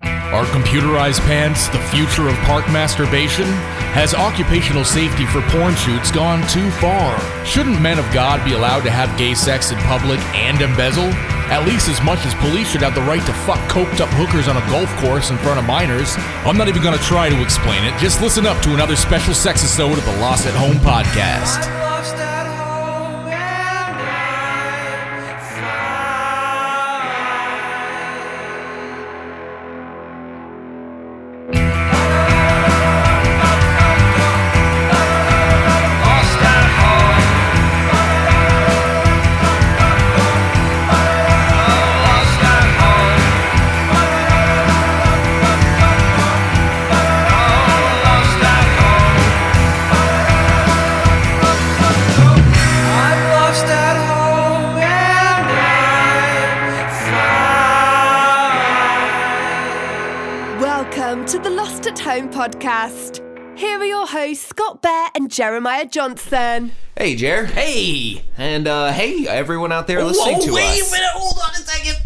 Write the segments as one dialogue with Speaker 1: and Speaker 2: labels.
Speaker 1: Are computerized pants the future of park masturbation? Has occupational safety for porn shoots gone too far? Shouldn't men of God be allowed to have gay sex in public and embezzle? At least as much as police should have the right to fuck coked up hookers on a golf course in front of minors. I'm not even gonna try to explain it. Just listen up to another special sex episode of the Lost at Home podcast.
Speaker 2: Lost at home and I fly. I'm lost at home and I fly.
Speaker 3: Welcome to the Lost at Home podcast. Here are your hosts, Scott Bear and Jeremiah Johnson.
Speaker 4: Hey, Jer.
Speaker 1: Hey!
Speaker 4: And uh, hey, everyone out there listening to
Speaker 1: wait
Speaker 4: us.
Speaker 1: a minute, hold on a second.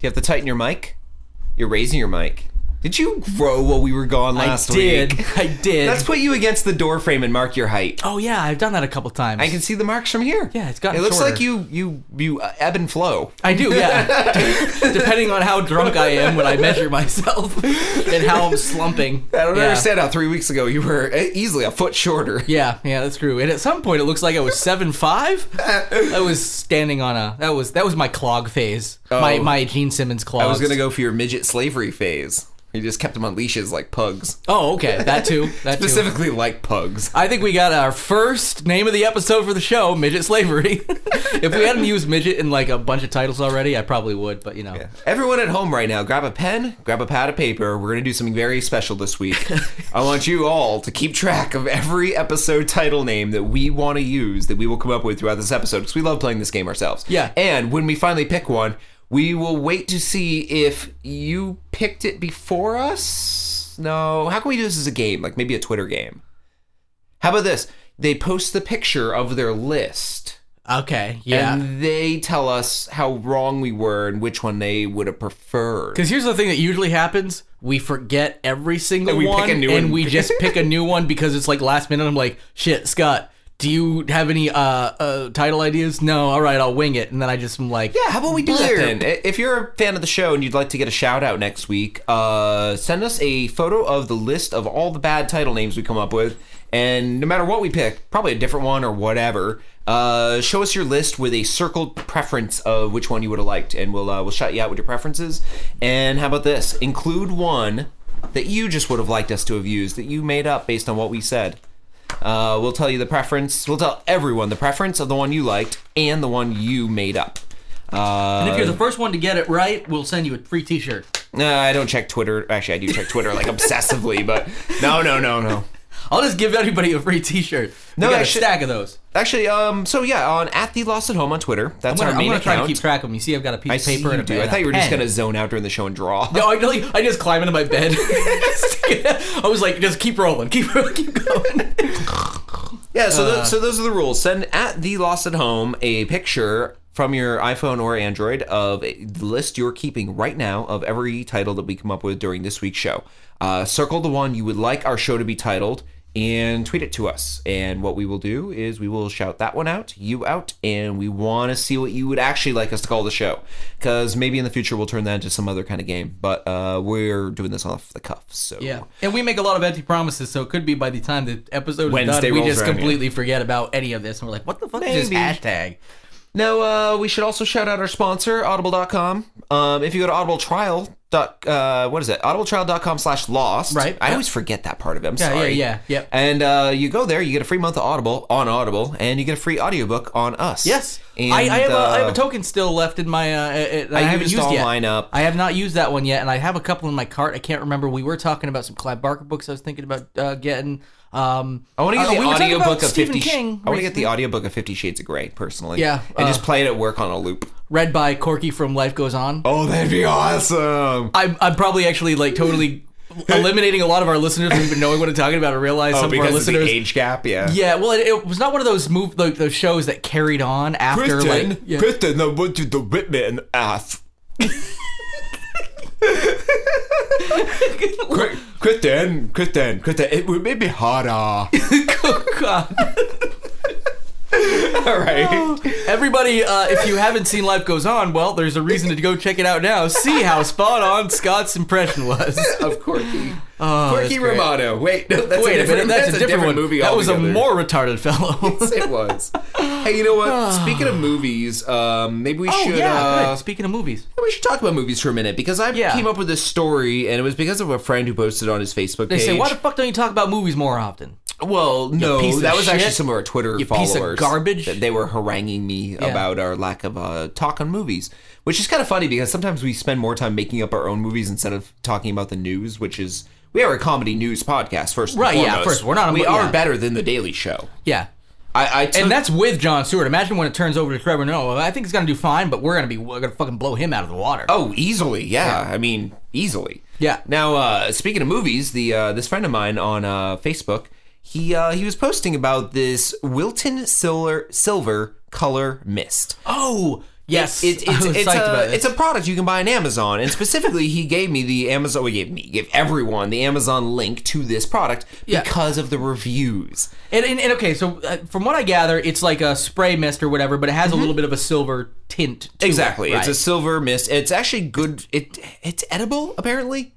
Speaker 4: You have to tighten your mic. You're raising your mic. Did you grow while we were gone last
Speaker 5: I did.
Speaker 4: week?
Speaker 5: I did.
Speaker 4: Let's put you against the door frame and mark your height.
Speaker 5: oh yeah, I've done that a couple times.
Speaker 4: I can see the marks from here.
Speaker 5: Yeah, it's gotten
Speaker 4: It looks
Speaker 5: shorter.
Speaker 4: like you you you uh, ebb and flow.
Speaker 5: I do, yeah. Depending on how drunk I am when I measure myself and how I'm slumping.
Speaker 4: I don't
Speaker 5: yeah.
Speaker 4: understand how three weeks ago you were uh, easily a foot shorter.
Speaker 5: Yeah, yeah, that's true. And at some point, it looks like I was seven five. I was standing on a that was that was my clog phase. My
Speaker 4: Oh.
Speaker 5: my Gene Simmons clog.
Speaker 4: I was gonna go for your midget slavery phase. You just kept them on leashes like pugs.
Speaker 5: Oh, okay, that too. That too.
Speaker 4: Specifically, like pugs.
Speaker 5: I think we got our first name of the episode for the show, midget slavery. if we hadn't used midget in like a bunch of titles already, I probably would. But you know,
Speaker 4: Everyone at home right now, grab a pen, grab a pad of paper. We're going to do something very special this week. I want you all to keep track of every episode title name that we want to use that we will come up with throughout this episode because we love playing this game ourselves.
Speaker 5: Yeah.
Speaker 4: And when we finally pick one, we will wait to see if you picked it before us. No. How can we do this as a game? Like maybe a Twitter game? How about this? They post the picture of their list.
Speaker 5: okay, yeah.
Speaker 4: And they tell us how wrong we were and which one they would have preferred.
Speaker 5: Because here's the thing that usually happens: we forget every single
Speaker 4: And we pick
Speaker 5: one,
Speaker 4: a new
Speaker 5: and
Speaker 4: one.
Speaker 5: we just pick a new one because it's like last minute. I'm like, shit, Scott, do you have any uh, uh title ideas? No, all right, I'll wing it, and then I just am like,
Speaker 4: Yeah, how about we do that
Speaker 5: Blurb.
Speaker 4: then? I- If you're a fan of the show and you'd like to get a shout out next week, uh, send us a photo of the list of all the bad title names we come up with. And no matter what we pick, probably a different one or whatever, uh, show us your list with a circled preference of which one you would have liked. And we'll, uh, we'll shout you out with your preferences. And how about this? Include one that you just would have liked us to have used that you made up based on what we said. Uh, we'll tell you the preference. We'll tell everyone the preference of the one you liked and the one you made up. Uh,
Speaker 5: And if you're the first one to get it right, we'll send you a free T-shirt.
Speaker 4: no, I don't check Twitter. Actually, I do check Twitter like obsessively, but no, no, no, no.
Speaker 5: I'll just give everybody a free T-shirt.
Speaker 4: No,
Speaker 5: we got a
Speaker 4: actually-
Speaker 5: stack of those.
Speaker 4: Actually, um, so yeah, on at the Lost at Home on Twitter. That's
Speaker 5: I'm gonna,
Speaker 4: our
Speaker 5: I'm
Speaker 4: main
Speaker 5: gonna try to
Speaker 4: account.
Speaker 5: keep track of them. You see, I've got a piece
Speaker 4: I
Speaker 5: of
Speaker 4: see
Speaker 5: paper
Speaker 4: you
Speaker 5: and a
Speaker 4: do.
Speaker 5: pen
Speaker 4: I
Speaker 5: and
Speaker 4: thought
Speaker 5: a
Speaker 4: you were just
Speaker 5: pen.
Speaker 4: gonna Oh, zone out during the show and draw.
Speaker 5: No, I like I just climb into my bed. I was like, just keep rolling, keep rolling, keep going.
Speaker 4: Yeah, so tho- so those are the rules. Send at the Lost at Home a picture from your iPhone or Android of a- the list you're keeping right now of every title that we come up with during this week's show. Uh, circle the one you would like our show to be titled and tweet it to us. And what we will do is we will shout that one out, you out, and we want to see what you would actually like us to call the show. Because maybe in the future we'll turn that into some other kind of game. But uh, we're doing this off the cuff. So
Speaker 5: Yeah, and we make a lot of empty promises, so it could be by the time the episode is
Speaker 4: Wednesday
Speaker 5: done, we
Speaker 4: rolls
Speaker 5: just
Speaker 4: around, yeah.
Speaker 5: completely forget about any of this, and we're like, "What the fuck is this
Speaker 4: Maybe.
Speaker 5: hashtag?"
Speaker 4: Now, uh, we should also shout out our sponsor, Audible.com. Um, if you go to audibletrial. Dot, uh, what is it? Audibletrial.com slash lost.
Speaker 5: Right.
Speaker 4: I
Speaker 5: Yep.
Speaker 4: always forget that part of it. I'm
Speaker 5: Yeah, yeah,
Speaker 4: sorry.
Speaker 5: yeah, yep.
Speaker 4: And uh, you go there, you get a free month of Audible on Audible, and you get a free audiobook on us.
Speaker 5: Yes,
Speaker 4: And,
Speaker 5: I, I, have a, I have
Speaker 4: uh,
Speaker 5: a token still left in my. Uh, it, I,
Speaker 4: I
Speaker 5: haven't
Speaker 4: used
Speaker 5: used
Speaker 4: all
Speaker 5: yet.
Speaker 4: mine up.
Speaker 5: I have not used that one yet, and I have a couple in my cart. I can't remember. We were talking about some Clive Barker books. I was thinking about uh, getting. Um,
Speaker 4: I want to get
Speaker 5: uh,
Speaker 4: the
Speaker 5: we were talking about
Speaker 4: audiobook of
Speaker 5: Stephen
Speaker 4: 50 Sh-
Speaker 5: King.
Speaker 4: I want to get the
Speaker 5: recently.
Speaker 4: audiobook of 50 Shades of Grey personally.
Speaker 5: Yeah,
Speaker 4: And
Speaker 5: uh,
Speaker 4: just play it at work on a loop.
Speaker 5: read by Corky from Life Goes On.
Speaker 4: Oh, that'd be awesome.
Speaker 5: I'm, I'm probably actually like totally eliminating a lot of our listeners from even knowing what I'm talking about. I realize
Speaker 4: Oh,
Speaker 5: some of our
Speaker 4: because of the
Speaker 5: listeners
Speaker 4: age gap, yeah.
Speaker 5: Yeah, well, it, it was not one of those move like, those shows that carried on after like yeah.
Speaker 4: Kristen, I want you to whip me in the ass. Kristen, Kristen, Kristen, it would be harder.
Speaker 5: Oh, God.
Speaker 4: All right.
Speaker 5: Everybody, uh, if you haven't seen Life Goes On, well, there's a reason to go check it out now. See how spot on Scott's impression was.
Speaker 4: Of Corky.
Speaker 5: Oh,
Speaker 4: Corky
Speaker 5: that's great.
Speaker 4: Romano. Wait, no, that's
Speaker 5: Wait
Speaker 4: a
Speaker 5: a minute,
Speaker 4: different,
Speaker 5: that's, a different, one.
Speaker 4: movie
Speaker 5: that was a
Speaker 4: altogether.
Speaker 5: more retarded fellow.
Speaker 4: It was. Hey, you know what? Speaking of movies, um, maybe we
Speaker 5: Ah. oh,
Speaker 4: should
Speaker 5: yeah.
Speaker 4: uh,
Speaker 5: good. Speaking of movies.
Speaker 4: we should talk about movies for a minute because I
Speaker 5: Yeah.
Speaker 4: came up with this story and it was because of a friend who posted on his Facebook
Speaker 5: They
Speaker 4: page.
Speaker 5: say, why the fuck don't you talk about movies more often?
Speaker 4: Well, no,
Speaker 5: piece of
Speaker 4: that was actually
Speaker 5: shit.
Speaker 4: some of our Twitter
Speaker 5: You
Speaker 4: followers.
Speaker 5: piece of garbage.
Speaker 4: That they were haranguing me about our lack of uh, talk on movies, which is kind of funny because sometimes we spend more time making up our own movies instead of talking about the news, which is we are a comedy news podcast first. and
Speaker 5: Right, yeah,
Speaker 4: foremost.
Speaker 5: first, we're not a
Speaker 4: we
Speaker 5: mo-
Speaker 4: are
Speaker 5: yeah.
Speaker 4: better than the Daily Show.
Speaker 5: Yeah.
Speaker 4: I, I took,
Speaker 5: And that's with John Stewart. Imagine when it turns over to Trevor Noah. I think he's gonna do fine, but we're gonna be we're gonna fucking blow him out of the water.
Speaker 4: Oh, easily, yeah. I mean, easily.
Speaker 5: Yeah.
Speaker 4: Now, uh, speaking of movies, the uh, this friend of mine on uh, Facebook, he uh, he was posting about this Wilton Silver Silver Color Mist.
Speaker 5: Oh, yes.
Speaker 4: It's
Speaker 5: I
Speaker 4: it's,
Speaker 5: was
Speaker 4: it's,
Speaker 5: psyched about
Speaker 4: a,
Speaker 5: this.
Speaker 4: it's a product you can buy on Amazon, and specifically, he gave me the Amazon. Well, he gave me, he gave everyone the Amazon link to this product
Speaker 5: Yeah.
Speaker 4: because of the reviews.
Speaker 5: And, and, and okay, so uh, from what I gather, it's like a spray mist or whatever, but it
Speaker 4: Mm-hmm.
Speaker 5: has a little bit of a silver tint. To
Speaker 4: Exactly,
Speaker 5: it,
Speaker 4: it's
Speaker 5: right?
Speaker 4: a silver mist. It's actually good. It it's edible apparently.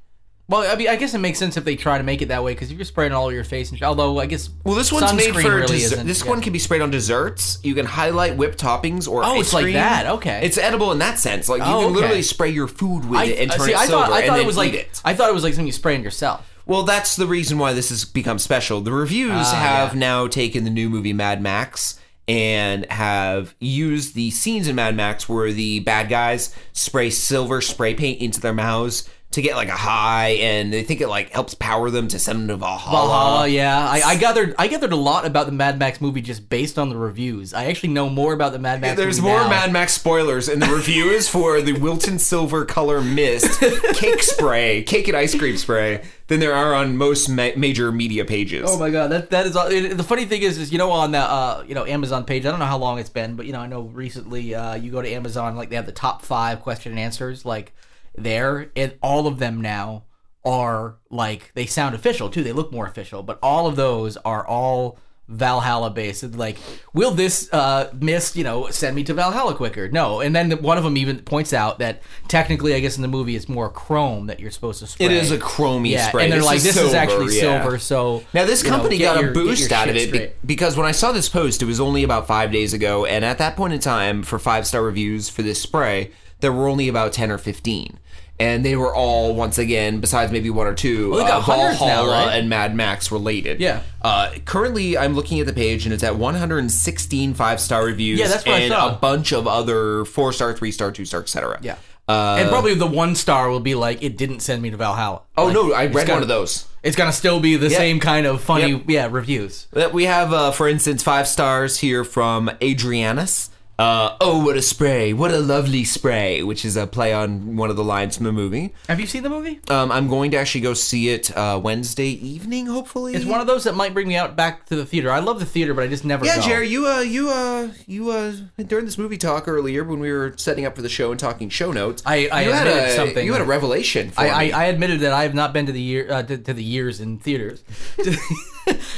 Speaker 5: well, I mean, I guess it makes sense if they try to make it that way because if you're spraying all over your face and sh- although I guess
Speaker 4: Well, this one's made
Speaker 5: sunscreen
Speaker 4: for
Speaker 5: really
Speaker 4: dessert.
Speaker 5: isn't-
Speaker 4: This
Speaker 5: yeah.
Speaker 4: one can be sprayed on desserts. You can highlight whipped toppings or
Speaker 5: Oh,
Speaker 4: ice
Speaker 5: it's like
Speaker 4: cream.
Speaker 5: that. Okay.
Speaker 4: it's edible in that sense. Like you
Speaker 5: Oh,
Speaker 4: can
Speaker 5: okay.
Speaker 4: literally spray your food with
Speaker 5: I,
Speaker 4: it and
Speaker 5: uh,
Speaker 4: turn
Speaker 5: see,
Speaker 4: it
Speaker 5: I
Speaker 4: silver
Speaker 5: thought I
Speaker 4: and
Speaker 5: thought
Speaker 4: then
Speaker 5: it was like
Speaker 4: eat it.
Speaker 5: I thought it was like something you spray on yourself.
Speaker 4: Well, that's the reason why this has become special. The reviews have now taken the new movie Mad Max and have used the scenes in Mad Max where the bad guys spray silver spray paint into their mouths to get like a high, and they think it like helps power them to send them to Valhalla.
Speaker 5: Valhalla, yeah. I, I gathered I gathered a lot about the Mad Max movie just based on the reviews. I actually know more about the Mad Max.
Speaker 4: There's
Speaker 5: movie
Speaker 4: more
Speaker 5: now.
Speaker 4: Mad Max spoilers in the reviews for the Wilton Silver Color Mist cake spray, cake and ice cream spray, than there are on most ma- major media pages.
Speaker 5: Oh my god, that that is all- it- the funny thing is is you know on the uh, you know Amazon page. I don't know how long it's been, but you know I know recently uh, you go to Amazon like they have the top five question and answers like there, and all of them now are like they sound official too. They look more official, but all of those are all Valhalla based. It's Like, will this uh, mist you know send me to Valhalla quicker? No, and then one of them even points out that technically, I guess in the movie it's more chrome that you're supposed to spray.
Speaker 4: It is a chromy
Speaker 5: yeah,
Speaker 4: spray.
Speaker 5: and they're like, this is
Speaker 4: silver,
Speaker 5: actually
Speaker 4: yeah.
Speaker 5: silver. So
Speaker 4: Now this
Speaker 5: you know,
Speaker 4: company
Speaker 5: get
Speaker 4: got
Speaker 5: your-
Speaker 4: a
Speaker 5: get your
Speaker 4: boost out of
Speaker 5: shit
Speaker 4: it be-
Speaker 5: straight.
Speaker 4: because when I saw this post, it was only about five days ago, and at that point in time, for five star reviews for this spray, there were only about ten or fifteen, and they were all once again, besides maybe one or two, uh,
Speaker 5: they got hundreds now,
Speaker 4: Valhalla
Speaker 5: right?
Speaker 4: and Mad Max related.
Speaker 5: Yeah.
Speaker 4: Uh, currently, I'm looking at the page, and it's at 116 five star reviews.
Speaker 5: Yeah, that's what I
Speaker 4: and
Speaker 5: saw.
Speaker 4: A bunch of other four star, three star, two star, etc.
Speaker 5: Yeah.
Speaker 4: Uh,
Speaker 5: and probably the one star will be like, it didn't send me to Valhalla.
Speaker 4: oh
Speaker 5: Like,
Speaker 4: no, I
Speaker 5: it's
Speaker 4: read
Speaker 5: gonna-
Speaker 4: one of those.
Speaker 5: It's gonna still be the
Speaker 4: Yeah.
Speaker 5: same kind of funny,
Speaker 4: Yep.
Speaker 5: yeah, reviews.
Speaker 4: That we have, uh, for instance, five stars here from Adrianus. Uh, oh, what a spray! What a lovely spray! Which is a play on one of the lines from the movie.
Speaker 5: Have you seen the movie?
Speaker 4: Um, I'm going to actually go see it uh, Wednesday evening, hopefully.
Speaker 5: It's one of those that might bring me out back to the theater. I love the theater, but I just never.
Speaker 4: yeah,
Speaker 5: go.
Speaker 4: Jerry, you uh, you uh, you uh, during this movie talk earlier when we were setting up for the show and talking show notes,
Speaker 5: I- I
Speaker 4: you had
Speaker 5: admitted
Speaker 4: a,
Speaker 5: something.
Speaker 4: You had a revelation. For
Speaker 5: I,
Speaker 4: me.
Speaker 5: I, I admitted that I have not been to the year uh, to, to the years in theaters, to,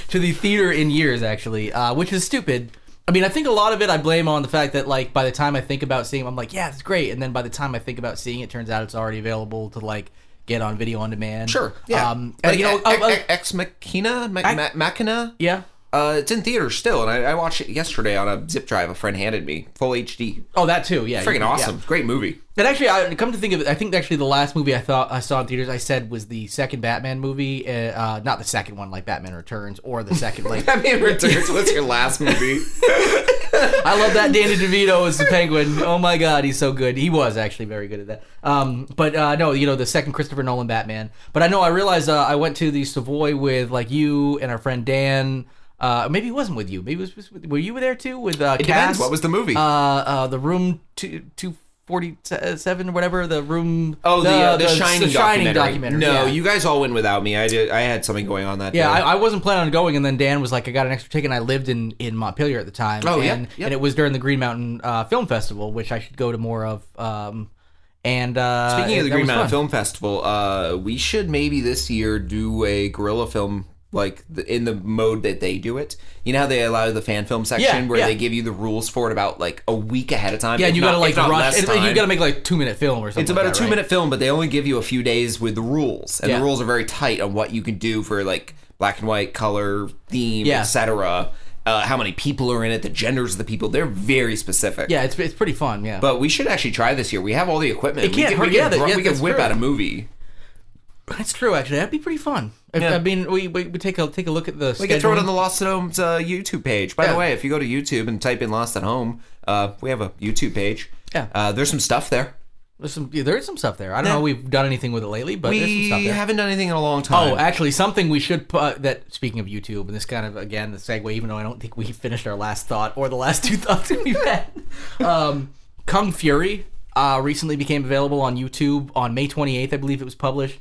Speaker 5: to the theater in years actually, uh, which is stupid. I mean, I think a lot of it I blame on the fact that like by the time I think about seeing, it, I'm like, yeah, it's great, and then by the time I think about seeing it, turns out it's already available to like get on video on demand.
Speaker 4: sure, yeah.
Speaker 5: Um, and,
Speaker 4: like,
Speaker 5: you know,
Speaker 4: e-
Speaker 5: uh, uh,
Speaker 4: e- Ex Machina, Ma- Ma- Machina,
Speaker 5: yeah.
Speaker 4: Uh, it's in theaters still, and I, I watched it yesterday on a zip drive a friend handed me, full HD.
Speaker 5: Oh, that too. Yeah,
Speaker 4: Freaking
Speaker 5: yeah.
Speaker 4: awesome, great movie.
Speaker 5: And actually, I come to think of it, I think actually the last movie I thought I saw in theaters I said was the second Batman movie, uh, uh, not the second one like Batman Returns or the second like
Speaker 4: I mean, Returns was your last movie.
Speaker 5: I love that Danny DeVito is the Penguin. Oh my God, he's so good. He was actually very good at that. Um, but uh, no, you know the second Christopher Nolan Batman. But I know I realized uh, I went to the Savoy with like you and our friend Dan. Uh, maybe it wasn't with you. Maybe it was. Were you there too? With uh,
Speaker 4: It depends.
Speaker 5: Cass?
Speaker 4: What was the movie?
Speaker 5: uh, uh, the room two two forty seven or whatever the room.
Speaker 4: oh, the, uh, the, Shining, documentary.
Speaker 5: documentary,
Speaker 4: No,
Speaker 5: yeah.
Speaker 4: you guys all went without me. I did. I had something going on that
Speaker 5: Yeah,
Speaker 4: day.
Speaker 5: I, I wasn't planning on going, and then Dan was like, "I got an extra ticket." and I lived in in Montpelier at the time.
Speaker 4: Oh,
Speaker 5: and,
Speaker 4: yep, yep.
Speaker 5: and it was during the Green Mountain uh, Film Festival, which I should go to more of. Um, And uh,
Speaker 4: Speaking
Speaker 5: it-
Speaker 4: of the
Speaker 5: that
Speaker 4: Green
Speaker 5: was
Speaker 4: Mountain
Speaker 5: fun.
Speaker 4: Film Festival, uh, we should maybe this year do a guerrilla film like the, in the mode that they do it. You know how they allow the fan film section
Speaker 5: Yeah,
Speaker 4: where
Speaker 5: yeah.
Speaker 4: they give you the rules for it about like a week ahead of time.
Speaker 5: yeah, and
Speaker 4: if
Speaker 5: you
Speaker 4: not-
Speaker 5: gotta like
Speaker 4: if not
Speaker 5: rush.
Speaker 4: less
Speaker 5: and- and you
Speaker 4: time.
Speaker 5: gotta make like two minute film or something.
Speaker 4: It's about a
Speaker 5: like that,
Speaker 4: two
Speaker 5: right?
Speaker 4: minute film, but they only give you a few days with the rules, and
Speaker 5: Yeah.
Speaker 4: the rules are very tight on what you can do for like black and white, color, theme,
Speaker 5: Yeah.
Speaker 4: etc. Uh, how many people are in it, the genders of the people. They're very specific.
Speaker 5: Yeah, it's it's pretty fun. Yeah,
Speaker 4: But we should actually try this year. We have all the equipment.
Speaker 5: It can't
Speaker 4: we can, we
Speaker 5: hurt-
Speaker 4: can
Speaker 5: yeah, that-
Speaker 4: drum-
Speaker 5: yeah,
Speaker 4: we can
Speaker 5: that's
Speaker 4: whip
Speaker 5: true.
Speaker 4: out a movie.
Speaker 5: that's true. Actually, that'd be pretty fun. If,
Speaker 4: Yeah.
Speaker 5: I mean, we, we we take a take a look at the.
Speaker 4: We can throw it on the Lost at Home's uh, YouTube page. By
Speaker 5: Yeah.
Speaker 4: the way, if you go to YouTube and type in Lost at Home, uh, we have a YouTube page.
Speaker 5: Yeah.
Speaker 4: Uh, there's some stuff there.
Speaker 5: There's some yeah, there is some stuff there. I don't know. if We've done anything with it lately, but there's some
Speaker 4: We
Speaker 5: stuff there.
Speaker 4: haven't done anything in a long time.
Speaker 5: Oh, actually, something we should put that. Speaking of YouTube, and this kind of again the segue, even though I don't think we finished our last thought or the last two thoughts we've had. Um, Kung Fury uh, recently became available on YouTube on May 28th, I believe it was published.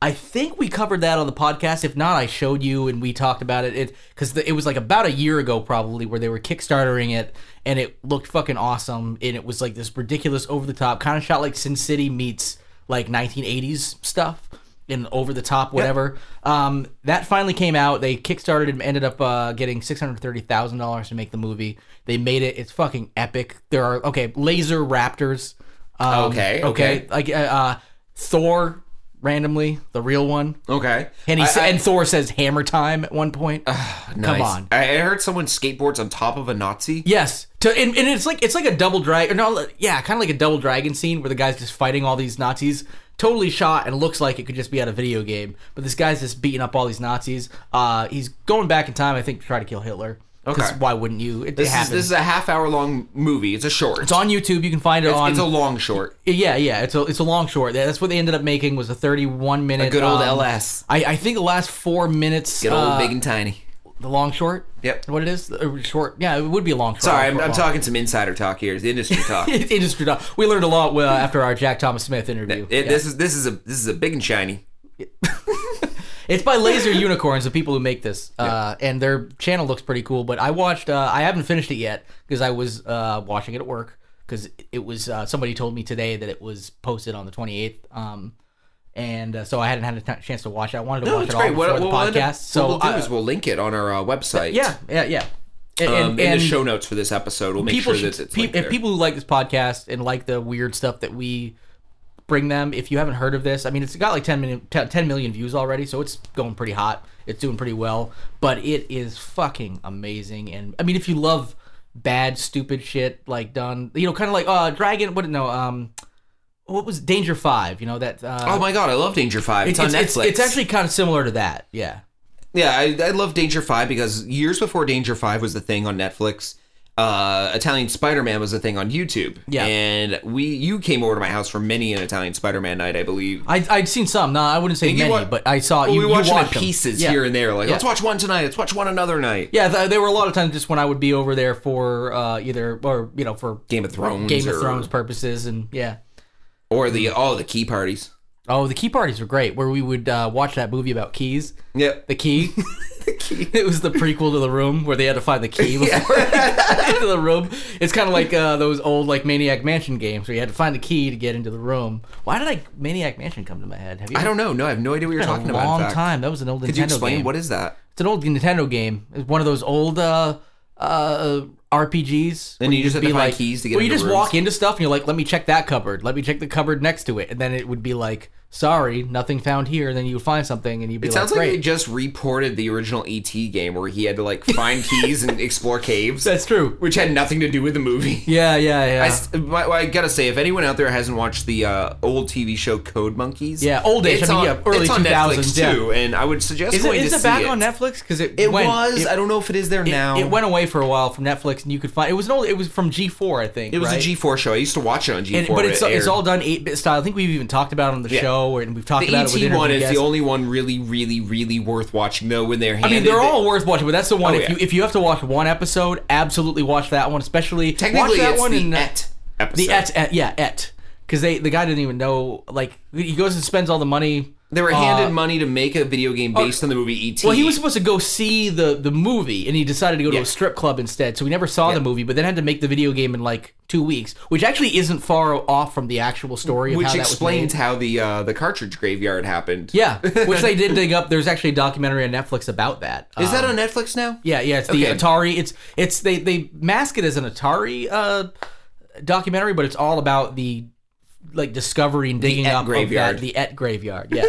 Speaker 5: I think we covered that on the podcast. If not, I showed you and we talked about it. It because it was like about a year ago, probably, where they were kickstartering it, and it looked fucking awesome. And it was like this ridiculous, over the top kind of shot, like Sin City meets like 1980s stuff in over the top whatever. Um, that finally came out. They kickstarted and ended up uh, getting six hundred thirty thousand dollars to make the movie. They made it. It's fucking epic. There are okay laser raptors. Um,
Speaker 4: Okay, okay.
Speaker 5: Like uh, uh, Thor, randomly the real one.
Speaker 4: okay.
Speaker 5: And he
Speaker 4: Oh. I-
Speaker 5: sa-
Speaker 4: I-
Speaker 5: and Thor says hammer time at one point. Come
Speaker 4: nice.
Speaker 5: on.
Speaker 4: I I heard someone skateboards on top of a Nazi.
Speaker 5: Yes, to and, and it's like it's like a double dragon. No, like- yeah, kind of like a double dragon scene where the guy's just fighting all these Nazis. Totally shot and looks like it could just be out of video game, but this guy's just beating up all these Nazis. Uh, he's going back in time, I think, to try to kill Hitler. 'Cause
Speaker 4: Okay.
Speaker 5: why wouldn't you? It,
Speaker 4: This
Speaker 5: it
Speaker 4: is,
Speaker 5: happens.
Speaker 4: this is a half hour long movie. It's a short.
Speaker 5: it's on YouTube. You can find it on.
Speaker 4: It's a long short.
Speaker 5: Yeah, yeah, it's a it's a long short. That's what they ended up making was a 31 minute. um,
Speaker 4: good old LS.
Speaker 5: I, I think the last four minutes.
Speaker 4: Good old
Speaker 5: uh,
Speaker 4: big and tiny.
Speaker 5: the long short.
Speaker 4: Yep.
Speaker 5: What it is? Uh, Short. Yeah, it would be a long short.
Speaker 4: Sorry, I'm,
Speaker 5: Short-
Speaker 4: I'm
Speaker 5: long.
Speaker 4: talking some insider talk here. It's industry talk. It-
Speaker 5: industry doc. We learned a lot uh, after our Jack Thomas Smith interview. Yeah.
Speaker 4: This is this is a this is a big and shiny.
Speaker 5: it's by Laser Unicorns, the people who make this, uh, and their channel looks pretty cool. But I watched. Uh, I haven't finished it yet because I was uh, watching it at work because it was uh, somebody told me today that it was posted on the 28th. Um, and uh, so I hadn't had a t- chance to watch it. I wanted to watch it all before the
Speaker 4: we'll
Speaker 5: podcast.
Speaker 4: end up-
Speaker 5: so
Speaker 4: what we'll do
Speaker 5: uh,
Speaker 4: is we'll link it on our uh, website.
Speaker 5: yeah, yeah, yeah. And,
Speaker 4: um,
Speaker 5: and-
Speaker 4: in
Speaker 5: and-
Speaker 4: the show notes for this episode, we'll make
Speaker 5: people
Speaker 4: sure that
Speaker 5: should,
Speaker 4: it's
Speaker 5: pe-
Speaker 4: linked
Speaker 5: if
Speaker 4: there.
Speaker 5: people who like this podcast and like the weird stuff that we bring them if you haven't heard of this i mean it's got like 10 million 10 10 million views already so it's going pretty hot it's doing pretty well but it is fucking amazing and i mean if you love bad stupid shit like done you know kind of like uh dragon what no um what was danger five you know that uh
Speaker 4: oh my god, I love Danger Five. It's,
Speaker 5: it's,
Speaker 4: on
Speaker 5: it's,
Speaker 4: Netflix.
Speaker 5: it's actually kind of similar to that yeah
Speaker 4: yeah, I, I love Danger Five because years before Danger Five was the thing on Netflix, uh, Italian Spider Man was the thing on YouTube.
Speaker 5: Yeah.
Speaker 4: and we you came over to my house for many an Italian Spider Man night, I believe.
Speaker 5: I, i'd seen some no i wouldn't say
Speaker 4: you
Speaker 5: many
Speaker 4: wa-
Speaker 5: but i saw
Speaker 4: Well,
Speaker 5: you,
Speaker 4: we
Speaker 5: you
Speaker 4: watched it in
Speaker 5: watched them.
Speaker 4: pieces
Speaker 5: Yeah.
Speaker 4: here and there. Like,
Speaker 5: Yeah.
Speaker 4: let's watch one tonight. Let's watch one another night.
Speaker 5: Yeah, th- there were a lot of times just when I would be over there for uh, either or you know for
Speaker 4: Game of Thrones
Speaker 5: Game of
Speaker 4: or-
Speaker 5: Thrones purposes, and yeah.
Speaker 4: Or the all the key parties.
Speaker 5: Oh, the key parties were great, where we would uh, watch that movie about keys.
Speaker 4: Yep.
Speaker 5: The key. It was the prequel to the room where they had to find the key before into the room. It's kind of like uh, those old like Maniac Mansion games where you had to find the key to get into the room. Why did I Maniac Mansion come to my head? Have you?
Speaker 4: I don't know. No, I have no idea what you're
Speaker 5: It's been
Speaker 4: talking
Speaker 5: a
Speaker 4: about. in
Speaker 5: long
Speaker 4: fact.
Speaker 5: time. That was an old
Speaker 4: Could
Speaker 5: Nintendo
Speaker 4: you explain
Speaker 5: game.
Speaker 4: what is that?
Speaker 5: It's an old Nintendo game. It's one of those old uh, uh, RPGs.
Speaker 4: And
Speaker 5: where
Speaker 4: you just have
Speaker 5: be
Speaker 4: to find
Speaker 5: like,
Speaker 4: keys to get
Speaker 5: Well, you
Speaker 4: into
Speaker 5: just
Speaker 4: rooms.
Speaker 5: walk into stuff and you're like, "Let me check that cupboard. Let me check the cupboard next to it," and then it would be like, "Sorry, nothing found here." And then you would find something, and you'd be
Speaker 4: It
Speaker 5: like,
Speaker 4: sounds like
Speaker 5: "Great."
Speaker 4: they just reported the original ET game where he had to like find keys and explore caves,
Speaker 5: That's true.
Speaker 4: which had nothing to do with the movie.
Speaker 5: yeah, yeah, yeah.
Speaker 4: I, s- my- I gotta say, if anyone out there hasn't watched the uh, old TV show Code Monkeys,
Speaker 5: Yeah, old-ish.
Speaker 4: it's
Speaker 5: I mean,
Speaker 4: on,
Speaker 5: yeah, early
Speaker 4: it's on
Speaker 5: 2000s,
Speaker 4: Netflix too, and I would suggest
Speaker 5: is it,
Speaker 4: going
Speaker 5: is
Speaker 4: to
Speaker 5: it
Speaker 4: see
Speaker 5: back
Speaker 4: it.
Speaker 5: on Netflix? Because it
Speaker 4: It
Speaker 5: went-
Speaker 4: was.
Speaker 5: It,
Speaker 4: I don't know if it is there
Speaker 5: it-
Speaker 4: now.
Speaker 5: It went away for a while from Netflix, and you could find it was an old. It was from G4, I think.
Speaker 4: It was
Speaker 5: right?
Speaker 4: a G4 show. I used to watch it on G4,
Speaker 5: And, but it's
Speaker 4: it
Speaker 5: it's
Speaker 4: aired.
Speaker 5: all done eight bit style. I think we've even talked about it on the
Speaker 4: Yeah.
Speaker 5: show, and we've talked
Speaker 4: The
Speaker 5: about it with
Speaker 4: ET one
Speaker 5: interview
Speaker 4: is the
Speaker 5: guests.
Speaker 4: only one really, really, really worth watching though. When they're,
Speaker 5: I mean, they're all worth watching, but that's the one.
Speaker 4: Oh,
Speaker 5: if
Speaker 4: yeah.
Speaker 5: you if you have to watch one episode, absolutely watch that one. Especially
Speaker 4: Technically,
Speaker 5: watch that
Speaker 4: it's
Speaker 5: one
Speaker 4: the
Speaker 5: and, uh,
Speaker 4: ET episode.
Speaker 5: the et, et yeah et because they the guy didn't even know like he goes and spends all the money
Speaker 4: They were handed money to make a video game based on the movie E E.T.
Speaker 5: Uh, Well, he was supposed to go see the the movie, and he decided to go to
Speaker 4: Yeah.
Speaker 5: a strip club instead. So he never saw
Speaker 4: Yeah.
Speaker 5: the movie, but then had to make the video game in like two weeks, which actually isn't far off from the actual story. Of
Speaker 4: which
Speaker 5: how that
Speaker 4: explains
Speaker 5: Was made.
Speaker 4: how the uh, the cartridge graveyard happened.
Speaker 5: Yeah, which they did dig up. There's actually a documentary on Netflix about that.
Speaker 4: Is that
Speaker 5: Um,
Speaker 4: on Netflix now?
Speaker 5: Yeah, yeah. It's the
Speaker 4: Okay.
Speaker 5: Atari. It's it's they they mask it as an Atari uh, documentary, but it's all about the like discovery and digging
Speaker 4: Et
Speaker 5: up
Speaker 4: graveyard.
Speaker 5: of that, the Et graveyard. Yeah.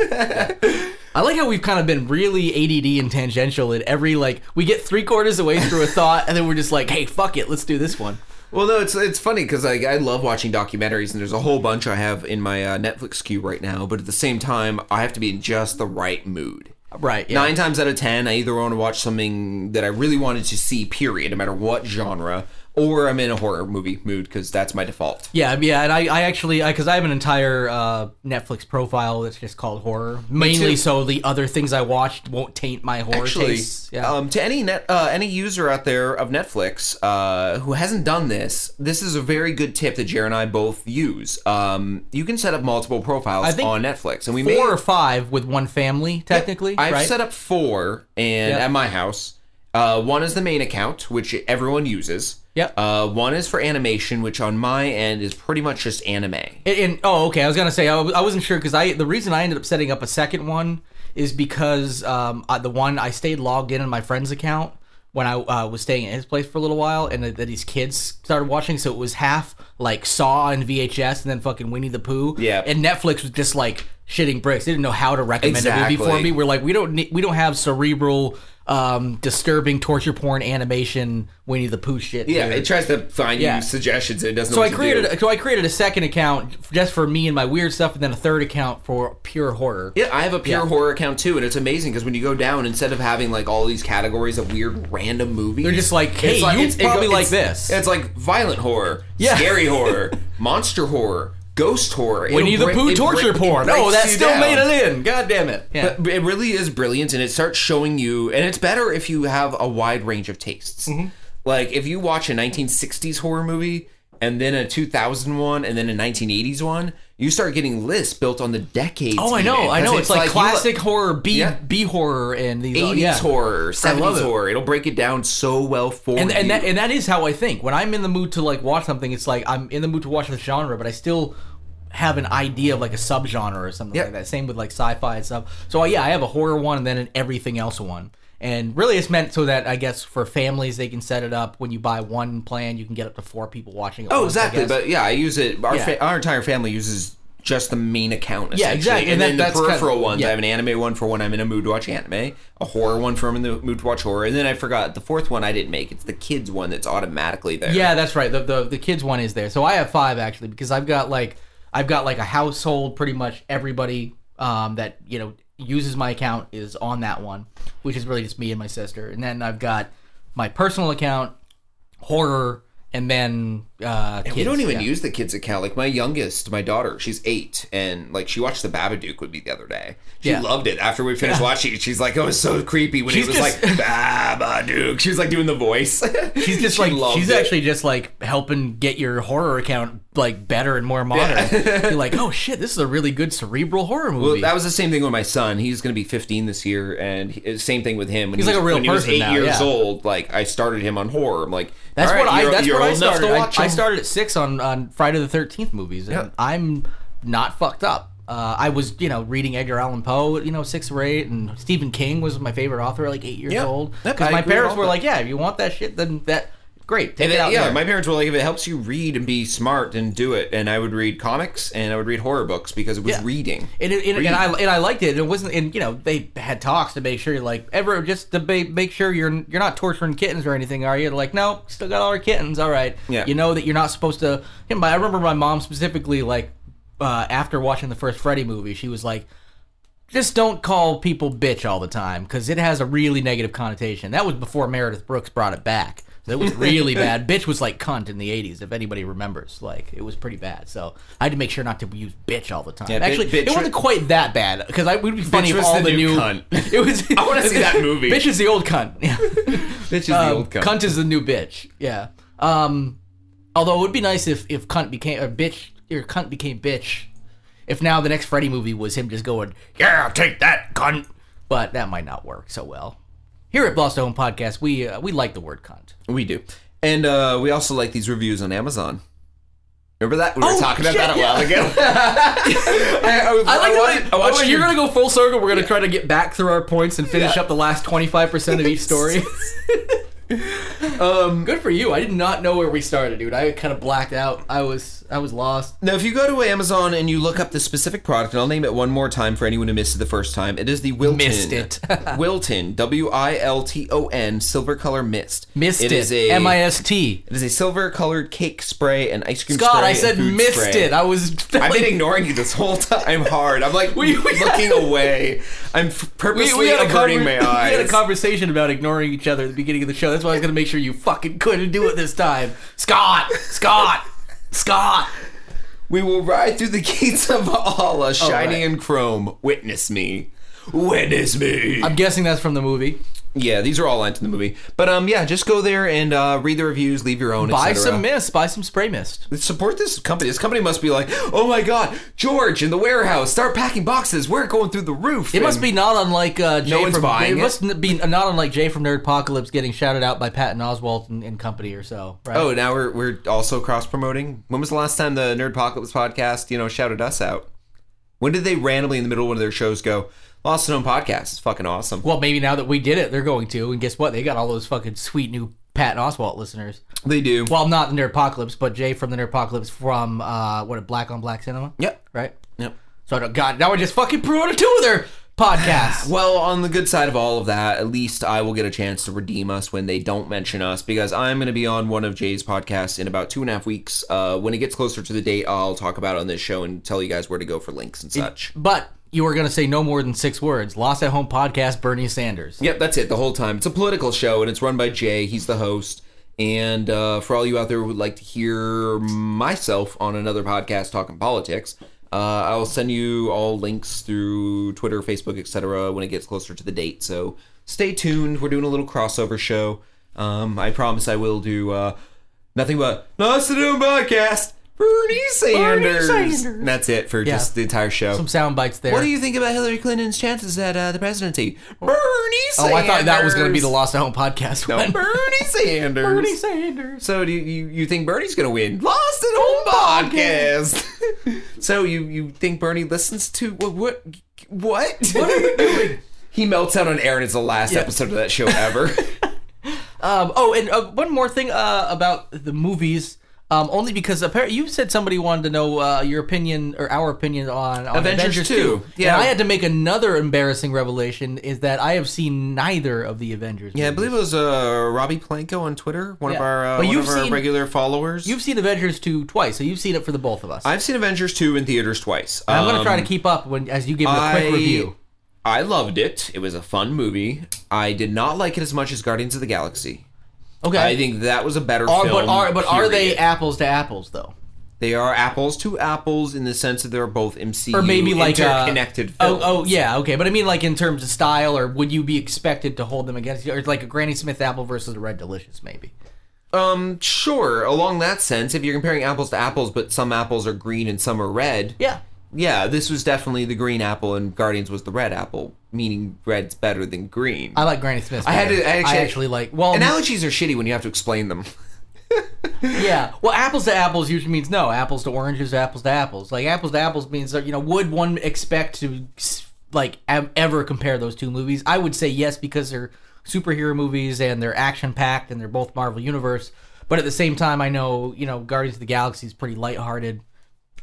Speaker 5: yeah. I like how we've kind of been really ADD and tangential in every like we get three quarters of the way through a thought and then we're just like, hey, fuck it, let's do this one.
Speaker 4: Well, no, it's it's funny because like I love watching documentaries, and there's a whole bunch I have in my uh, Netflix queue right now. But at the same time, I have to be in just the right mood.
Speaker 5: Right. Yeah.
Speaker 4: Nine times out of ten, I either want to watch something that I really wanted to see, period, no matter what genre, or I'm in a horror movie mood because that's my default.
Speaker 5: Yeah, yeah, and I, I actually, because I, have an entire uh, Netflix profile that's just called horror, mainly
Speaker 4: too.
Speaker 5: so the other things I watched won't taint my horror
Speaker 4: Actually,
Speaker 5: tastes. Yeah.
Speaker 4: um, to any net, uh, any user out there of Netflix uh, who hasn't done this, this is a very good tip that Jer and I both use. Um, you can set up multiple
Speaker 5: I
Speaker 4: profiles
Speaker 5: think
Speaker 4: on Netflix, and we
Speaker 5: four
Speaker 4: may-
Speaker 5: or five with one family, technically.
Speaker 4: I've
Speaker 5: right?
Speaker 4: set up four, and
Speaker 5: Yep.
Speaker 4: at my house, uh, one is the main account, which everyone uses.
Speaker 5: Yep.
Speaker 4: Uh, one is for animation, which on my end is pretty much just anime.
Speaker 5: And, and- oh, okay. I was gonna say I, w- I wasn't sure because I the reason I ended up setting up a second one is because um I, the one I stayed logged in on my friend's account when I uh, was staying at his place for a little while, and that that his kids started watching, so it was half like Saw and VHS, and then fucking Winnie the Pooh.
Speaker 4: Yep.
Speaker 5: And Netflix was just like shitting bricks. They didn't know how to recommend a movie for
Speaker 4: Exactly.
Speaker 5: me. We're like, we don't need, we don't have cerebral. Um, disturbing torture porn animation Winnie the Pooh shit.
Speaker 4: Yeah,
Speaker 5: here.
Speaker 4: it tries to find
Speaker 5: Yeah.
Speaker 4: you suggestions. and It doesn't.
Speaker 5: So
Speaker 4: know
Speaker 5: I
Speaker 4: what to do.
Speaker 5: created a, so I created a second account just for me and my weird stuff, and then a third account for pure horror.
Speaker 4: Yeah, I have a pure horror account too, and it's amazing because when you go down, instead of having like all these categories of weird random movies,
Speaker 5: They're just like, hey, you
Speaker 4: it go-
Speaker 5: probably like
Speaker 4: it's-
Speaker 5: this.
Speaker 4: It's like violent horror,
Speaker 5: Yeah.
Speaker 4: scary horror, monster horror, ghost horror, It'll
Speaker 5: Winnie the
Speaker 4: break-
Speaker 5: Pooh
Speaker 4: it
Speaker 5: torture
Speaker 4: break- it
Speaker 5: porn.
Speaker 4: breaks
Speaker 5: Oh, that
Speaker 4: you
Speaker 5: still
Speaker 4: down.
Speaker 5: made it in. God damn it. Yeah.
Speaker 4: But it really is brilliant, and it starts showing you. And it's better if you have a wide range of tastes.
Speaker 5: Mm-hmm.
Speaker 4: Like if you watch a 1960s horror movie, and then a 2000 one, and then a 1980s one, you start getting lists built on the decades.
Speaker 5: oh, I know,
Speaker 4: even,
Speaker 5: I know.
Speaker 4: 'cause
Speaker 5: It's, like,
Speaker 4: you-
Speaker 5: classic horror, B
Speaker 4: Yeah.
Speaker 5: B horror, and these oh,
Speaker 4: 80s
Speaker 5: yeah.
Speaker 4: horror,
Speaker 5: I love
Speaker 4: 70s
Speaker 5: it.
Speaker 4: horror. It'll break it down so well for
Speaker 5: And,
Speaker 4: you.
Speaker 5: and that and that is how I think. When I'm in the mood to like watch something, it's like I'm in the mood to watch the genre, but I still have an idea of like a subgenre or something
Speaker 4: Yeah.
Speaker 5: like that. Same with like sci-fi and stuff. So uh, yeah, I have a horror one and then an everything else one. And really, it's meant so that I guess for families they can set it up. When you buy one plan, you can get up to four people watching. At
Speaker 4: oh,
Speaker 5: once, I
Speaker 4: exactly.
Speaker 5: guess.
Speaker 4: But yeah, I use it. Our,
Speaker 5: Yeah.
Speaker 4: fa- our entire family uses just the main account.
Speaker 5: Yeah,
Speaker 4: essentially. And,
Speaker 5: exactly. And that-
Speaker 4: then the
Speaker 5: that's kind of-
Speaker 4: peripheral ones.
Speaker 5: yeah.
Speaker 4: I have an anime one for when I'm in a mood to watch anime, a horror one for when I'm in the mood to watch horror, and then I forgot the fourth one I didn't make. It's the kids one that's automatically there.
Speaker 5: Yeah, that's right. The, the the kids one is there. So I have five actually because I've got like I've got like a household. Pretty much everybody um, that you know uses my account is on that one, which is really just me and my sister. And then I've got my personal account, horror, and then uh, kids.
Speaker 4: We don't even
Speaker 5: yeah.
Speaker 4: use the kids account. Like my youngest, my daughter, she's eight, and like she watched the Babadook with me the other day. She
Speaker 5: Yeah.
Speaker 4: loved it. After we finished watching it, she's like, "It was so creepy." When
Speaker 5: She's
Speaker 4: it was
Speaker 5: just-
Speaker 4: like Babadook, she was like doing the voice.
Speaker 5: She's just like
Speaker 4: loved
Speaker 5: she's
Speaker 4: it.
Speaker 5: actually just like helping get your horror account like better and more modern. You're like, oh shit, this is a really good cerebral horror movie.
Speaker 4: Well, that was the same thing with my son. He's going to be 15 this year, and he, uh, same thing with him. When
Speaker 5: He's
Speaker 4: he
Speaker 5: like
Speaker 4: was-
Speaker 5: a real
Speaker 4: when
Speaker 5: person
Speaker 4: He was eight
Speaker 5: now,
Speaker 4: years
Speaker 5: yeah.
Speaker 4: old. Like I started him on horror. I'm like,
Speaker 5: That's
Speaker 4: "All right,
Speaker 5: what I.
Speaker 4: you're-
Speaker 5: That's
Speaker 4: you're
Speaker 5: what I
Speaker 4: old enough to
Speaker 5: started. I,
Speaker 4: watch
Speaker 5: I
Speaker 4: him."
Speaker 5: started at six on on Friday the Thirteenth movies, and
Speaker 4: Yeah.
Speaker 5: I'm not fucked up. Uh, I was, you know, reading Edgar Allan Poe, you know, six or eight, and Stephen King was my favorite author, at, like eight years
Speaker 4: Yeah.
Speaker 5: old.
Speaker 4: Yep,
Speaker 5: Because
Speaker 4: I
Speaker 5: my
Speaker 4: agree with
Speaker 5: parents
Speaker 4: all
Speaker 5: were
Speaker 4: that.
Speaker 5: like, "Yeah, if you want that shit, then that great, take
Speaker 4: And
Speaker 5: it
Speaker 4: then,
Speaker 5: out."
Speaker 4: yeah,
Speaker 5: there.
Speaker 4: my parents were like, if it helps you read and be smart, then do it. And I would read comics and I would read horror books because it was
Speaker 5: Yeah.
Speaker 4: reading.
Speaker 5: and, it, and, and I and I liked it. It wasn't, and you know, they had talks to make sure, like, ever just to ba- make sure you're you're not torturing kittens or anything, are you? Like, no, still got all our kittens, all right.
Speaker 4: Yeah.
Speaker 5: You know that you're not supposed to. You know, I remember my mom specifically, like, uh, after watching the first Freddy movie, she was like, just don't call people bitch all the time because it has a really negative connotation. That was before Meredith Brooks brought it back. So it was really bad. Bitch was like cunt in the '80s, if anybody remembers. Like it was pretty bad. So I had to make sure not to use bitch all the time.
Speaker 4: Yeah, bit-
Speaker 5: Actually,
Speaker 4: bitch
Speaker 5: it wasn't
Speaker 4: was-
Speaker 5: quite that bad because I would be funny if
Speaker 4: was
Speaker 5: all
Speaker 4: the
Speaker 5: the,
Speaker 4: new
Speaker 5: new.
Speaker 4: cunt.
Speaker 5: It was.
Speaker 4: I wanna see that movie.
Speaker 5: Bitch is the old cunt. Yeah.
Speaker 4: Bitch is
Speaker 5: Um, cunt is the new bitch. Yeah. Um, although it would be nice if if cunt became or bitch or cunt became bitch If now the next Freddy movie was him just going, yeah, take that, cunt. But that might not work so well. Here at Lost Home Podcast, we uh, we like the word cunt.
Speaker 4: We do. And uh, we also like these reviews on Amazon. Remember that? We were
Speaker 5: Oh,
Speaker 4: talking
Speaker 5: shit,
Speaker 4: about that a while ago. I, I, was-
Speaker 5: I
Speaker 4: I
Speaker 5: like the
Speaker 4: watched-
Speaker 5: way-
Speaker 4: I watched
Speaker 5: oh, wait,
Speaker 4: you-
Speaker 5: you're gonna go full circle. We're gonna try to get back through our points and finish up the last 25 percent of each story. um, good for you. I did not know where we started, dude. I kind of blacked out. I was I was lost.
Speaker 4: Now, if you go to Amazon and you look up the specific product, and I'll name it one more time for anyone who missed it the first time, it is the Wilton.
Speaker 5: Missed it.
Speaker 4: Wilton, W I L T O N, silver color mist.
Speaker 5: Missed
Speaker 4: It
Speaker 5: it.
Speaker 4: is a,
Speaker 5: M I S T.
Speaker 4: it is a silver colored cake spray and ice cream
Speaker 5: God,
Speaker 4: spray.
Speaker 5: I
Speaker 4: and
Speaker 5: said
Speaker 4: food
Speaker 5: missed
Speaker 4: spray.
Speaker 5: it. I was.
Speaker 4: I've been ignoring you this whole time hard. I'm like
Speaker 5: We- we-
Speaker 4: looking away. I'm f-
Speaker 5: We,
Speaker 4: purposely
Speaker 5: we, had a
Speaker 4: averting
Speaker 5: conver-
Speaker 4: my eyes.
Speaker 5: we had a conversation about ignoring each other at the beginning of the show. That's why I was gonna make sure you fucking couldn't do it this time, Scott. Scott. Scott.
Speaker 4: We will ride through the gates of Allah, shining
Speaker 5: right.
Speaker 4: in chrome. Witness me. Witness me.
Speaker 5: I'm guessing that's from the movie.
Speaker 4: yeah, these are all lines in the movie. But um, yeah, just go there and uh, read the reviews, leave your own. et
Speaker 5: Buy
Speaker 4: cetera.
Speaker 5: some mist. Buy some spray mist.
Speaker 4: Support this company. This company must be like, oh my god, George in the warehouse, start packing boxes. We're going through the roof.
Speaker 5: It must
Speaker 4: And-
Speaker 5: be not unlike uh, Jay
Speaker 4: one's
Speaker 5: from
Speaker 4: buying
Speaker 5: It
Speaker 4: it.
Speaker 5: must n- be not unlike Jay from Nerdpocalypse getting shouted out by Patton Oswalt and, and company or so. Right?
Speaker 4: Oh, now we're we're also cross promoting. When was the last time the Nerd Apocalypse podcast, you know, shouted us out? When did they randomly in the middle of one of their shows go, Lost and Home podcast is fucking awesome.
Speaker 5: well, maybe now that we did it, they're going to. And guess what? They got all those fucking sweet new Patton Oswalt listeners.
Speaker 4: they do.
Speaker 5: Well, not the Nerdpocalypse, but Jay from the Nerdpocalypse from uh, what a Black on Black Cinema.
Speaker 4: yep.
Speaker 5: Right.
Speaker 4: Yep.
Speaker 5: So I don't- God, now we're just fucking promoting two of their podcasts.
Speaker 4: Well, on the good side of all of that, at least I will get a chance to redeem us when they don't mention us because I'm going to be on one of Jay's podcasts in about two and a half weeks. Uh, when it gets closer to the date, I'll talk about it on this show and tell you guys where to go for links and such.
Speaker 5: but you were gonna say no more than six words. Lost at Home podcast. Bernie Sanders.
Speaker 4: Yep, that's it the whole time. It's a political show and it's run by Jay. He's the host. And uh, for all you out there who would like to hear myself on another podcast talking politics, uh, I'll send you all links through Twitter, Facebook, etc. when it gets closer to the date. So stay tuned. We're doing a little crossover show. Um, I promise I will do uh, nothing but Lost to Do podcast. Bernie Sanders.
Speaker 5: Sanders.
Speaker 4: And That's it for just the entire show.
Speaker 5: Some sound bites there.
Speaker 4: What do you think about Hillary Clinton's chances at uh, the presidency? Bernie Sanders.
Speaker 5: Oh, I thought that was going to be the Lost at Home podcast.
Speaker 4: No,
Speaker 5: one.
Speaker 4: Bernie Sanders.
Speaker 5: Bernie Sanders.
Speaker 4: So do you, you you think Bernie's going to win? Lost at home podcast. so you you think Bernie listens to what what what? What are you doing? He melts out on air and it's the last episode of that show ever.
Speaker 5: Um, oh, and uh, one more thing uh, about the movies. Um, only because apparently you said somebody wanted to know uh, your opinion or our opinion on, on
Speaker 4: Avengers
Speaker 5: Avengers
Speaker 4: 2.
Speaker 5: 2.
Speaker 4: Yeah.
Speaker 5: And I had to make another embarrassing revelation is that I have seen neither of the Avengers.
Speaker 4: yeah, I
Speaker 5: movies.
Speaker 4: believe it was uh, Robbie Planko on Twitter, one of
Speaker 5: Yeah.
Speaker 4: our uh,
Speaker 5: But
Speaker 4: one
Speaker 5: you've
Speaker 4: of our
Speaker 5: seen-
Speaker 4: regular followers.
Speaker 5: You've seen Avengers 2 twice, so you've seen it for the both of us.
Speaker 4: I've seen Avengers two in theaters twice.
Speaker 5: And I'm going to try
Speaker 4: Um,
Speaker 5: to keep up when as you give it a quick
Speaker 4: I-
Speaker 5: review.
Speaker 4: I loved it. It was a fun movie. I did not like it as much as Guardians of the Galaxy.
Speaker 5: Okay.
Speaker 4: I think that was a better
Speaker 5: Are-
Speaker 4: film.
Speaker 5: but are, but are they
Speaker 4: period.
Speaker 5: apples to apples, though?
Speaker 4: They are apples to apples in the sense that they're both MCU
Speaker 5: or maybe like uh,
Speaker 4: interconnected
Speaker 5: Oh,
Speaker 4: films.
Speaker 5: oh yeah, okay, but I mean like in terms of style, or would you be expected to hold them against? Or it's like a Granny Smith apple versus a Red Delicious, maybe.
Speaker 4: Um, sure. Along that sense, if you're comparing apples to apples, but some apples are green and some are red.
Speaker 5: Yeah,
Speaker 4: Yeah, this was definitely the green apple, and Guardians was the red apple, meaning red's better than green.
Speaker 5: I like Granny Smith.
Speaker 4: I had
Speaker 5: better.
Speaker 4: to- I actually-
Speaker 5: like well
Speaker 4: Analogies are shitty when you have to explain them.
Speaker 5: yeah. Well, apples to apples usually means no. Apples to oranges, apples to apples. Like apples to apples means that, you know would one expect to s- like ev- ever compare those two movies? I would say yes because they're superhero movies and they're action packed and they're both Marvel universe. But at the same time, I know you know Guardians of the Galaxy is pretty lighthearted,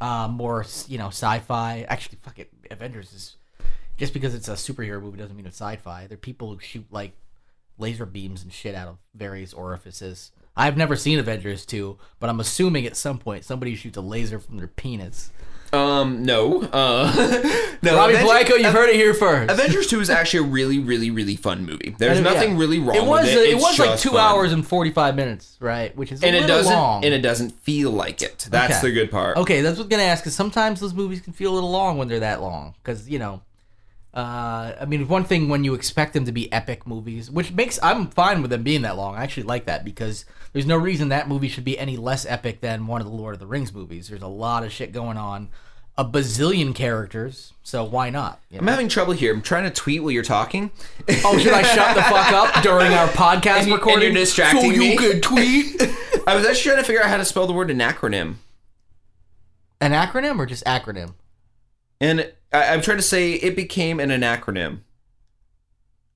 Speaker 5: uh, more s- you know sci-fi. Actually, fuck it, Avengers is just because it's a superhero movie doesn't mean it's sci-fi. They're people who shoot like laser beams and shit out of various orifices. I've never seen Avengers 2, but I'm assuming at some point somebody shoots a laser from their penis.
Speaker 4: Um, no. Uh, no.
Speaker 5: Robbie
Speaker 4: Avenger-
Speaker 5: Blanco, you've heard it here first.
Speaker 4: Avengers 2 is actually a really, really, really fun movie. There's
Speaker 5: Yeah.
Speaker 4: nothing really wrong
Speaker 5: It was
Speaker 4: with it.
Speaker 5: it
Speaker 4: It's
Speaker 5: was like
Speaker 4: just
Speaker 5: 2
Speaker 4: fun.
Speaker 5: hours and 45 minutes, right? Which is a
Speaker 4: And it
Speaker 5: little
Speaker 4: doesn't
Speaker 5: long.
Speaker 4: and it doesn't feel like it. That's
Speaker 5: Okay.
Speaker 4: the good part.
Speaker 5: Okay, that's what I'm gonna ask. Cause sometimes those movies can feel a little long when they're that long. Cause you know, uh, I mean, one thing when you expect them to be epic movies, which makes I'm fine with them being that long. I actually like that because there's no reason that movie should be any less epic than one of the Lord of the Rings movies. There's a lot of shit going on. a bazillion characters, so why not? you know?
Speaker 4: I'm having trouble here. I'm trying to tweet while you're talking.
Speaker 5: Oh, should I shut the fuck up during our podcast
Speaker 4: And you- and you're
Speaker 5: recording?
Speaker 4: distracting
Speaker 5: so
Speaker 4: me.
Speaker 5: you could tweet
Speaker 4: I was actually trying to figure out how to spell the word anacronym.
Speaker 5: an acronym or just acronym?
Speaker 4: And I, I'm trying to say it became an anacronym.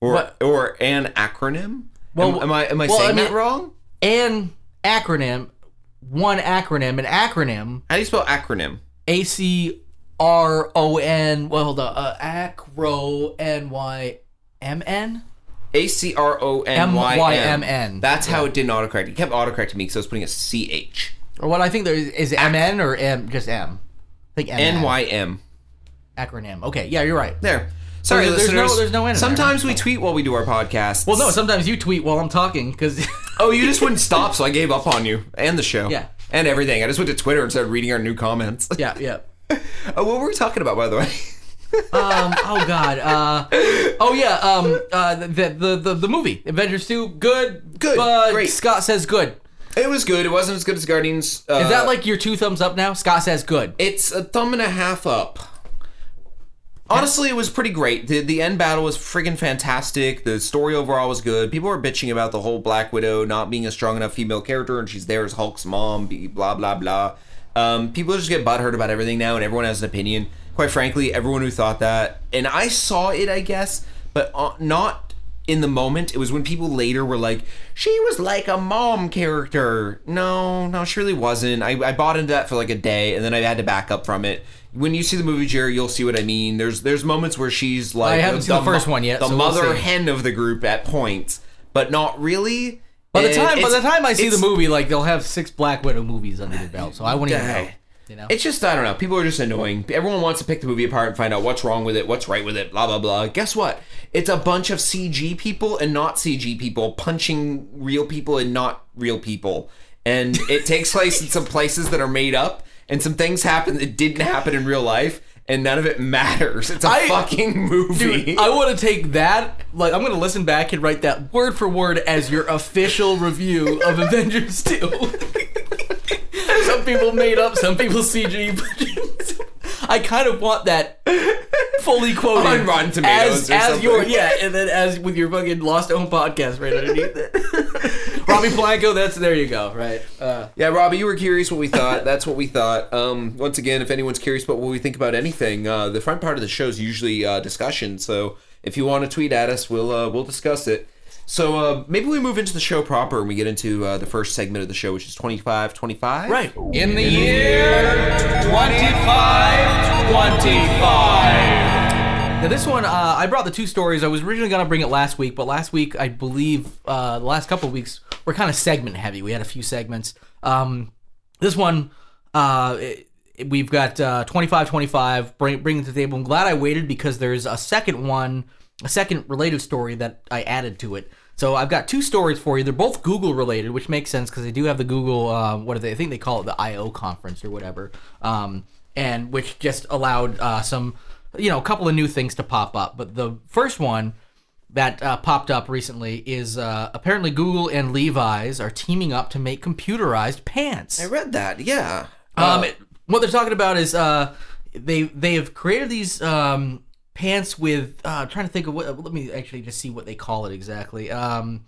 Speaker 4: Or
Speaker 5: What?
Speaker 4: or an acronym?
Speaker 5: Well,
Speaker 4: am, am I am I
Speaker 5: well,
Speaker 4: saying
Speaker 5: I mean-
Speaker 4: that wrong?
Speaker 5: An acronym, one acronym, an acronym,
Speaker 4: How do you spell acronym?
Speaker 5: A C R O N. Well, hold on, uh, acro N Y M N.
Speaker 4: A C R O N Y
Speaker 5: M-Y-M-N.
Speaker 4: That's how it didn't autocorrect. It kept autocorrecting me because I was putting a C H
Speaker 5: Or what I think there is, is M N or M, just M. I think M.
Speaker 4: N Y M.
Speaker 5: acronym. Okay, yeah, you're right.
Speaker 4: There. Sorry,
Speaker 5: There's- there's no-
Speaker 4: listeners.
Speaker 5: there's no N in there.
Speaker 4: Sometimes we tweet while we do our podcast.
Speaker 5: Well, no, sometimes you tweet while I'm talking because.
Speaker 4: Oh, you just wouldn't stop, so I gave up on you and the show.
Speaker 5: Yeah.
Speaker 4: And everything. I just went to Twitter and started reading our new comments.
Speaker 5: yeah, yeah.
Speaker 4: Oh, what were we talking about, by the way?
Speaker 5: Um, oh God. Uh, oh yeah. Um, uh, the, the the the movie Avengers Two. Good.
Speaker 4: Good,
Speaker 5: but
Speaker 4: great.
Speaker 5: Scott says good.
Speaker 4: It was good. It wasn't as good as Guardians. Uh,
Speaker 5: Is that like your two thumbs up now? Scott says good.
Speaker 4: It's a thumb and a half up. Honestly, it was pretty great. The the end battle was freaking fantastic. The story overall was good. People were bitching about the whole Black Widow not being a strong enough female character, and she's there as Hulk's mom. be- Blah blah blah. Um, people just get butthurt about everything now, and everyone has an opinion. Quite frankly, everyone who thought that, and I saw it, I guess, but uh, not in the moment. It was when people later were like, "She was like a mom character." No, no, she really wasn't. I, I bought into that for like a day, and then I had to back up from it. When you see the movie Jerry, you'll see what I mean. There's there's moments where she's like
Speaker 5: I haven't seen the first
Speaker 4: mo-
Speaker 5: one yet,
Speaker 4: the
Speaker 5: so we'll
Speaker 4: mother
Speaker 5: see.
Speaker 4: hen of the group at points, but not really.
Speaker 5: By the
Speaker 4: And
Speaker 5: time by
Speaker 4: it's-
Speaker 5: the time I see the
Speaker 4: it's-
Speaker 5: movie, like they'll have six Black Widow movies under their belt, so I won't even know.
Speaker 4: Dang.
Speaker 5: You know.
Speaker 4: It's just I don't know. People are just annoying. Everyone wants to pick the movie apart and find out what's wrong with it, what's right with it, blah blah blah. Guess what? It's a bunch of CG people and not CG people punching real people and not real people. And it takes place in some places that are made up and some things happen that didn't happen in real life and none of it matters. It's a
Speaker 5: I-
Speaker 4: fucking movie.
Speaker 5: Dude, I want to take that. Like, I'm gonna listen back and write that word for word as your official review of Avengers Two. some people made up, some people CG. but I kind of want that fully quoted
Speaker 4: On Rotten Tomatoes
Speaker 5: as,
Speaker 4: or
Speaker 5: as
Speaker 4: something.
Speaker 5: your yeah, and then as with your fucking Lost Home podcast right underneath it. Robbie Blanco, that's there you go, right? Uh,
Speaker 4: Yeah, Robbie, you were curious what we thought. That's what we thought. Um, once again, if anyone's curious about what we think about anything, uh, the front part of the show is usually uh, discussion. So if you want to tweet at us, we'll uh, we'll discuss it. So uh, maybe we move into the show proper and we get into uh, the first segment of the show, which is 25 25.
Speaker 5: right.
Speaker 1: In the year 2525.
Speaker 5: Now this one, uh, I brought the two stories. I was originally gonna bring it last week, but last week I believe uh, the last couple of weeks were kind of segment heavy. We had a few segments. Um, this one, uh, it- we've got uh, 25 25 bring, bringing to the table. I'm glad I waited because there's a second one, a second related story that I added to it. So I've got two stories for you. They're both Google related, which makes sense because they do have the Google. Uh, what do they? I think they call it the I/O conference or whatever, um, and which just allowed uh, some, you know, a couple of new things to pop up. But the first one that uh, popped up recently is uh, apparently Google and Levi's are teaming up to make computerized pants.
Speaker 4: I read that. Yeah. Uh,
Speaker 5: Um, it- what they're talking about is uh, they they have created these um, pants with uh, I'm trying to think of what. Let me actually just see what they call it exactly. Um,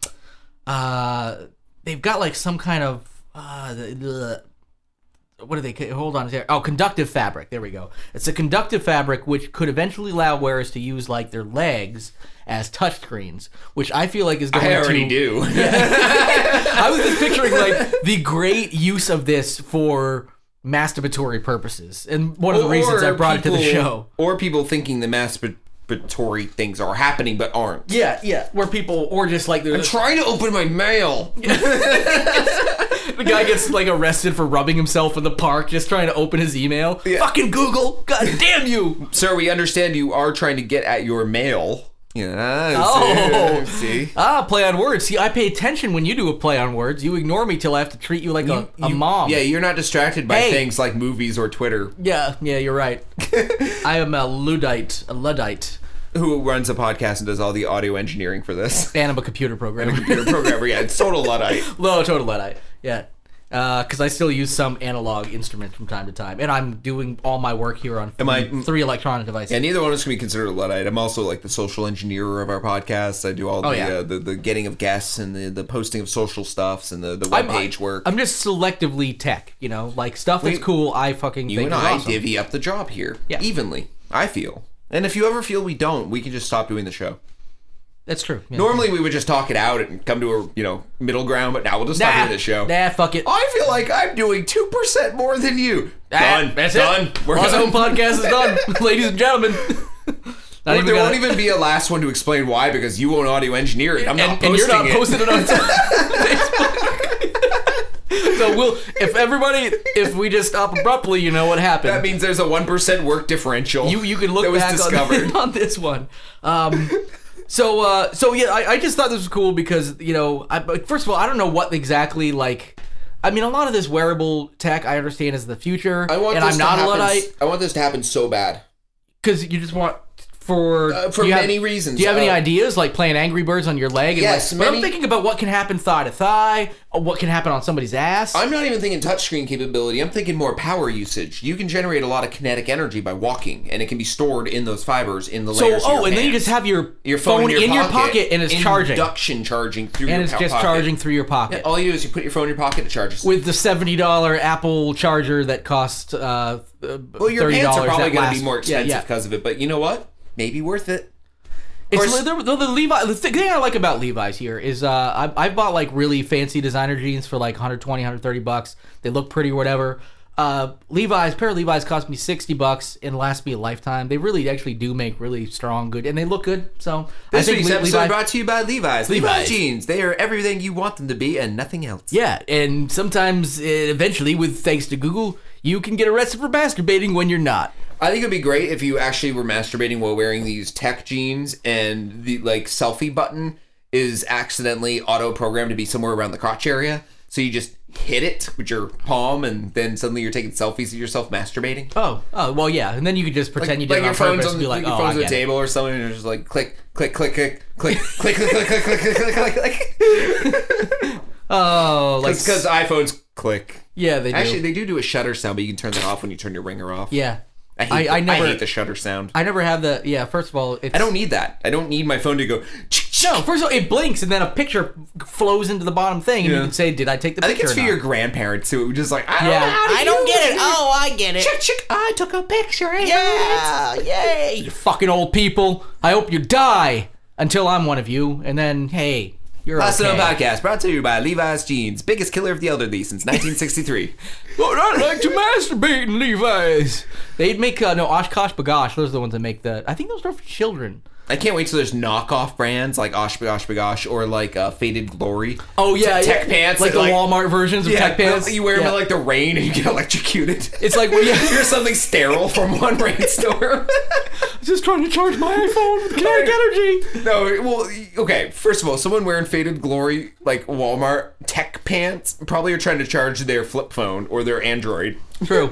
Speaker 5: uh, they've got like some kind of uh, the, the- what are they? ca- Hold on, there. Oh, conductive fabric. There we go. It's a conductive fabric which could eventually allow wearers to use like their legs as touchscreens, which I feel like is going
Speaker 4: I already
Speaker 5: to
Speaker 4: do.
Speaker 5: I was just picturing like the great use of this for masturbatory purposes, and one of the reasons I
Speaker 4: Or
Speaker 5: brought it to the
Speaker 4: people-
Speaker 5: show.
Speaker 4: Or people thinking the masturbatory things are happening but aren't.
Speaker 5: Yeah, yeah, where people or just like the,
Speaker 4: Trying to open my mail.
Speaker 5: the guy gets like arrested for rubbing himself in the park, just trying to open his email. Fucking Google, god damn you!
Speaker 4: Sir, we understand you are trying to get at your mail. Yeah. I See.
Speaker 5: Oh.
Speaker 4: I see.
Speaker 5: Ah, play on words. See, I pay attention when you do a play on words. You ignore me till I have to treat you like a, a mom.
Speaker 4: Yeah, you're not distracted by
Speaker 5: Um, Hey.
Speaker 4: things like movies or Twitter.
Speaker 5: yeah, yeah. You're right. I am a luddite, a luddite,
Speaker 4: Who runs a podcast and does all the audio engineering for this?
Speaker 5: and I'm a computer programmer.
Speaker 4: Computer programmer, yeah, it's total luddite.
Speaker 5: Low total luddite. Yeah. because I still use some analog instruments from time to time, and I'm doing all my work here on three,
Speaker 4: I-
Speaker 5: three electronic devices.
Speaker 4: Yeah, neither one of us can be considered a luddite. I'm also like the social engineer of our podcast. I do all the
Speaker 5: Oh, yeah.
Speaker 4: uh, the, the getting of guests and the, the posting of social stuffs and the the
Speaker 5: I'm-
Speaker 4: web page work.
Speaker 5: I'm just selectively tech, you know, like stuff that's
Speaker 4: We-
Speaker 5: cool. I fucking
Speaker 4: you
Speaker 5: think
Speaker 4: and
Speaker 5: is
Speaker 4: I
Speaker 5: awesome.
Speaker 4: divvy up the job here
Speaker 5: Yeah.
Speaker 4: evenly. I feel, and if you ever feel we don't, we can just stop doing the show.
Speaker 5: That's true. yeah.
Speaker 4: Normally we would just talk it out and come to a you know middle ground, but now we'll just stop
Speaker 5: nah,
Speaker 4: doing the show.
Speaker 5: Nah, fuck it.
Speaker 4: I feel like I'm doing two percent more than you.
Speaker 5: Ah,
Speaker 4: done.
Speaker 5: That's
Speaker 4: done.
Speaker 5: it.
Speaker 4: We're
Speaker 5: Lost
Speaker 4: done.
Speaker 5: Home podcast is done, ladies and gentlemen. Not
Speaker 4: there
Speaker 5: gonna-
Speaker 4: won't even be a last one to explain why because you won't audio engineer it. I'm not
Speaker 5: and,
Speaker 4: posting
Speaker 5: and you're not
Speaker 4: it.
Speaker 5: posting it on Facebook. so we'll if everybody if we just stop abruptly, you know what happened.
Speaker 4: That means there's a one percent work differential.
Speaker 5: you you can look
Speaker 4: that was
Speaker 5: back
Speaker 4: discovered.
Speaker 5: On, on this one. Um, so uh, so yeah, I, I just thought this was cool because you know, I, but first of all, I don't know what exactly like. I mean, a lot of this wearable tech I understand is the future,
Speaker 4: I want
Speaker 5: and
Speaker 4: this to
Speaker 5: I'm not a
Speaker 4: happen-
Speaker 5: luddite
Speaker 4: I want this to happen so bad.
Speaker 5: because you just want. For,
Speaker 4: Uh, for
Speaker 5: do you have-
Speaker 4: many reasons.
Speaker 5: Do you have any
Speaker 4: Uh,
Speaker 5: ideas like playing Angry Birds on your leg? And
Speaker 4: Yes,
Speaker 5: like, but I'm
Speaker 4: many-
Speaker 5: thinking about what can happen thigh to thigh, or what can happen on somebody's ass.
Speaker 4: I'm not even thinking touchscreen capability. I'm thinking more power usage. You can generate a lot of kinetic energy by walking, and it can be stored in those fibers in the
Speaker 5: so oh,
Speaker 4: layers. of your
Speaker 5: and then you
Speaker 4: pants.
Speaker 5: just have your,
Speaker 4: your phone, in, your, pocket,
Speaker 5: and it's charging,
Speaker 4: Induction charging through your
Speaker 5: and it's
Speaker 4: po-
Speaker 5: just
Speaker 4: pocket.
Speaker 5: charging through your pocket.
Speaker 4: All you do is you put your phone in your pocket, it charges.
Speaker 5: with the seventy dollar Apple charger that costs uh,
Speaker 4: well, your
Speaker 5: thirty
Speaker 4: pants
Speaker 5: dollars.
Speaker 4: are probably
Speaker 5: going to
Speaker 4: be more expensive
Speaker 5: Yeah, yeah.
Speaker 4: because of it, but you know what? Maybe worth it.
Speaker 5: It's,
Speaker 4: course-
Speaker 5: they're, they're the Levi. The thing I like about Levi's here is uh, I I bought like really fancy designer jeans for like 120, 130 bucks. They look pretty or whatever. Uh, Levi's pair of Levi's cost me sixty bucks and last me a lifetime. They really actually do make really strong, good, and they look good. So
Speaker 4: This
Speaker 5: I think
Speaker 4: week's
Speaker 5: Le-
Speaker 4: episode
Speaker 5: Levi-
Speaker 4: brought to you by Levi's.
Speaker 5: Levi's.
Speaker 4: Levi's jeans. They are everything you want them to be and nothing else.
Speaker 5: Yeah, and sometimes uh, eventually, with thanks to Google, you can get arrested for masturbating when you're not.
Speaker 4: I think it'd be great if you actually were masturbating while wearing these tech jeans and the like selfie button is accidentally auto programmed to be somewhere around the crotch area. So you just hit it with your palm and then suddenly you're taking selfies of yourself masturbating.
Speaker 5: Oh, oh, well, yeah, and then you could just pretend you did it on purpose and be like,
Speaker 4: your
Speaker 5: oh,
Speaker 4: phone's
Speaker 5: I
Speaker 4: on the
Speaker 5: get it.
Speaker 4: table or something and you're just like click, click, click, click, click, click, click, click, click, click, click, click, click, click.
Speaker 5: Oh, like
Speaker 4: Because iPhones click.
Speaker 5: yeah, they do.
Speaker 4: Actually, they do do a shutter sound, but you can turn that off when you turn your ringer off.
Speaker 5: yeah,
Speaker 4: I hate,
Speaker 5: I,
Speaker 4: the,
Speaker 5: I never, I,
Speaker 4: hate the shutter sound.
Speaker 5: never have the. Yeah, first of all, it's,
Speaker 4: I don't need that. I don't need my phone to go.
Speaker 5: No, first of all, it blinks and then a picture flows into the bottom thing, and you
Speaker 4: Yeah.
Speaker 5: can say, "Did I take the?"
Speaker 4: I think
Speaker 5: picture
Speaker 4: it's for
Speaker 5: or
Speaker 4: your
Speaker 5: not?"
Speaker 4: grandparents who were just like, I don't
Speaker 5: Yeah.
Speaker 4: know how to
Speaker 5: I don't
Speaker 4: use
Speaker 5: get it. Oh,
Speaker 4: I get it. Chick, chick, I took a picture. Yeah.
Speaker 5: Yeah, yay! You fucking old people. I hope you die until I'm one of you, and then hey, you're
Speaker 4: Last
Speaker 5: okay.
Speaker 4: okay. podcast brought to you by Levi's Jeans, biggest killer of the elderly since 1963.
Speaker 5: Well, I like to masturbate in Levi's. They'd make uh, no Oshkosh Bagosh. Those are the ones that make the. I think those are for children.
Speaker 4: I can't wait till there's knockoff brands like Osh Bagosh Bagosh or like uh, Faded Glory.
Speaker 5: Oh yeah,
Speaker 4: Tech
Speaker 5: yeah.
Speaker 4: pants,
Speaker 5: like the
Speaker 4: like-
Speaker 5: Walmart versions of
Speaker 4: Yeah,
Speaker 5: tech pants.
Speaker 4: You wear them
Speaker 5: Yeah.
Speaker 4: in like the rain and you get electrocuted.
Speaker 5: It's like, well, yeah.
Speaker 4: You're something sterile from one rainstorm.
Speaker 5: just trying to charge my iPhone with kinetic energy.
Speaker 4: No, well, okay. First of all, someone wearing faded glory like Walmart tech pants probably are trying to charge their flip phone or their Android.
Speaker 5: True.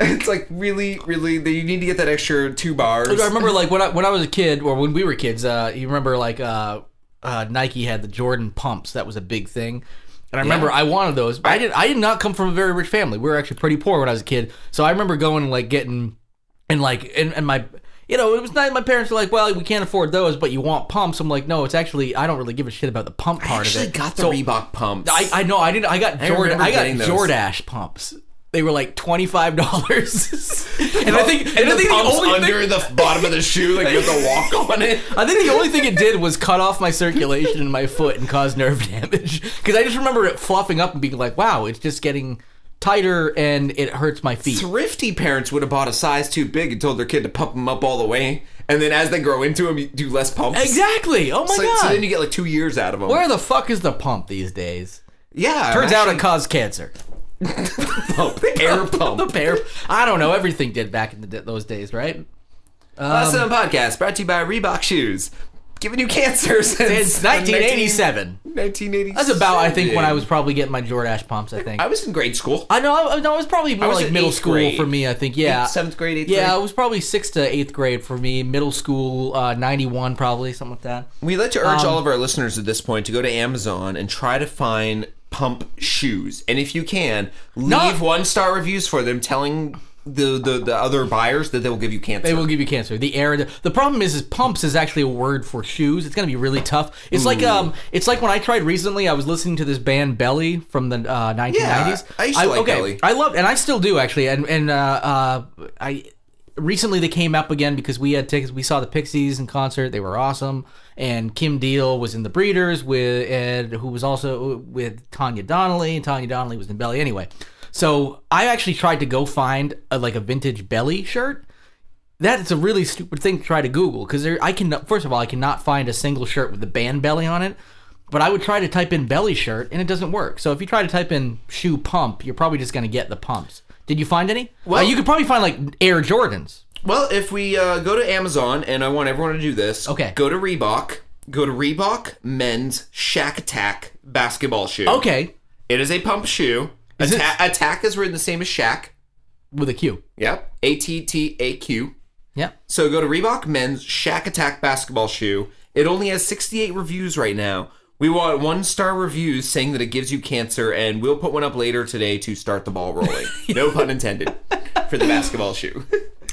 Speaker 4: It's like really, really, they- you need to get that extra two bars.
Speaker 5: I remember like when I when I was a kid or when we were kids, uh, you remember like uh, uh, Nike had the Jordan pumps. That was a big thing. And I remember I wanted those. But I did I did not come from a very rich family. We were actually pretty poor when I was a kid. So I remember going and like getting and like and, and my you know, it was nice. My parents were like, "Well, we can't afford those, but you want pumps." I'm like, "no, it's actually I don't really give a shit about the pump part
Speaker 4: I actually
Speaker 5: of it."
Speaker 4: got the
Speaker 5: So-
Speaker 4: Reebok pumps.
Speaker 5: I, I know I didn't. I got Jordan.
Speaker 4: remember
Speaker 5: I got
Speaker 4: getting those.
Speaker 5: Jordash pumps. They were like twenty five dollars, and I think and
Speaker 4: and
Speaker 5: I
Speaker 4: the
Speaker 5: think the
Speaker 4: pumps
Speaker 5: only
Speaker 4: under
Speaker 5: thing,
Speaker 4: the bottom of the shoe, like you have to walk on it.
Speaker 5: I think the only thing it did was cut off my circulation in my foot and cause nerve damage. Because I just remember it fluffing up and being like, "Wow, it's just getting tighter and it hurts my feet."
Speaker 4: Thrifty parents would have bought a size too big and told their kid to pump them up all the way, and then as they grow into them, you do less pumps.
Speaker 5: Exactly. Oh my
Speaker 4: So,
Speaker 5: god.
Speaker 4: so then you get like two years out of them.
Speaker 5: Where the fuck is the pump these days?
Speaker 4: yeah.
Speaker 5: Turns out
Speaker 4: actually-
Speaker 5: it caused cancer.
Speaker 4: pump, the air pump.
Speaker 5: The pair. I don't know. Everything did back in the, d- those days, right? um,
Speaker 4: Last Seven Podcast brought to you by Reebok Shoes, giving you cancer since
Speaker 5: It's 1987.
Speaker 4: 1987.
Speaker 5: That's about, I think, when I was probably getting my Jordash pumps. I think.
Speaker 4: I was in grade school.
Speaker 5: I know. I, no, it was probably more
Speaker 4: was
Speaker 5: like
Speaker 4: in
Speaker 5: middle
Speaker 4: eighth
Speaker 5: school
Speaker 4: grade.
Speaker 5: for me. I think. Yeah.
Speaker 4: Eighth- seventh grade, eighth
Speaker 5: Yeah,
Speaker 4: grade.
Speaker 5: it was probably sixth to eighth grade for me. Middle school, uh, ninety one, probably something like that.
Speaker 4: We'd like to urge all of our listeners at this point to go to Amazon and try to find pump shoes. And if you can, leave
Speaker 5: Not-
Speaker 4: one star reviews for them, telling the, the the other buyers that they will give you cancer.
Speaker 5: They will give you cancer. The air. The problem is, is pumps is actually a word for shoes. It's gonna be really tough. It's like um, it's like when I tried recently. I was listening to this band Belly from the uh, 1990s.
Speaker 4: I used to like Belly.
Speaker 5: I loved, and I still do actually. And and uh, uh, I recently they came up again because we had tickets. We saw the Pixies in concert. They were awesome. And Kim Deal was in the Breeders with and who was also with Tanya Donnelly. And Tanya Donnelly was in Belly anyway. So I actually tried to go find a, like a vintage Belly shirt. That is a really stupid thing to try to Google because there I can first of all I cannot find a single shirt with the band belly on it. But I would try to type in belly shirt and it doesn't work. So if you try to type in shoe pump, you're probably just gonna get the pumps. Did you find any? Well,
Speaker 4: Well-
Speaker 5: you could probably find like Air Jordans.
Speaker 4: Well, if we uh, go to Amazon, and I want everyone to do this.
Speaker 5: Okay.
Speaker 4: Go to Reebok. Go to Reebok Men's Shack Attack basketball shoe.
Speaker 5: Okay,
Speaker 4: It is a pump shoe.
Speaker 5: Is it-
Speaker 4: Atta- Attack is written the same as Shack.
Speaker 5: with a Q.
Speaker 4: Yep. A T T A Q.
Speaker 5: Yeah.
Speaker 4: So go to Reebok Men's Shack Attack basketball shoe. It only has 68 reviews right now. We want one star reviews saying that it gives you cancer, and we'll put one up later today to start the ball rolling. no pun intended for the basketball shoe.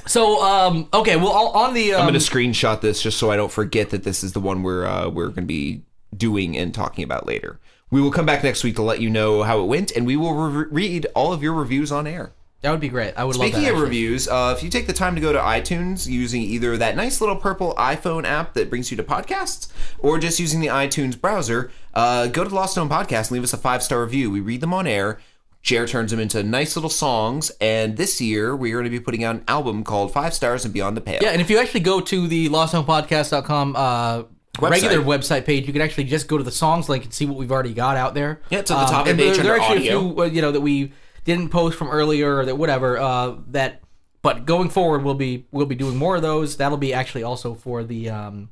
Speaker 5: So um okay, well all, on the um,
Speaker 4: I'm gonna screenshot this just so I don't forget that this is the one we're uh, we're gonna be doing and talking about later. We will come back next week to let you know how it went, and we will re- read all of your reviews on air.
Speaker 5: that would be great. I would love
Speaker 4: Speaking
Speaker 5: that.
Speaker 4: of
Speaker 5: actually.
Speaker 4: reviews, uh, if you take the time to go to iTunes using either that nice little purple iPhone app that brings you to podcasts, or just using the iTunes browser, uh, go to the Lost Known Podcast and leave us a five star review. We read them on air. Jer turns them into nice little songs, and this year we're going to be putting out an album called Five Stars and Beyond the Pale.
Speaker 5: Yeah, and if you actually go to the losthomepodcast.com uh, regular website page, you can actually just go to the songs link and see what we've already got out there. Um,
Speaker 4: Yeah, it's at the top of the
Speaker 5: and
Speaker 4: page
Speaker 5: There, there are
Speaker 4: under
Speaker 5: actually a
Speaker 4: audio.
Speaker 5: few, uh, you know, that we didn't post from earlier or that whatever. Uh, that, but going forward, we'll be we'll be doing more of those. That'll be actually also for the um,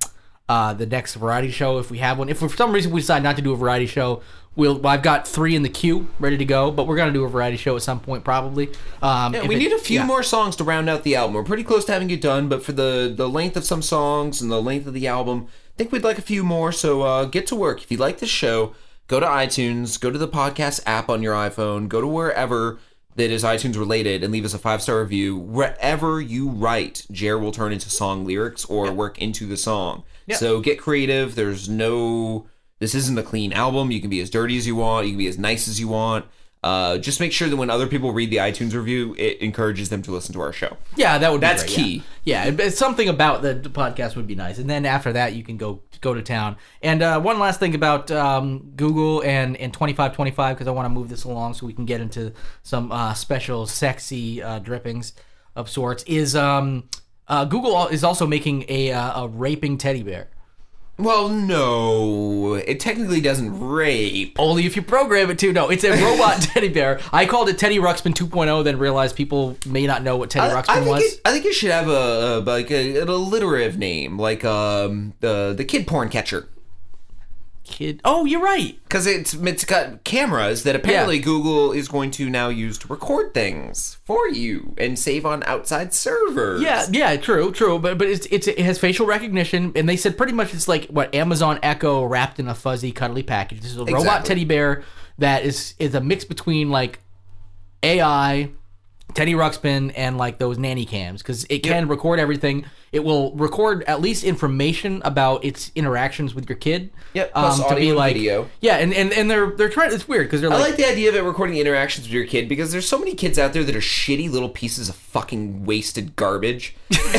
Speaker 5: uh, the next variety show if we have one. If for some reason we decide not to do a variety show, we'll I've got three in the queue ready to go, but we're gonna do a variety show at some point probably. Um,
Speaker 4: Yeah,
Speaker 5: if
Speaker 4: we
Speaker 5: it-
Speaker 4: need a few
Speaker 5: yeah.
Speaker 4: more songs to round out the album. We're pretty close to having it done, but for the the length of some songs and the length of the album, I think we'd like a few more. So uh, get to work. If you like this show, go to iTunes, go to the podcast app on your iPhone, go to wherever that is iTunes related, and leave us a five star review. Wherever you write, Jer will turn into song lyrics or work into the song. So get creative. There's no this isn't a clean album. You can be as dirty as you want. You can be as nice as you want. Uh, just make sure that when other people read the iTunes review, it encourages them to listen to our show.
Speaker 5: Yeah, that would.
Speaker 4: That's
Speaker 5: be great,
Speaker 4: key.
Speaker 5: Yeah, Yeah, it- it's something about the podcast would be nice, and then after that, you can go go to town. And uh, one last thing about um, Google and and twenty five twenty five because I want to move this along so we can get into some uh, special sexy uh, drippings of sorts. Is um, uh, Google al- is also making a uh, a raping teddy bear.
Speaker 4: Well, no, it technically doesn't rape.
Speaker 5: Only if you program it to. No, it's a robot teddy bear. I called it Teddy Ruxpin 2.0, then realized people may not know what Teddy
Speaker 4: I, I
Speaker 5: Ruxpin
Speaker 4: think
Speaker 5: was.
Speaker 4: it, I think it should have a, a like a, an alliterative name, like um the the kid porn catcher,
Speaker 5: Kid. Oh, you're right.
Speaker 4: because it's it's got cameras that apparently Google is going to now use to record things for you and save on outside servers.
Speaker 5: Yeah, yeah, true, true. But but it's, it's it has facial recognition, and they said pretty much it's like what Amazon Echo wrapped in a fuzzy, cuddly package. This is a robot
Speaker 4: Exactly.
Speaker 5: teddy bear that is is a mix between like AI, Teddy Ruxpin, and like those nanny cams because it can record everything. It will record at least information about its interactions with your kid. um,
Speaker 4: Yep, plus audio and video.
Speaker 5: Yeah, and, and and they're they're trying. It's weird because they're
Speaker 4: I
Speaker 5: like,
Speaker 4: like the idea of it recording the interactions with your kid because there's so many kids out there that are shitty little pieces of fucking wasted garbage.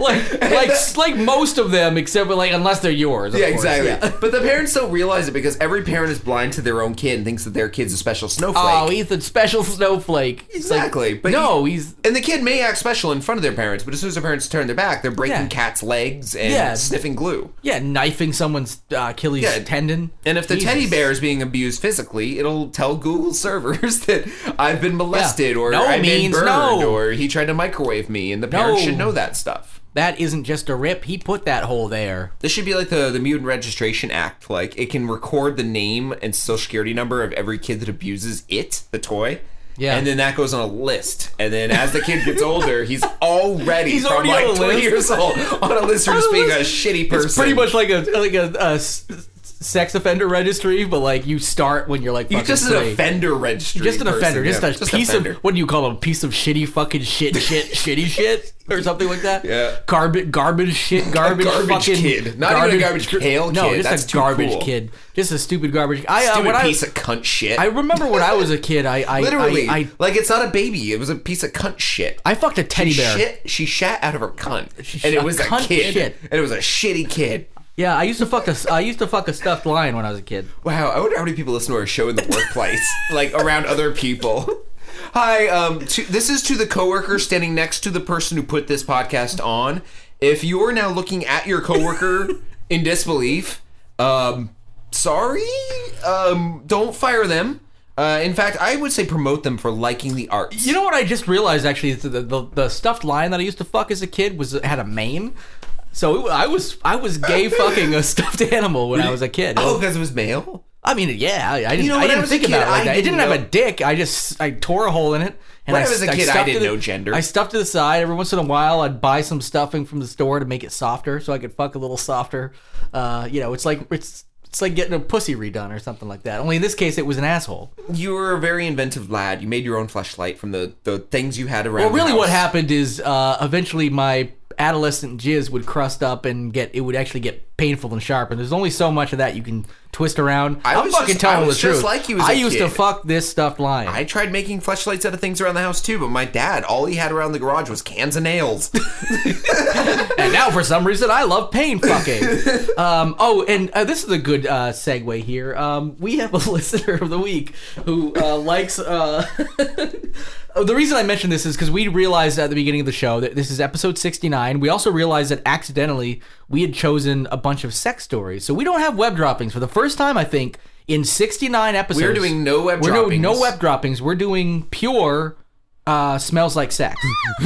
Speaker 5: like like like most of them except for like unless they're yours. of course.
Speaker 4: but the parents don't realize it because every parent is blind to their own kid and thinks that their kid's a special snowflake.
Speaker 5: Oh, he's a special snowflake. It's like,
Speaker 4: Exactly, but
Speaker 5: no,
Speaker 4: he-
Speaker 5: he's
Speaker 4: and the kid may act special in front of their parents, but as soon as their parents turn their back, they're breaking
Speaker 5: Yeah.
Speaker 4: cats' legs and
Speaker 5: Yeah.
Speaker 4: sniffing glue.
Speaker 5: yeah knifing someone's uh, Achilles
Speaker 4: Yeah.
Speaker 5: tendon.
Speaker 4: And if the
Speaker 5: Jesus.
Speaker 4: teddy bear is being abused physically, it'll tell Google servers that I've been molested or
Speaker 5: No
Speaker 4: I've
Speaker 5: means
Speaker 4: been
Speaker 5: no.
Speaker 4: burned or he tried to microwave me, and the parents
Speaker 5: No.
Speaker 4: should know that stuff.
Speaker 5: that isn't just a rip, he put that hole there.
Speaker 4: This should be like the, the Mutant Registration Act. Like, it can record the name and social security number of every kid that abuses it, the toy.
Speaker 5: Yeah.
Speaker 4: And then that goes on a list. And then as the kid gets older, he's already,
Speaker 5: He's
Speaker 4: from
Speaker 5: already
Speaker 4: like
Speaker 5: on a
Speaker 4: 20
Speaker 5: list.
Speaker 4: years old on a list for
Speaker 5: On a
Speaker 4: just being
Speaker 5: list.
Speaker 4: a shitty person.
Speaker 5: It's pretty much like a like a, a s- s- sex offender registry, but like you start when you're like
Speaker 4: He's
Speaker 5: fucking
Speaker 4: just an
Speaker 5: three.
Speaker 4: offender registry.
Speaker 5: Just an
Speaker 4: person,
Speaker 5: offender, just
Speaker 4: yeah.
Speaker 5: a piece
Speaker 4: offender.
Speaker 5: of what do you call it? A piece of shitty fucking shit, shit, shitty shit, or something like that.
Speaker 4: Yeah.
Speaker 5: garbage, garbage shit, garbage,
Speaker 4: garbage
Speaker 5: fucking
Speaker 4: kid. Not even a garbage
Speaker 5: gr-
Speaker 4: pail
Speaker 5: No,
Speaker 4: kid.
Speaker 5: just
Speaker 4: That's
Speaker 5: a
Speaker 4: too
Speaker 5: garbage
Speaker 4: cool.
Speaker 5: kid, just a stupid garbage. I, uh,
Speaker 4: Stupid
Speaker 5: when
Speaker 4: piece
Speaker 5: I,
Speaker 4: of cunt shit.
Speaker 5: I remember when I was a kid, I, I
Speaker 4: Literally,
Speaker 5: I, I,
Speaker 4: like it's not a baby. It was a piece of cunt shit.
Speaker 5: I fucked a teddy
Speaker 4: she
Speaker 5: bear.
Speaker 4: Shit, she shat out of her cunt,
Speaker 5: She
Speaker 4: and
Speaker 5: shat-
Speaker 4: it was a
Speaker 5: cunt
Speaker 4: kid,
Speaker 5: shit.
Speaker 4: and it was a shitty kid.
Speaker 5: Yeah, I used to fuck a, s- I used to fuck a stuffed lion when I was a kid.
Speaker 4: Wow, I wonder how many people listen to our show in the workplace, like around other people. Hi, um, to, this is to the coworker standing next to the person who put this podcast on. If you are now looking at your coworker in disbelief, um, sorry, um, don't fire them. Uh, in fact, I would say promote them for liking the arts.
Speaker 5: You know what I just realized actually is that the, the the stuffed lion that I used to fuck as a kid was had a mane. So it, I was I was gay fucking a stuffed animal when I was a kid.
Speaker 4: oh, because it was male.
Speaker 5: I mean, yeah, I, I didn't,
Speaker 4: know,
Speaker 5: I
Speaker 4: when I
Speaker 5: didn't
Speaker 4: was a
Speaker 5: think
Speaker 4: kid,
Speaker 5: about it like
Speaker 4: I
Speaker 5: that. It
Speaker 4: didn't
Speaker 5: didn't have a
Speaker 4: know-
Speaker 5: dick. I just I tore a hole in it. And
Speaker 4: When I
Speaker 5: s-
Speaker 4: was a kid, I
Speaker 5: stuffed
Speaker 4: didn't
Speaker 5: it-
Speaker 4: know gender.
Speaker 5: I stuffed it aside every once in a while. I'd buy some stuffing from the store to make it softer, so I could fuck a little softer. Uh, you know, it's like it's it's like getting a pussy redone or something like that. Only in this case, it was an asshole.
Speaker 4: You were a very inventive lad. You made your own flashlight from the, the things you had around.
Speaker 5: Well, really,
Speaker 4: the
Speaker 5: what
Speaker 4: house.
Speaker 5: happened is uh, eventually my adolescent jizz would crust up and get it would actually get painful and sharp. And there's only so much of that you can twist around.
Speaker 4: I
Speaker 5: am
Speaker 4: was
Speaker 5: fucking
Speaker 4: just- I
Speaker 5: telling
Speaker 4: was
Speaker 5: the
Speaker 4: just
Speaker 5: truth.
Speaker 4: like you as
Speaker 5: I
Speaker 4: a
Speaker 5: used to
Speaker 4: kid.
Speaker 5: fuck this stuffed lion.
Speaker 4: I tried making flashlights out of things around the house too, but my dad, all he had around the garage was cans of nails.
Speaker 5: and now for some reason I love pain fucking. um, oh, and uh, this is a good uh, segue here. Um, we have a listener of the week who uh, likes. Uh, oh, the reason I mentioned this is because we realized at the beginning of the show that this is episode sixty nine. We also realized that accidentally we had chosen a bunch of sex stories, so we don't have web droppings for the first time. I think in sixty nine episodes
Speaker 4: We're doing no web
Speaker 5: We're doing no
Speaker 4: droppings.
Speaker 5: web droppings. We're doing pure. Uh, smells like sex.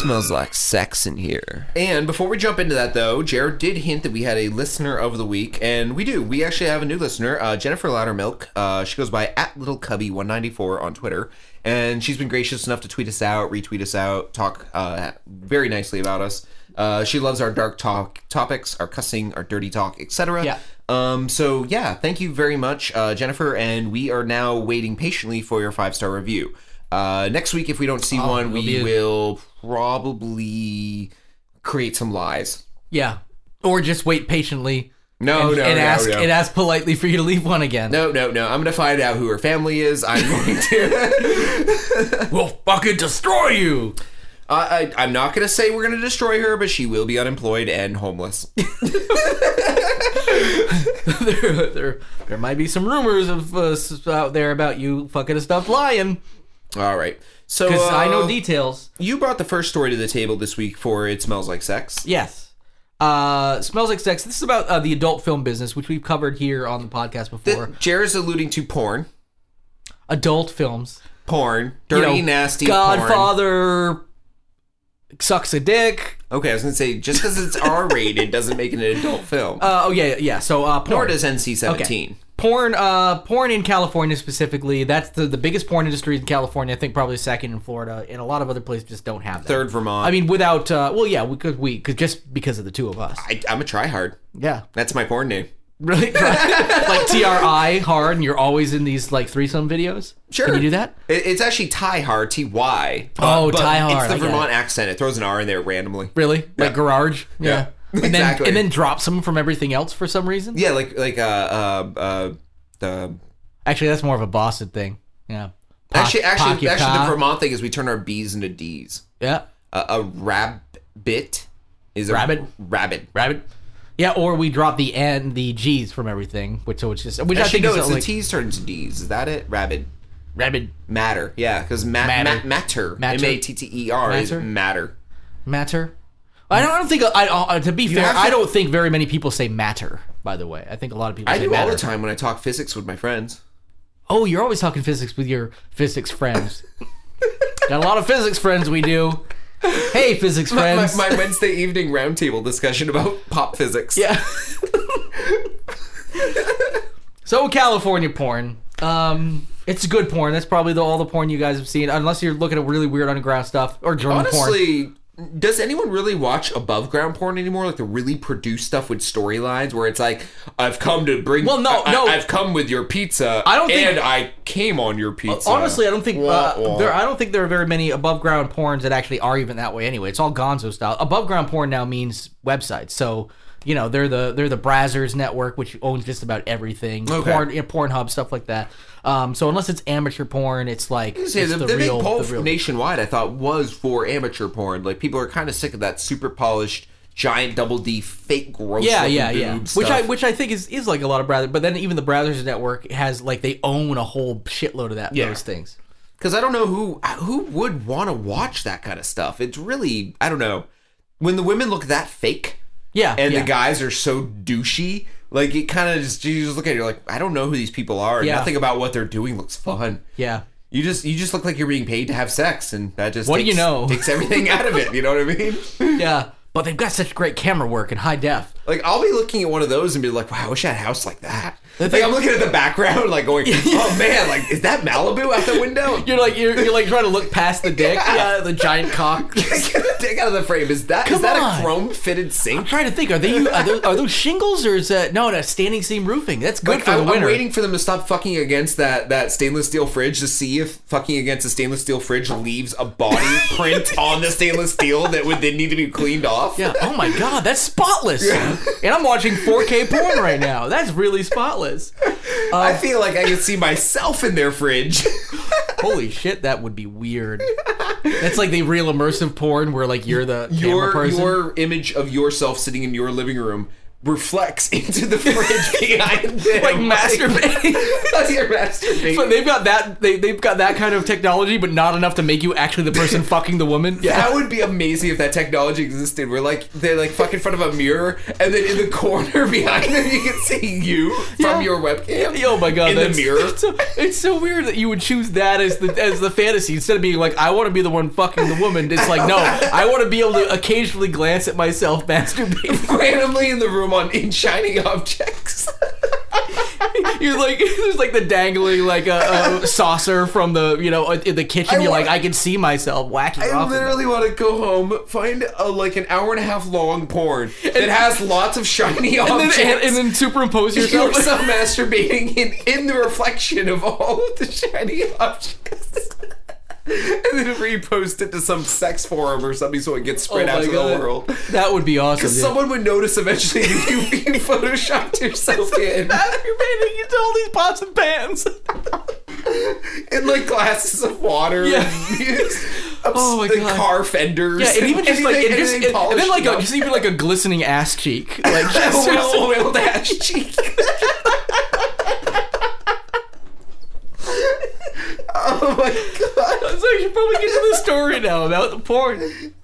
Speaker 4: smells like sex in here. And before we jump into that, though, Jared did hint that we had a listener of the week, and we do. We actually have a new listener, uh, Jennifer Loudermilk. Uh, she goes by at Little Cubby 194 on Twitter, and she's been gracious enough to tweet us out, retweet us out, talk uh, very nicely about us. Uh, she loves our dark talk topics, our cussing, our dirty talk, etc.
Speaker 5: Yeah.
Speaker 4: Um, so yeah, thank you very much, uh, Jennifer, and we are now waiting patiently for your five star review. Uh, next week, if we don't see one,
Speaker 5: Oh, it'll
Speaker 4: we
Speaker 5: be a-
Speaker 4: will probably create some lies.
Speaker 5: Yeah. Or just wait patiently.
Speaker 4: No,
Speaker 5: and,
Speaker 4: Oh, no,
Speaker 5: and
Speaker 4: no,
Speaker 5: ask,
Speaker 4: no.
Speaker 5: And ask politely for you to leave one again.
Speaker 4: No, no, no. I'm gonna find out who her family is. I'm going to.
Speaker 5: We'll fucking destroy you.
Speaker 4: I, I, I'm not gonna say we're gonna destroy her, but she will be unemployed and homeless.
Speaker 5: there, there, there might be some rumors of uh, s- out there about you fucking a stuffed lion.
Speaker 4: All right. So
Speaker 5: Because I know
Speaker 4: uh,
Speaker 5: details.
Speaker 4: you brought the first story to the table this week for "It Smells Like Sex."
Speaker 5: Yes. Uh, smells like sex. This is about uh, the adult film business, which we've covered here on the podcast before.
Speaker 4: Th- Jared's alluding to porn,
Speaker 5: adult films.
Speaker 4: porn, dirty,
Speaker 5: You know,
Speaker 4: nasty. porn.
Speaker 5: Godfather sucks a dick.
Speaker 4: Okay, I was gonna say just because it's R-rated doesn't make it an adult film.
Speaker 5: Uh, oh yeah, yeah. So uh, porn.
Speaker 4: Nor does NC-17.
Speaker 5: porn uh porn in california specifically that's the, the biggest porn industry in california i think probably second in florida and a lot of other places just don't have that
Speaker 4: Third Vermont.
Speaker 5: i mean without uh well yeah we could we could just because of the two of us
Speaker 4: I, I'm a tryhard.
Speaker 5: yeah
Speaker 4: That's my porn name.
Speaker 5: really like tri hard and you're always in these like threesome videos
Speaker 4: Sure.
Speaker 5: can you do that
Speaker 4: It- it's actually Ty Hard, T Y.
Speaker 5: Oh, Ty Hard,
Speaker 4: It's
Speaker 5: I
Speaker 4: the
Speaker 5: get
Speaker 4: Vermont accent. It throws an R in there randomly.
Speaker 5: really like garage yeah, and then
Speaker 4: Exactly.
Speaker 5: and then drops them from everything else for some reason
Speaker 4: Yeah, like like uh uh uh. the
Speaker 5: actually that's more of a boston thing yeah Poc-
Speaker 4: actually, actually,
Speaker 5: pocky
Speaker 4: actually, the
Speaker 5: cock.
Speaker 4: Vermont thing is we turn our B's into D's.
Speaker 5: yeah
Speaker 4: Uh, a rabbit is a
Speaker 5: Rabbit?
Speaker 4: Rabbit.
Speaker 5: rabbit. Yeah, or we drop the N, the G's from everything, which so it's just which
Speaker 4: Actually,
Speaker 5: I
Speaker 4: no,
Speaker 5: think
Speaker 4: it's
Speaker 5: is
Speaker 4: the
Speaker 5: like
Speaker 4: T's turn to D's. Is that it? Rabbit.
Speaker 5: rabbit
Speaker 4: Matter. Yeah, because ma-
Speaker 5: Matter.
Speaker 4: ma- matter.
Speaker 5: Matter.
Speaker 4: M a t t e r is
Speaker 5: Matter?
Speaker 4: matter.
Speaker 5: matter. I don't, I don't think I uh, to be fair,
Speaker 4: have to-
Speaker 5: I don't think very many people say matter. By the way, I think a lot of people
Speaker 4: I
Speaker 5: say
Speaker 4: do
Speaker 5: matter.
Speaker 4: all the time when I talk physics with my friends.
Speaker 5: Oh, you're always talking physics with your physics friends. Got a lot of physics friends we do. Hey, physics
Speaker 4: My-
Speaker 5: friends.
Speaker 4: My, Wednesday evening roundtable discussion about pop physics.
Speaker 5: yeah. so California porn. Um, it's good porn. That's probably the, all the porn you guys have seen, unless you're looking at really weird underground stuff or German porn.
Speaker 4: Honestly, does anyone really watch above ground porn anymore? Like the really produced stuff with storylines where it's like, I've come to bring.
Speaker 5: Well, no,
Speaker 4: I,
Speaker 5: no.
Speaker 4: I, have come with your pizza.
Speaker 5: I don't think-
Speaker 4: And I came on your pizza.
Speaker 5: Honestly, I don't think
Speaker 4: Wah,
Speaker 5: uh,
Speaker 4: wah.
Speaker 5: there. I don't think there are very many above ground porns that actually are even that way. Anyway, it's all Gonzo style. Above ground porn now means websites. So you know they're the they're the Brazzers network, which owns just about everything.
Speaker 4: Okay.
Speaker 5: Porn, you know, Pornhub stuff like that. Um, so unless it's amateur porn, it's like
Speaker 4: I was gonna
Speaker 5: it's
Speaker 4: say, the, the big poll nationwide, I thought, was for amateur porn. Like people are kind of sick of that super polished, giant double D, fake gross.
Speaker 5: yeah,
Speaker 4: looking
Speaker 5: yeah,
Speaker 4: boob
Speaker 5: yeah. Which
Speaker 4: stuff.
Speaker 5: I which I think is is like a lot of Brazzers. But then even the Brazzers network has like they own a whole shitload of that
Speaker 4: Yeah.
Speaker 5: those things.
Speaker 4: because I don't know who uh, who would want to watch that kind of stuff. It's really I don't know when the women look that fake
Speaker 5: Yeah,
Speaker 4: and
Speaker 5: yeah.
Speaker 4: the guys are so douchey. Like it kind of just you just look at it, you're like I don't know who these people are. and
Speaker 5: Yeah.
Speaker 4: Nothing about what they're doing looks fun.
Speaker 5: Yeah.
Speaker 4: You just you just look like you're being paid to have sex, and that just
Speaker 5: What do
Speaker 4: takes,
Speaker 5: you know?
Speaker 4: takes everything out of it. You know what I mean?
Speaker 5: Yeah. But they've got such great camera work and high def.
Speaker 4: Like I'll be looking at one of those and be like, wow, I wish I had a house like that.
Speaker 5: The
Speaker 4: like
Speaker 5: thing-
Speaker 4: I'm looking at the background, like going, oh man, like is that Malibu out the window?
Speaker 5: You're like you're, you're like trying to look past the dick, yeah, the giant cock.
Speaker 4: Get the dick out of the frame. Is that is
Speaker 5: Come
Speaker 4: that
Speaker 5: on.
Speaker 4: a chrome fitted
Speaker 5: I'm
Speaker 4: sink?
Speaker 5: trying to think. Are they are those, are those shingles or is that no? No, standing seam roofing. That's good
Speaker 4: Like,
Speaker 5: for
Speaker 4: I'm,
Speaker 5: the
Speaker 4: I'm
Speaker 5: winter.
Speaker 4: waiting for them to stop fucking against that, that stainless steel fridge to see if fucking against a stainless steel fridge leaves a body print on the stainless steel that would then need to be cleaned off.
Speaker 5: Yeah. Oh my god, that's spotless. And I'm watching 4K porn right now. That's really spotless.
Speaker 4: I feel like I can see myself in their fridge.
Speaker 5: Holy shit, that would be weird. That's like the real immersive porn where like you're the camera
Speaker 4: your
Speaker 5: person.
Speaker 4: your image of yourself sitting in your living room reflects into the fridge behind them.
Speaker 5: like masturbating.
Speaker 4: That's your masturbating.
Speaker 5: But they've got that they they've got that kind of technology, but not enough to make you actually the person fucking the woman.
Speaker 4: That would be amazing if that technology existed. Where like they like fuck in front of a mirror, and then in the corner behind them, you can see you
Speaker 5: Yeah.
Speaker 4: from your webcam.
Speaker 5: Oh my god!
Speaker 4: in the
Speaker 5: that's-
Speaker 4: mirror.
Speaker 5: It's so, it's so weird that you would choose that as the as the fantasy instead of being like, I want to be the one fucking the woman. It's like, no, I want to be able to occasionally glance at myself masturbating.
Speaker 4: randomly in the room on in shining objects.
Speaker 5: You're like, there's like the dangling like a, a saucer from the you know uh, in the kitchen.
Speaker 4: I
Speaker 5: You're
Speaker 4: want-
Speaker 5: like, I can see myself whacking
Speaker 4: I
Speaker 5: off. in
Speaker 4: literally want to go home, find a like an hour and a half long porn that has lots of shiny
Speaker 5: that. and
Speaker 4: objects.
Speaker 5: then, and, and then superimpose yourself.
Speaker 4: yourself masturbating in, in the reflection of all of the shiny objects. and then repost it to some sex forum or something so it gets
Speaker 5: Oh
Speaker 4: spread out
Speaker 5: my
Speaker 4: to
Speaker 5: God.
Speaker 4: the world.
Speaker 5: That would be awesome. dude.
Speaker 4: Someone would notice eventually that you, you photoshopped yourself in,
Speaker 5: masturbating into all these pots and pans.
Speaker 4: in like glasses of water,
Speaker 5: Yeah.
Speaker 4: and
Speaker 5: Oh my
Speaker 4: the
Speaker 5: God.
Speaker 4: car fenders,
Speaker 5: Yeah, and even just like
Speaker 4: anything-
Speaker 5: and, just,
Speaker 4: anything
Speaker 5: and, and
Speaker 4: polished
Speaker 5: then like a,
Speaker 4: up.
Speaker 5: just even like a glistening ass cheek, like
Speaker 4: a
Speaker 5: just,
Speaker 4: well oiled ass cheek. oh my god.
Speaker 5: So I should probably get to the story now about the porn.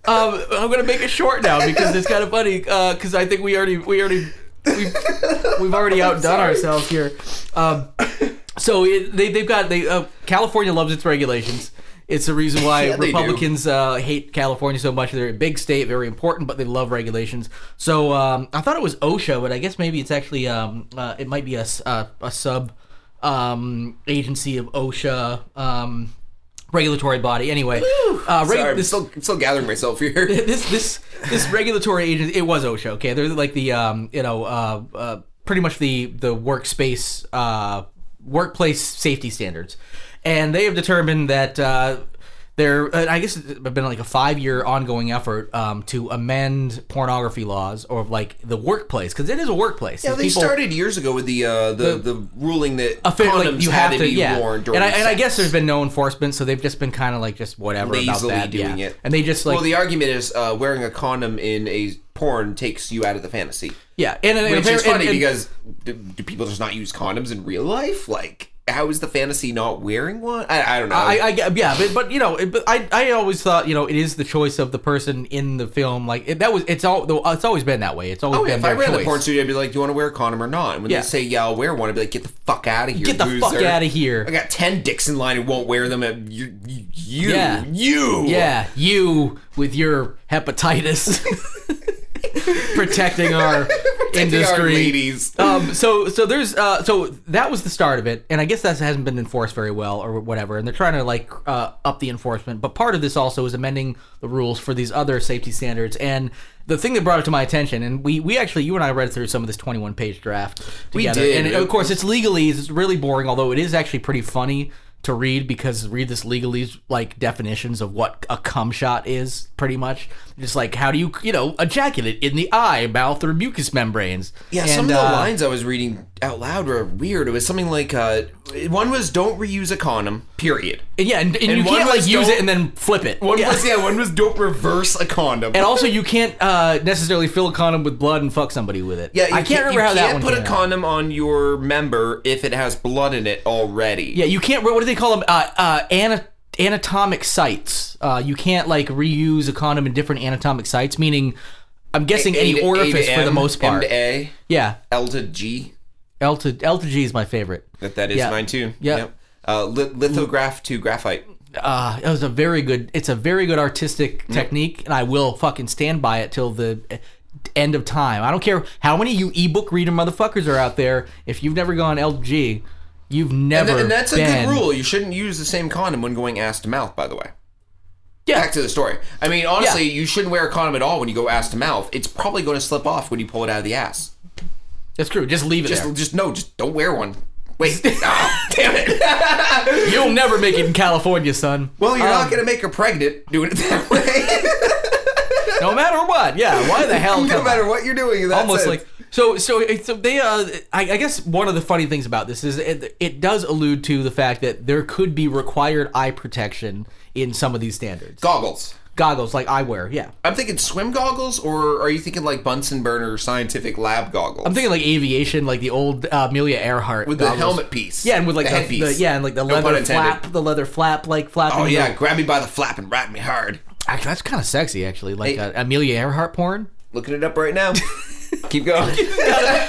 Speaker 5: Um, I'm gonna make it short now because it's kind of funny. Because I think we already we already we've, we've already outdone ourselves here. Um, so it, they they've got they uh, California loves its regulations. It's the reason why
Speaker 4: Yeah, they do.
Speaker 5: Republicans uh, hate California so much. They're a big state, very important, but they love regulations. So um, I thought it was OSHA, but I guess maybe it's actually um, uh, it might be a, s- uh, a sub um, agency of OSHA. Um, regulatory body. Anyway, uh, reg-
Speaker 4: Sorry, I'm
Speaker 5: this,
Speaker 4: still, I'm still gathering myself here.
Speaker 5: this this this regulatory agency. It was OSHA. Okay, they're like the um, you know uh, uh, pretty much the the workspace uh, workplace safety standards, and they have determined that. Uh, there, uh, I guess it's been like a five-year ongoing effort um, to amend pornography laws or like the workplace because it is a workplace.
Speaker 4: Yeah,
Speaker 5: These
Speaker 4: they
Speaker 5: people-
Speaker 4: started years ago with the uh, the, the ruling that
Speaker 5: a fair-
Speaker 4: condoms
Speaker 5: like, you
Speaker 4: had
Speaker 5: have
Speaker 4: to be
Speaker 5: yeah.
Speaker 4: worn during
Speaker 5: and I, and I
Speaker 4: sex.
Speaker 5: guess there's been no enforcement, so they've just been kind of like just whatever
Speaker 4: lazily
Speaker 5: about that. yeah.
Speaker 4: doing it.
Speaker 5: and they just like
Speaker 4: well, the argument is uh, wearing a condom in a porn takes you out of the fantasy,
Speaker 5: Yeah, and, and,
Speaker 4: which
Speaker 5: and-
Speaker 4: is funny
Speaker 5: and-
Speaker 4: because do, do people just not use condoms in real life? Like, how is the fantasy not wearing one? I, I don't know.
Speaker 5: I, I get- yeah, but but you know, it, but I I always thought you know it is the choice of the person in the film. Like it, that was it's all though it's always been that way. It's always
Speaker 4: Oh, yeah,
Speaker 5: been
Speaker 4: if I
Speaker 5: their
Speaker 4: ran
Speaker 5: choice.
Speaker 4: the porn studio, I'd be like, "Do you want to wear a condom or not?" And when
Speaker 5: Yeah.
Speaker 4: they say, "Yeah, I'll wear one," I'd be like, "Get the fuck out of here!
Speaker 5: Get the
Speaker 4: loser.
Speaker 5: fuck outta here.
Speaker 4: I got ten dicks in line who won't wear them. And you, you,
Speaker 5: Yeah.
Speaker 4: you,
Speaker 5: yeah, you with your hepatitis protecting our industry.
Speaker 4: ladies.
Speaker 5: Um, so so there's uh, so that was the start of it, and I guess that hasn't been enforced very well or whatever, and they're trying to like uh, up the enforcement. But part of this also is amending the rules for these other safety standards. And the thing that brought it to my attention, and we we actually you and I read through some of this 21 page draft together,
Speaker 4: did.
Speaker 5: and of course it's legalese. It's really boring, although it is actually pretty funny. To read because read this legalese like definitions of what a cum shot is pretty much just like how do you you know ejaculate in the eye mouth or mucous membranes
Speaker 4: Yeah, some of
Speaker 5: And,
Speaker 4: the
Speaker 5: uh,
Speaker 4: lines I was reading out loud were weird. It was something like uh, one was "Don't reuse a condom." Period.
Speaker 5: And yeah, and, and
Speaker 4: And
Speaker 5: you
Speaker 4: one
Speaker 5: can't
Speaker 4: was
Speaker 5: like use
Speaker 4: don't-
Speaker 5: it and then flip it.
Speaker 4: One
Speaker 5: yeah.
Speaker 4: was yeah, one was "Don't reverse a condom."
Speaker 5: and also you can't uh, necessarily fill a condom with blood and fuck somebody with it.
Speaker 4: yeah, you
Speaker 5: I can't, remember
Speaker 4: you
Speaker 5: how that
Speaker 4: can't
Speaker 5: one
Speaker 4: put a
Speaker 5: came out.
Speaker 4: condom on your member if it has blood in it already.
Speaker 5: Yeah, you can't. What do they call them? Uh, uh, ana- anatomic sites. Uh, you can't like reuse a condom in different anatomic sites. Meaning, I'm guessing
Speaker 4: A
Speaker 5: any
Speaker 4: to- A to
Speaker 5: orifice for the
Speaker 4: M,
Speaker 5: most part.
Speaker 4: M to A,
Speaker 5: yeah,
Speaker 4: L to G.
Speaker 5: L to L to G is my favorite.
Speaker 4: That that is
Speaker 5: Yeah.
Speaker 4: mine too.
Speaker 5: Yeah.
Speaker 4: Uh, li- lithograph to graphite.
Speaker 5: uh, it was a very good. It's a very good artistic technique, and I will fucking stand by it till the eh, end of time. I don't care how many you ebook reader motherfuckers are out there. If you've never gone LG, you've
Speaker 4: And,
Speaker 5: never.
Speaker 4: th- and that's a
Speaker 5: been-
Speaker 4: good rule. You shouldn't use the same condom when going ass to mouth. By the way.
Speaker 5: Yeah.
Speaker 4: Back to the story. I mean, honestly,
Speaker 5: Yeah.
Speaker 4: you shouldn't wear a condom at all when you go ass to mouth. It's probably going to slip off when you pull it out of the ass.
Speaker 5: That's true. Just leave it
Speaker 4: Just,
Speaker 5: there.
Speaker 4: just no, just don't wear one. Wait, ah, damn
Speaker 5: Um,
Speaker 4: it.
Speaker 5: You'll never make it in California, son.
Speaker 4: Well, you're
Speaker 5: Um,
Speaker 4: not going to make her pregnant doing it that way.
Speaker 5: No matter what. Yeah. Why the hell?
Speaker 4: no
Speaker 5: Oh, come-
Speaker 4: matter what you're doing, in that
Speaker 5: almost
Speaker 4: sense.
Speaker 5: like so so so they uh I, I guess one of the funny things about this is it, it does allude to the fact that there could be required eye protection in some of these standards
Speaker 4: goggles.
Speaker 5: goggles like eyewear yeah
Speaker 4: I'm thinking swim goggles, or are you thinking like Bunsen burner scientific lab goggles?
Speaker 5: i'm thinking like aviation like the old uh, amelia eirhart
Speaker 4: with the
Speaker 5: goggles.
Speaker 4: helmet piece.
Speaker 5: yeah and with like
Speaker 4: the
Speaker 5: the, the,
Speaker 4: headpiece.
Speaker 5: yeah and like the
Speaker 4: No pun
Speaker 5: leather
Speaker 4: intended.
Speaker 5: flap the leather flap like flapping
Speaker 4: Oh
Speaker 5: the-
Speaker 4: yeah, grab me by the flap and wrap me hard.
Speaker 5: actually that's kind of sexy actually like
Speaker 4: Hey.
Speaker 5: uh, amelia earhart porn
Speaker 4: Looking it up right now. Keep going. Do you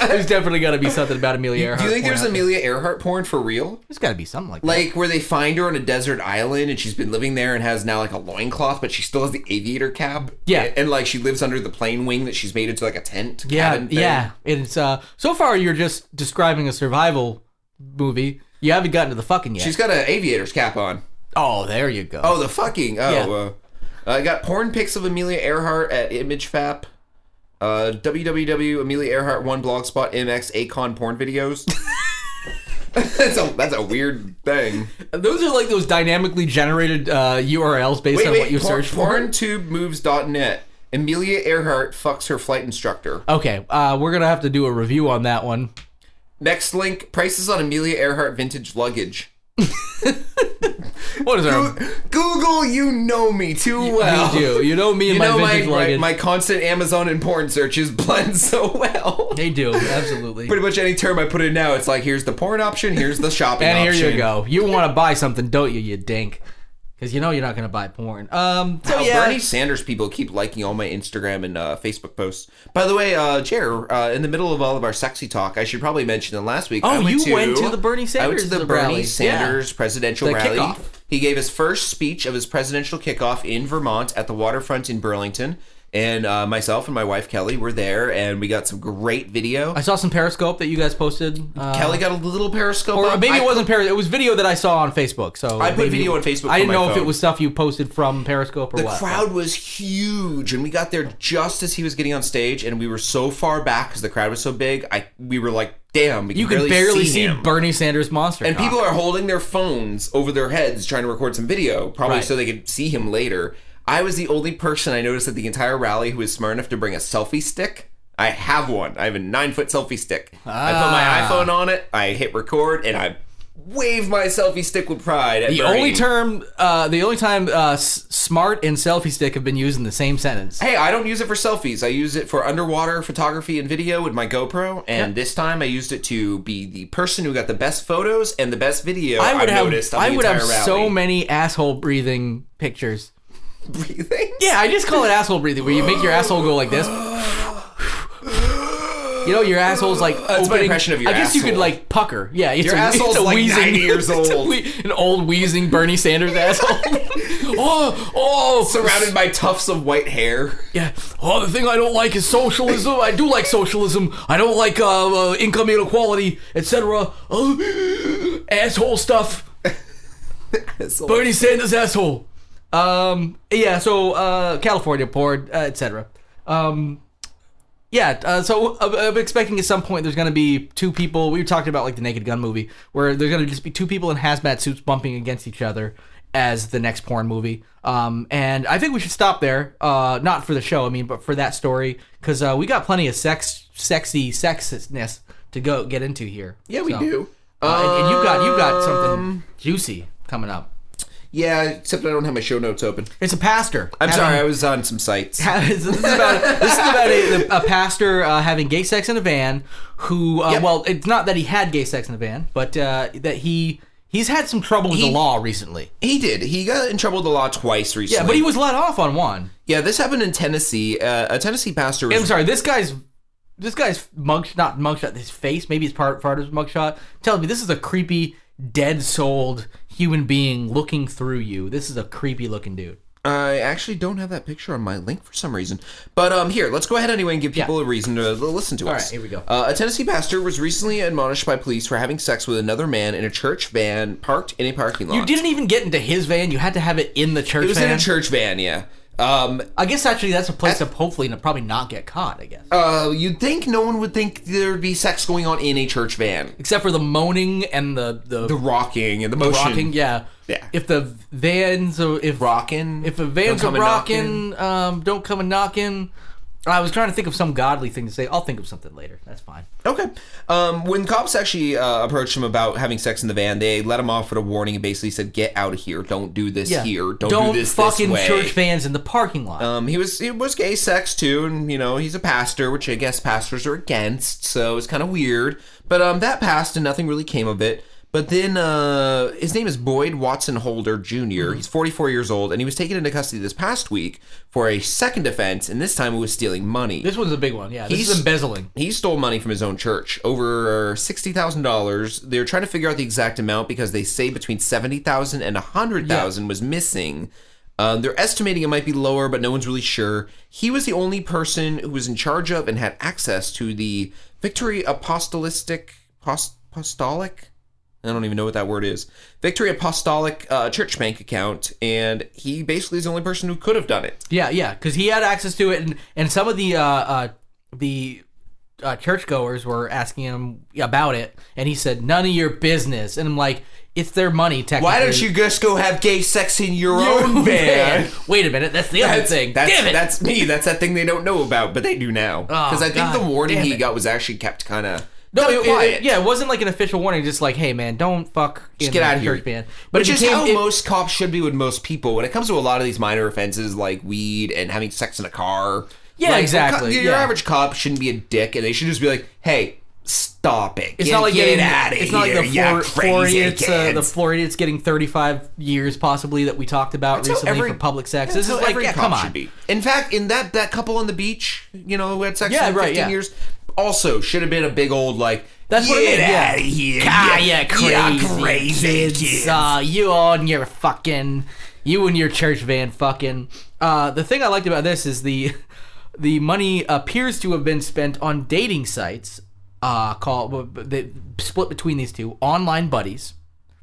Speaker 5: there's definitely got to be something about amelia earhart
Speaker 4: think
Speaker 5: porn
Speaker 4: there's
Speaker 5: out there.
Speaker 4: Amelia Earhart porn for real?
Speaker 5: there's got to be something like,
Speaker 4: like where they find her on a desert island and she's been living there and has now like a loincloth but she still has the aviator cap
Speaker 5: Yeah.
Speaker 4: and, and, like she lives under the plane wing that she's made into like a tent
Speaker 5: that. yeah
Speaker 4: cabin thing.
Speaker 5: yeah it's uh so far you're just describing a survival movie you haven't gotten to the fucking yet
Speaker 4: she's got an aviator's cap on
Speaker 5: oh there you go
Speaker 4: oh the fucking oh uh, i got porn pics of amelia earhart at imagefap uh www amelia earhart one blogspot mx acon porn videos that's a that's a weird thing
Speaker 5: those are like those dynamically generated uh urls based on what you
Speaker 4: por-
Speaker 5: search for
Speaker 4: porntubemoves.net amelia earhart fucks her flight instructor
Speaker 5: Okay, uh, we're gonna have to do a review on that one.
Speaker 4: Next link: prices on Amelia Earhart vintage luggage.
Speaker 5: What is our?
Speaker 4: Google, you know me too well.
Speaker 5: We do. You know me and
Speaker 4: You
Speaker 5: my
Speaker 4: know my,
Speaker 5: vintage
Speaker 4: my,
Speaker 5: luggage.
Speaker 4: my constant Amazon and porn searches blend so well.
Speaker 5: they do absolutely.
Speaker 4: Pretty much any term I put in now, it's like here's the porn option, here's the shopping
Speaker 5: and
Speaker 4: option.
Speaker 5: here you go. You want to buy something, don't you? You dink. Because you know you're not gonna buy porn. Um. So
Speaker 4: Wow,
Speaker 5: yeah.
Speaker 4: Bernie Sanders people keep liking all my Instagram and uh, Facebook posts. By the way, uh, Jer, uh, in the middle of all of our sexy talk, I should probably mention that last week.
Speaker 5: Oh,
Speaker 4: I
Speaker 5: you went to the Bernie
Speaker 4: I went to
Speaker 5: Sanders
Speaker 4: the Bernie
Speaker 5: rally.
Speaker 4: Sanders presidential
Speaker 5: The
Speaker 4: rally.
Speaker 5: kickoff.
Speaker 4: He gave his first speech of his presidential kickoff in Vermont at the waterfront in Burlington. And uh, myself and my wife Kelly were there, and we got some great video.
Speaker 5: I saw some Periscope that you guys posted. Uh,
Speaker 4: Kelly got a little periscope,
Speaker 5: or
Speaker 4: up.
Speaker 5: maybe
Speaker 4: I-
Speaker 5: it wasn't Periscope. It was video that I saw on Facebook. So
Speaker 4: I put
Speaker 5: maybe-
Speaker 4: video on Facebook from
Speaker 5: I didn't
Speaker 4: my
Speaker 5: know if it
Speaker 4: phone.
Speaker 5: was stuff you posted from Periscope or
Speaker 4: The
Speaker 5: what.
Speaker 4: crowd was huge, and we got there just as he was getting on stage, and we were so far back because the crowd was so big. I we were like, "Damn, we
Speaker 5: you could barely, see,
Speaker 4: him.
Speaker 5: Bernie Sanders monster.
Speaker 4: And
Speaker 5: cock.
Speaker 4: people are holding their phones over their heads trying to record some video, probably
Speaker 5: Right.
Speaker 4: so they could see him later. I was the only person I noticed at the entire rally who was smart enough to bring a selfie stick. I have one. I have a nine foot selfie stick. I
Speaker 5: Ah.
Speaker 4: put my iPhone on it. I hit record, and I wave my selfie stick with pride. At
Speaker 5: The
Speaker 4: Bernie.
Speaker 5: only term, uh, the only time uh, s- smart and selfie stick have been used in the same sentence.
Speaker 4: Hey, I don't use it for selfies. I use it for underwater photography and video with my GoPro. And this time, I used it to be the person who got the best photos and the best video.
Speaker 5: I
Speaker 4: I've
Speaker 5: would have,
Speaker 4: Noticed on
Speaker 5: I
Speaker 4: the
Speaker 5: would have
Speaker 4: entire rally.
Speaker 5: so many asshole breathing pictures.
Speaker 4: breathing.
Speaker 5: Yeah, I just call it asshole breathing, where you make your asshole go like this. You know, your asshole's like
Speaker 4: my
Speaker 5: opening-
Speaker 4: impression of your
Speaker 5: I guess you could
Speaker 4: asshole.
Speaker 5: like pucker. Yeah, it's
Speaker 4: Your
Speaker 5: a,
Speaker 4: asshole's
Speaker 5: it's a
Speaker 4: like
Speaker 5: wheezing,
Speaker 4: 90 years
Speaker 5: it's a
Speaker 4: old.
Speaker 5: whe- an old wheezing Bernie Sanders asshole. oh, oh,
Speaker 4: surrounded by tufts of white hair.
Speaker 5: Yeah. Oh, the thing I don't like is socialism. I do like socialism. I don't like uh, uh, income inequality, etc. Uh, asshole stuff. Bernie Sanders asshole. Um. Yeah. So uh, California poured, uh, etc. Um. Yeah. Uh, so I'm, I'm expecting at some point there's going to be two people. We were talking about like the Naked Gun movie, where there's going to just be two people in hazmat suits bumping against each other as the next porn movie. Um. And I think we should stop there. Uh. Not for the show, I mean, but for that story, because uh, we got plenty of sex, sexy sexness to go get into here.
Speaker 4: Yeah, we
Speaker 5: So,
Speaker 4: do.
Speaker 5: Uh, and, and you got you got something juicy coming up.
Speaker 4: Yeah, except I don't have my show notes open.
Speaker 5: It's a pastor.
Speaker 4: I'm
Speaker 5: having-
Speaker 4: sorry, I was on some sites.
Speaker 5: this is about this is about a, a pastor uh, having gay sex in a van. Who uh,
Speaker 4: Yep.
Speaker 5: well, it's not that he had gay sex in a van, but uh, that he he's had some trouble with
Speaker 4: He-
Speaker 5: the law recently.
Speaker 4: He did. He got in trouble with the law twice recently.
Speaker 5: Yeah, but he was let off on one.
Speaker 4: Yeah, this happened in Tennessee. Uh, a Tennessee pastor was
Speaker 5: I'm sorry, this guy's this guy's mug not mugshot. His face, maybe it's part part of his mugshot. Tells me this is a creepy, dead souled human being looking through you. This is a creepy looking dude.
Speaker 4: I actually don't have that picture on my link for some reason. But um, here, let's go ahead anyway and give people a reason to listen to us.
Speaker 5: right, here we go.
Speaker 4: Uh, a Tennessee pastor was recently admonished by police for having sex with another man in a church van parked in a parking lot.
Speaker 5: You didn't even get into his van. You had to have it in the church.
Speaker 4: It was in
Speaker 5: van.
Speaker 4: a church van, yeah. Um,
Speaker 5: I guess actually that's a place to hopefully n- probably not get caught. I guess
Speaker 4: uh, you'd think no one would think there'd be sex going on in a church van.
Speaker 5: except for the moaning and the the,
Speaker 4: The rocking and the motion.
Speaker 5: rocking. Yeah,
Speaker 4: Yeah.
Speaker 5: If the vans are if
Speaker 4: Rocking.
Speaker 5: if the vans
Speaker 4: Don't come
Speaker 5: are
Speaker 4: a
Speaker 5: rocking, um, don't come a knocking. I was trying to think of some godly thing to say. I'll think of something later. That's fine.
Speaker 4: Okay. Um, when cops actually uh, approached him about having sex in the van, they let him off with a warning and basically said, "Get out of here! Don't do this
Speaker 5: Yeah.
Speaker 4: here! Don't,
Speaker 5: don't
Speaker 4: do this
Speaker 5: fucking
Speaker 4: this way."
Speaker 5: church vans in the parking lot.
Speaker 4: Um, he was he was gay sex too, and you know he's a pastor, which I guess pastors are against, so it's kind of weird. But um, that passed and nothing really came of it. But then uh, his name is Boyd Watson Holder
Speaker 5: Mm-hmm.
Speaker 4: junior He's 44 years old, and he was taken into custody this past week for a second offense, and this time it was stealing money.
Speaker 5: this one's a big one. Yeah, this
Speaker 4: he's-
Speaker 5: is embezzling.
Speaker 4: He stole money from his own church, over sixty thousand dollars. They're trying to figure out the exact amount because they say between seventy thousand and a hundred thousand was missing. Um, they're estimating it might be lower, but no one's really sure. He was the only person who was in charge of and had access to the Victory Apostolistic Post- Apostolic. I don't even know what that word is. Victory Apostolic uh, Church Bank account, and he basically is the only person who could have done it.
Speaker 5: Yeah, yeah, because he had access to it, and and some of the uh, uh, the uh, churchgoers were asking him about it, and he said, "None of your business." And I'm like, "It's their money, technically."
Speaker 4: Why don't you just go have gay sex in your,
Speaker 5: Your
Speaker 4: own van?
Speaker 5: Wait a minute, that's the other thing.
Speaker 4: That's,
Speaker 5: Damn it! Oh,
Speaker 4: that's me. That's that thing they don't know about, but they do now. Because I think
Speaker 5: God
Speaker 4: the warning
Speaker 5: damn
Speaker 4: he
Speaker 5: it.
Speaker 4: got was actually kept kind of
Speaker 5: no, it, it-
Speaker 4: quiet.
Speaker 5: yeah, it wasn't like an official warning, just like, "Hey, man, don't fuck."
Speaker 4: Just get out of here.
Speaker 5: man.
Speaker 4: But Which is how most cops should be with most people when it comes to a lot of these minor offenses like weed and having sex in a car.
Speaker 5: Yeah,
Speaker 4: Like,
Speaker 5: exactly,
Speaker 4: Your
Speaker 5: yeah.
Speaker 4: average cop shouldn't be a dick, and they should just be like, "Hey, stop it!
Speaker 5: It's
Speaker 4: get,
Speaker 5: not like
Speaker 4: get
Speaker 5: getting
Speaker 4: out of
Speaker 5: It's
Speaker 4: here!
Speaker 5: not like the
Speaker 4: you
Speaker 5: Flor-
Speaker 4: crazy
Speaker 5: Floridians, uh, the
Speaker 4: kids."
Speaker 5: Floridians getting 35 years possibly that we talked about
Speaker 4: how
Speaker 5: recently
Speaker 4: every-
Speaker 5: for public sex.
Speaker 4: that's
Speaker 5: This is
Speaker 4: how
Speaker 5: like,
Speaker 4: every
Speaker 5: yeah,
Speaker 4: cop
Speaker 5: come
Speaker 4: should
Speaker 5: on.
Speaker 4: be. In fact, in that that couple on the beach, you know, who had sex
Speaker 5: Yeah,
Speaker 4: for
Speaker 5: right,
Speaker 4: 15
Speaker 5: yeah.
Speaker 4: years, also should have been a big old like.
Speaker 5: That's what I
Speaker 4: get
Speaker 5: mean, yeah.
Speaker 4: out of here.
Speaker 5: Ah,
Speaker 4: you-
Speaker 5: yeah,
Speaker 4: you
Speaker 5: crazy
Speaker 4: crazy kids.
Speaker 5: Uh, you all and your fucking, you and your church van fucking. Uh, the thing I liked about this is the, the money appears to have been spent on dating sites. Uh, call they split between these two online buddies.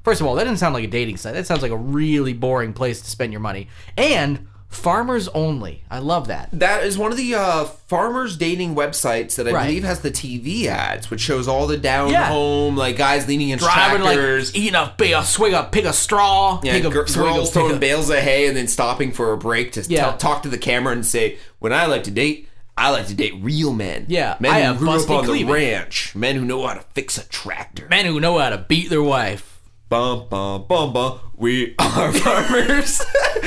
Speaker 5: First of all, that doesn't sound like a dating site. That sounds like a really boring place to spend your money. And farmers only. I love that.
Speaker 4: That is one of the uh, farmers dating websites that I
Speaker 5: Right.
Speaker 4: believe has the TV ads, which shows all the down
Speaker 5: Yeah.
Speaker 4: home like guys leaning in
Speaker 5: Driving
Speaker 4: tractors.
Speaker 5: like eating a big a swig of pick a straw,
Speaker 4: yeah,
Speaker 5: pick a
Speaker 4: gir-
Speaker 5: swig of-
Speaker 4: girls
Speaker 5: pick a-
Speaker 4: throwing bales of hay and then stopping for a break to
Speaker 5: Yeah.
Speaker 4: t- talk to the camera and say, "When I like to date, I like to date real men.
Speaker 5: Yeah,
Speaker 4: men
Speaker 5: I
Speaker 4: who
Speaker 5: have
Speaker 4: grew up
Speaker 5: busty
Speaker 4: on the
Speaker 5: cleavage."
Speaker 4: ranch, men who know how to fix a tractor."
Speaker 5: men who know how to beat their wife.
Speaker 4: Bum bum bum bum. We are farmers.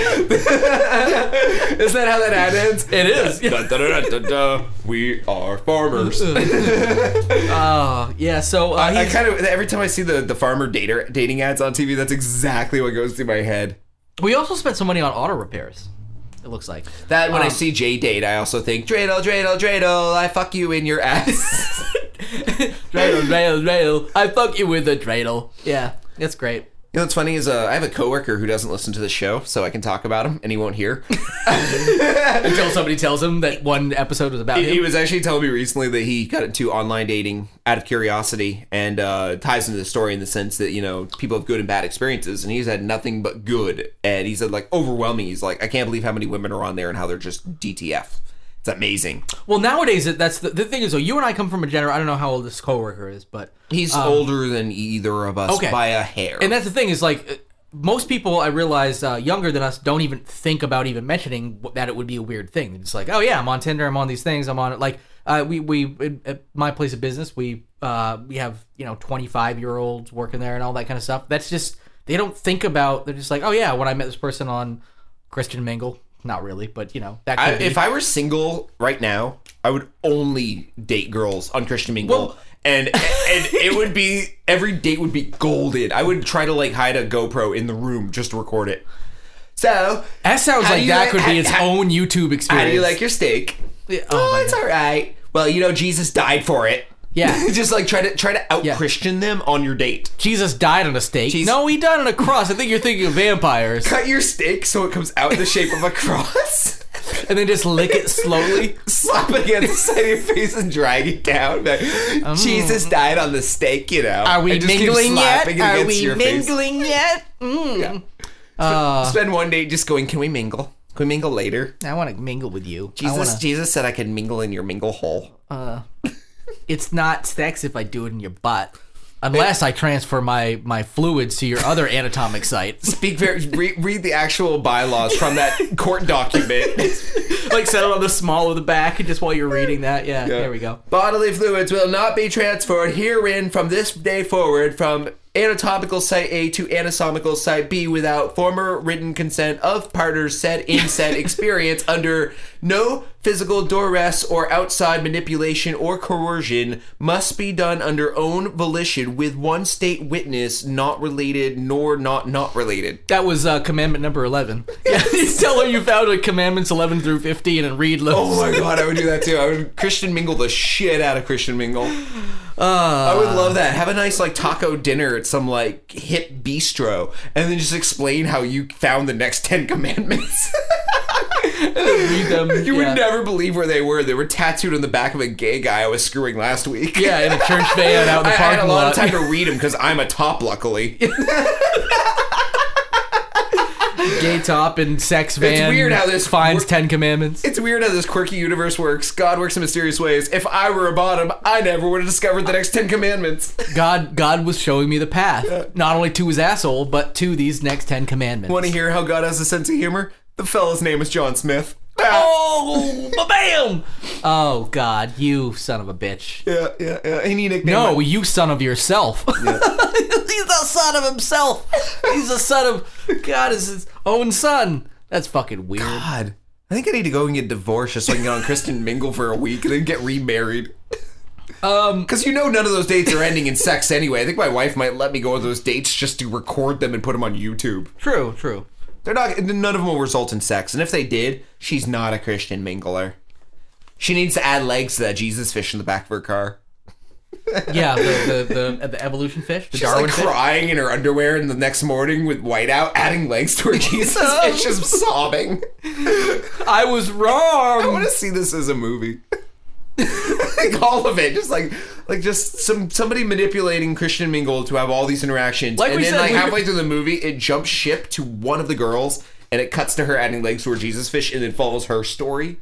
Speaker 4: Is that how that ad ends?
Speaker 5: It is.
Speaker 4: Dun, dun, dun, dun, dun, dun. We are farmers.
Speaker 5: yeah. So uh,
Speaker 4: I
Speaker 5: he's-
Speaker 4: kind of every time I see the the farmer dater dating ads on TV, that's exactly what goes through my head.
Speaker 5: we also spent some money on auto repairs. It looks like.
Speaker 4: That when I
Speaker 5: Um,
Speaker 4: see J date, I also think dreidel, dreidel, dreidel. I fuck you in your ass.
Speaker 5: dreidel, dreidel, dreidel. I fuck you with a dreidel. Yeah, that's great.
Speaker 4: You know what's funny is uh, I have a coworker who doesn't listen to the show, so I can talk about him, and he won't hear.
Speaker 5: Until somebody tells him that one episode was about him.
Speaker 4: he was actually telling me recently that he got into online dating out of curiosity, and uh, ties into the story in the sense that you know people have good and bad experiences, and he's had nothing but good. And he said like overwhelming. He's like, I can't believe how many women are on there and how they're just DTF. It's amazing.
Speaker 5: well, nowadays it- that's the, the thing is though. You and I come from a generation. I don't know how old this coworker is, but
Speaker 4: He's older than either of us
Speaker 5: Um, okay.
Speaker 4: by a hair.
Speaker 5: and that's the thing is like uh, most people I realize uh, younger than us don't even think about even mentioning wh- that it would be a weird thing. It's like, oh yeah, I'm on Tinder, I'm on these things, I'm on it. Like uh, we we at- at my place of business, we uh, we have you know 25 year olds working there and all that kind of stuff. That's just they don't think about. They're just like, oh yeah, when I met this person on Christian Mingle, not really, but you know that. Could
Speaker 4: I,
Speaker 5: be.
Speaker 4: if I were single right now, I would only date girls on Christian Mingle.
Speaker 5: Well-
Speaker 4: and and it would be every date would be golden. I would try to like hide a GoPro in the room just to record it. So,
Speaker 5: That sounds
Speaker 4: How do
Speaker 5: like
Speaker 4: you
Speaker 5: that
Speaker 4: like-
Speaker 5: could
Speaker 4: how-
Speaker 5: be its
Speaker 4: how-
Speaker 5: own YouTube
Speaker 4: how
Speaker 5: experience.
Speaker 4: do you like your steak?
Speaker 5: Yeah, oh
Speaker 4: Oh,
Speaker 5: my
Speaker 4: it's
Speaker 5: God.
Speaker 4: all right. Well, you know Jesus died for it.
Speaker 5: Yeah.
Speaker 4: just like try to try to out
Speaker 5: Yeah.
Speaker 4: Christian them on your date.
Speaker 5: Jesus died on a stake.
Speaker 4: Jesus-
Speaker 5: No, he died on a cross. I think you're thinking of vampires.
Speaker 4: Cut your steak so it comes out in the shape of a cross.
Speaker 5: and then just lick it slowly.
Speaker 4: Slap it against the side of your face and drag it down. Like, Jesus died on the steak, you know.
Speaker 5: Mm. Are we
Speaker 4: And just keep
Speaker 5: mingling yet?
Speaker 4: slapping
Speaker 5: Are
Speaker 4: against
Speaker 5: we
Speaker 4: your face.
Speaker 5: mingling yet? Mm.
Speaker 4: Yeah. Spend one day just going, can we mingle? Can we mingle later?
Speaker 5: I want to mingle with you. I
Speaker 4: Jesus,
Speaker 5: wanna,
Speaker 4: Jesus said I could mingle in your mingle hole.
Speaker 5: it's not sex if I do it in your butt, unless I transfer my my fluids to your other anatomic sites.
Speaker 4: Speak very. re- read the actual bylaws from that court document.
Speaker 5: like set it on the small of the back, and just while you're reading that, yeah, there we go.
Speaker 4: Bodily fluids will not be transferred herein from this day forward from anatomical site A to anatomical site B without former written consent of partners said in said experience under no physical duress or outside manipulation or coercion must be done under own volition with one state witness not related nor not not related.
Speaker 5: That was uh, commandment number eleven. Yeah, tell her you found like commandments eleven through fifteen and read those.
Speaker 4: Oh my god, I would do that too. I would Christian mingle the shit out of Christian mingle. I
Speaker 5: Ah.
Speaker 4: would love that. Have a nice like taco dinner at some like hip bistro, and then just explain how you found the next Ten Commandments.
Speaker 5: read them.
Speaker 4: you
Speaker 5: yeah.
Speaker 4: would never believe where they were. They were tattooed on the back of a gay guy I was screwing last week.
Speaker 5: Yeah, in a church van out
Speaker 4: I, I
Speaker 5: in the
Speaker 4: had
Speaker 5: parking
Speaker 4: a lot
Speaker 5: lot.
Speaker 4: of time to read them because I'm a top, luckily.
Speaker 5: Gay top and sex van.
Speaker 4: weird how this
Speaker 5: finds
Speaker 4: wor-
Speaker 5: Ten Commandments.
Speaker 4: It's weird how this quirky universe works. God works in mysterious ways. If I were a bottom, I never would have discovered the next Ten Commandments.
Speaker 5: God, God was showing me the path, not only to his asshole, but to these next Ten Commandments.
Speaker 4: Want to hear how God has a sense of humor? The fella's name is John Smith.
Speaker 5: Oh, bam! Oh God, you son of a bitch!
Speaker 4: Yeah, yeah, yeah. Any nickname?
Speaker 5: No, you son of yourself. He's a son of himself. He's a son of God is his own son. That's fucking weird.
Speaker 4: God. I think I need to go and get divorced just so I can get on Kristen Mingle for a week and then get remarried. Um, because you know none of those dates are ending in sex anyway. I think my wife might let me go on those dates just to record them and put them on YouTube.
Speaker 5: True, true.
Speaker 4: They're not. None of them will result in sex, and if they did, she's not a Christian mingler. She needs to add legs to that Jesus fish in the back of her car.
Speaker 5: Yeah, the the, uh, the, the evolution fish, the
Speaker 4: She's
Speaker 5: Darwin
Speaker 4: like
Speaker 5: fish.
Speaker 4: crying in her underwear, and the next morning with whiteout, adding legs to her Jesus fish, just sobbing.
Speaker 5: I was
Speaker 4: I want
Speaker 5: wrong.
Speaker 4: to see this as a movie. like all of it, just like like just some somebody manipulating Christian Mingle to have all these interactions,
Speaker 5: Like
Speaker 4: and
Speaker 5: we
Speaker 4: then
Speaker 5: said,
Speaker 4: like
Speaker 5: we-
Speaker 4: halfway through the movie, it jumps ship to one of the girls, and it cuts to her adding legs to her Jesus fish, and then follows her story.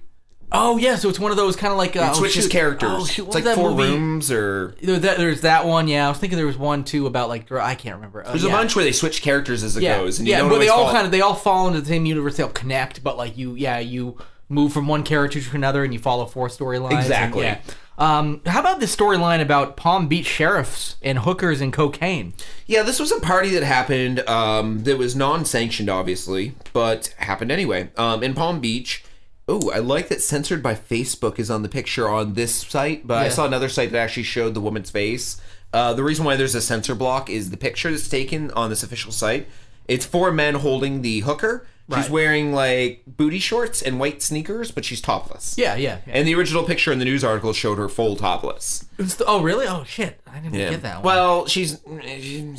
Speaker 5: Oh yeah, so it's one of those kind of like uh,
Speaker 4: It
Speaker 5: oh,
Speaker 4: switches
Speaker 5: shoot.
Speaker 4: characters.
Speaker 5: Oh, shoot,
Speaker 4: it's
Speaker 5: what
Speaker 4: like
Speaker 5: was that
Speaker 4: four
Speaker 5: movie?
Speaker 4: rooms or
Speaker 5: There, that, there's that one. Yeah, I was thinking there was one too about like dr- I can't remember. Oh,
Speaker 4: there's
Speaker 5: yeah.
Speaker 4: a bunch where they switch characters as it
Speaker 5: Yeah,
Speaker 4: goes, and you
Speaker 5: yeah,
Speaker 4: don't
Speaker 5: but
Speaker 4: always
Speaker 5: they all
Speaker 4: follow-
Speaker 5: kind of they all fall into the same universe. They'll connect, but like you, yeah, you move from one character to another, and you follow four storylines. and-
Speaker 4: Exactly.
Speaker 5: yeah. Um, how about this storyline about Palm Beach sheriffs and hookers and cocaine?
Speaker 4: Yeah, this was a party that happened um, that was non-sanctioned, obviously, but happened anyway um, in Palm Beach. Oh, I like that censored by Facebook is on the picture on this site, but I
Speaker 5: Yeah.
Speaker 4: saw another site that actually showed the woman's face. Uh, the reason why there's a censor block is the picture that's taken on this official site. It's four men holding the hooker, She's wearing like booty shorts and white sneakers, but she's topless.
Speaker 5: Yeah, yeah. yeah.
Speaker 4: And the original picture in the news article showed her full topless.
Speaker 5: It's the- oh, really? Oh, shit. I didn't
Speaker 4: Yeah.
Speaker 5: get that one.
Speaker 4: Well, she's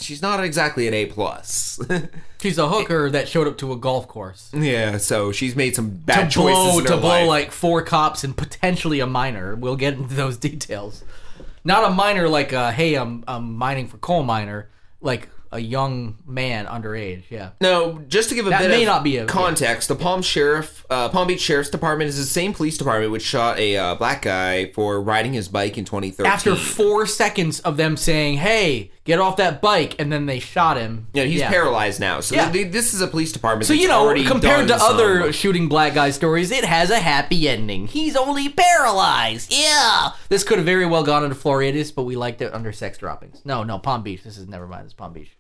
Speaker 4: she's not exactly an A plus.
Speaker 5: she's a hooker that showed up to a golf course.
Speaker 4: yeah, so she's made some
Speaker 5: To
Speaker 4: bad choices
Speaker 5: blow,
Speaker 4: in
Speaker 5: to
Speaker 4: her
Speaker 5: blow
Speaker 4: life.
Speaker 5: like four cops and potentially a minor. We'll get into those details. Not a minor like, uh, hey, I'm, I'm mining for coal miner. Like a young man underage. Yeah.
Speaker 4: No, just to give a
Speaker 5: That
Speaker 4: bit
Speaker 5: may
Speaker 4: of
Speaker 5: not be a-
Speaker 4: context, the Palm Sheriff, uh, Palm Beach Sheriff's Department is the same police department which shot a uh, black guy for riding his bike in 2013.
Speaker 5: After four seconds of them saying, hey, get off that bike, and then they shot him.
Speaker 4: yeah, he's paralyzed now. So
Speaker 5: Yeah.
Speaker 4: th- this is a police department.
Speaker 5: So
Speaker 4: that's
Speaker 5: you know,
Speaker 4: already
Speaker 5: compared to
Speaker 4: done some-
Speaker 5: other shooting black guy stories, it has a happy ending. He's only paralyzed. Yeah, this could have very well gone into Floridius, but we liked it under sex droppings. No, no, Palm Beach. This is never mind. It's Palm Beach.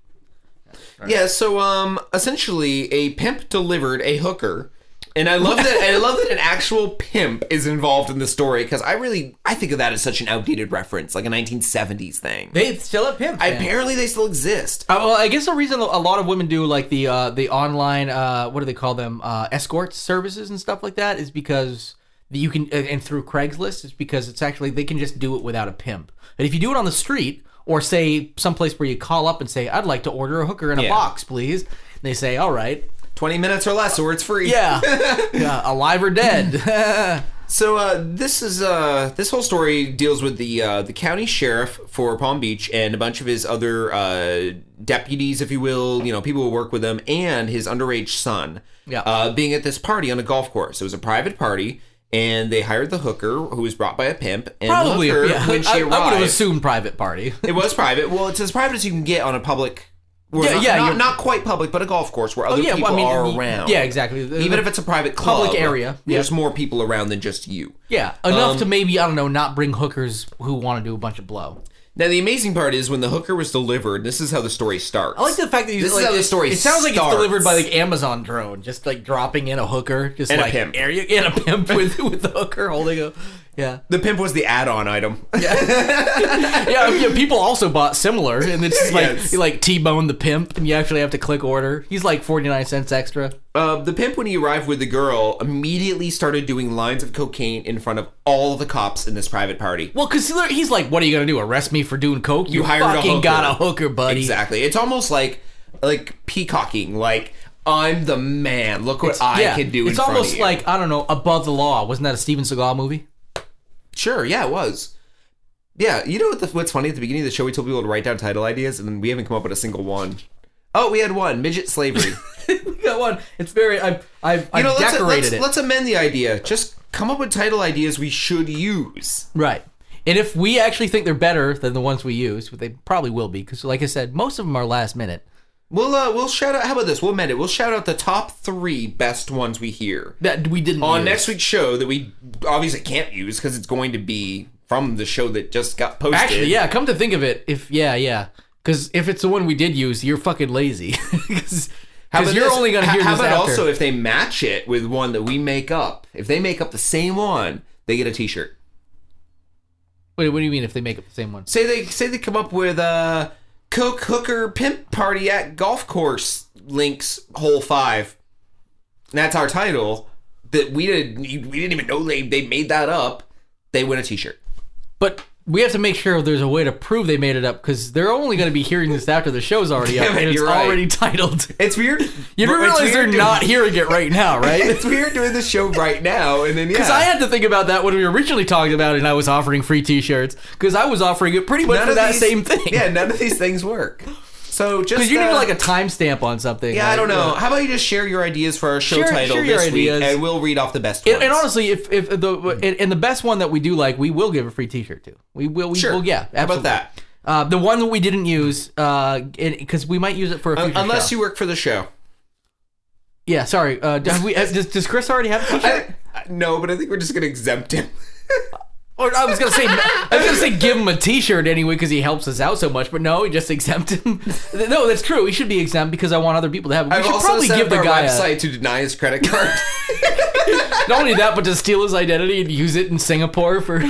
Speaker 4: Yeah, so um, essentially, a pimp delivered a hooker, and I love that. I love that an actual pimp is involved in the story because I really I think of that as such an outdated reference, like a 1970s thing.
Speaker 5: They still have pimp.
Speaker 4: Apparently, they still exist.
Speaker 5: Uh, well, I guess the reason a lot of women do like the uh, the online uh, what do they call them uh, escort services and stuff like that is because you can uh, and and through Craigslist is because it's actually they can just do it without a pimp. But if you do it on the street or say someplace where you call up and say I'd like to order a hooker in a
Speaker 4: Yeah.
Speaker 5: box, please, they say all right,
Speaker 4: 20 minutes or less, or it's free.
Speaker 5: yeah, yeah alive or dead.
Speaker 4: So uh, this is uh, this whole story deals with the uh, the county sheriff for Palm Beach and a bunch of his other uh, deputies, if you will, you know, people who work with him, and his underage son.
Speaker 5: Yeah.
Speaker 4: Uh, being at this party on a golf course. It was a private party, and they hired the hooker who was brought by a pimp. And
Speaker 5: Probably,
Speaker 4: the hooker,
Speaker 5: yeah.
Speaker 4: when she
Speaker 5: I, I would
Speaker 4: arrived,
Speaker 5: have assumed private party.
Speaker 4: it was private. Well, it's as private as you can get on a public. Well,
Speaker 5: Yeah,
Speaker 4: not,
Speaker 5: yeah,
Speaker 4: not,
Speaker 5: you're- Oh,
Speaker 4: not quite public, but a golf course where other
Speaker 5: yeah,
Speaker 4: people
Speaker 5: well, I mean,
Speaker 4: are
Speaker 5: y-
Speaker 4: around.
Speaker 5: yeah, exactly. The-
Speaker 4: Even
Speaker 5: the
Speaker 4: if it's a private club,
Speaker 5: public area, yeah.
Speaker 4: there's more people around than just you.
Speaker 5: Yeah, enough
Speaker 4: Um,
Speaker 5: to maybe I don't know not bring hookers who want to do a bunch of blow.
Speaker 4: Now the amazing part is when the hooker was delivered. This is how the story starts.
Speaker 5: I like the fact that you,
Speaker 4: This is
Speaker 5: like,
Speaker 4: how the
Speaker 5: it-
Speaker 4: story
Speaker 5: It sounds like it's
Speaker 4: starts.
Speaker 5: delivered by like Amazon drone, just like dropping in a hooker, just
Speaker 4: And a
Speaker 5: like
Speaker 4: pimp.
Speaker 5: area and a pimp with with the hooker holding a yeah
Speaker 4: the pimp was the add-on item.
Speaker 5: yeah, yeah. People also bought similar, and it's just like
Speaker 4: Yes.
Speaker 5: you like T Bone the pimp, and you actually have to click order. He's like forty nine cents extra.
Speaker 4: Uh, the pimp, when he arrived with the girl, immediately started doing lines of cocaine in front of all the cops in this private party.
Speaker 5: Well, because he's like, what are you gonna do? Arrest me for doing coke? You,
Speaker 4: hired a
Speaker 5: fucking
Speaker 4: hooker.
Speaker 5: got a hooker, buddy.
Speaker 4: Exactly. It's almost like like peacocking. Like I'm the man. Look what I
Speaker 5: Yeah.
Speaker 4: can do. in
Speaker 5: It's
Speaker 4: front of
Speaker 5: almost
Speaker 4: you."
Speaker 5: like I don't know, above the law. Wasn't that a Steven Seagal movie?
Speaker 4: sure, yeah, it was. Yeah, you know what the, what's funny at the beginning of the show? We told people to write down title ideas, and we haven't come up with a single one. Oh, we had one midget slavery.
Speaker 5: That one. It's very. I've I've, I've
Speaker 4: let's- uh,
Speaker 5: decorated
Speaker 4: let's,
Speaker 5: it.
Speaker 4: Let's amend the idea. Just come up with title ideas we should use.
Speaker 5: Right. And if we actually think they're better than the ones we use, they probably will be, because like I said, most of them are last minute.
Speaker 4: We'll uh, we'll shout out. How about this? We'll amend it. We'll shout out the top three best ones we hear
Speaker 5: That we didn't.
Speaker 4: on
Speaker 5: use.
Speaker 4: Oh, next week's show that we obviously can't use because it's going to be from the show that just got posted.
Speaker 5: Actually, yeah. Come to think of it, if yeah, yeah, because if it's the one we did use, you're fucking lazy. Because
Speaker 4: How about
Speaker 5: you're
Speaker 4: this?
Speaker 5: only gonna
Speaker 4: H-
Speaker 5: hear
Speaker 4: How
Speaker 5: this
Speaker 4: about
Speaker 5: after.
Speaker 4: also if they match it with one that we make up? If they make up the same one, they get a T-shirt.
Speaker 5: Wait, what do you mean if they make up the same one?
Speaker 4: Say they say they come up with uh, Coke Hooker Pimp Party at Golf Course Links Hole Five. And that's our title. That we didn't we didn't even know they they made that up. They win a T-shirt.
Speaker 5: But we have to make sure there's a way to prove they made it up, because they're only gonna be hearing this after the show's already up,
Speaker 4: Damn it,
Speaker 5: and it's
Speaker 4: you're right.
Speaker 5: already titled.
Speaker 4: It's weird.
Speaker 5: You
Speaker 4: It's
Speaker 5: realize
Speaker 4: weird
Speaker 5: they're
Speaker 4: doing-
Speaker 5: not hearing it right now, right?
Speaker 4: It's weird doing the show right now, and then yeah.
Speaker 5: Because I had to think about that when we originally talked about it and I was offering free t shirts. Because I was offering it pretty much
Speaker 4: None
Speaker 5: for
Speaker 4: of
Speaker 5: that
Speaker 4: these-
Speaker 5: same thing.
Speaker 4: Yeah, none of these things work. So just
Speaker 5: Because you need
Speaker 4: uh,
Speaker 5: like a timestamp on something.
Speaker 4: Yeah, I
Speaker 5: like,
Speaker 4: don't know.
Speaker 5: uh,
Speaker 4: How about you just share your ideas for our show
Speaker 5: Share-
Speaker 4: title
Speaker 5: share your
Speaker 4: this week,
Speaker 5: ideas.
Speaker 4: and we'll read off the best
Speaker 5: And,
Speaker 4: ones.
Speaker 5: and honestly, if if the and, and the best one that we do like, we will give a free T-shirt to. We will. We
Speaker 4: Sure.
Speaker 5: will.
Speaker 4: How
Speaker 5: Yeah.
Speaker 4: about
Speaker 5: absolutely.
Speaker 4: that?
Speaker 5: Uh, the one that we didn't use, because we might use it for a future
Speaker 4: Uh, unless
Speaker 5: show.
Speaker 4: you work for the show.
Speaker 5: Yeah. Sorry. Uh, have we, has- does, does Chris already have a T-shirt?
Speaker 4: I, I- no, but I think we're just gonna exempt him.
Speaker 5: Or I was gonna say, I was gonna say, give him a T-shirt anyway because he helps us out so much. But no, he just exempt him. No, that's true. He should be exempt because I want other people to have. it. We
Speaker 4: I've
Speaker 5: should
Speaker 4: also
Speaker 5: probably
Speaker 4: set
Speaker 5: give
Speaker 4: up
Speaker 5: the
Speaker 4: our
Speaker 5: guy a-
Speaker 4: website to deny his credit card.
Speaker 5: not only that, but to steal his identity and use it in Singapore for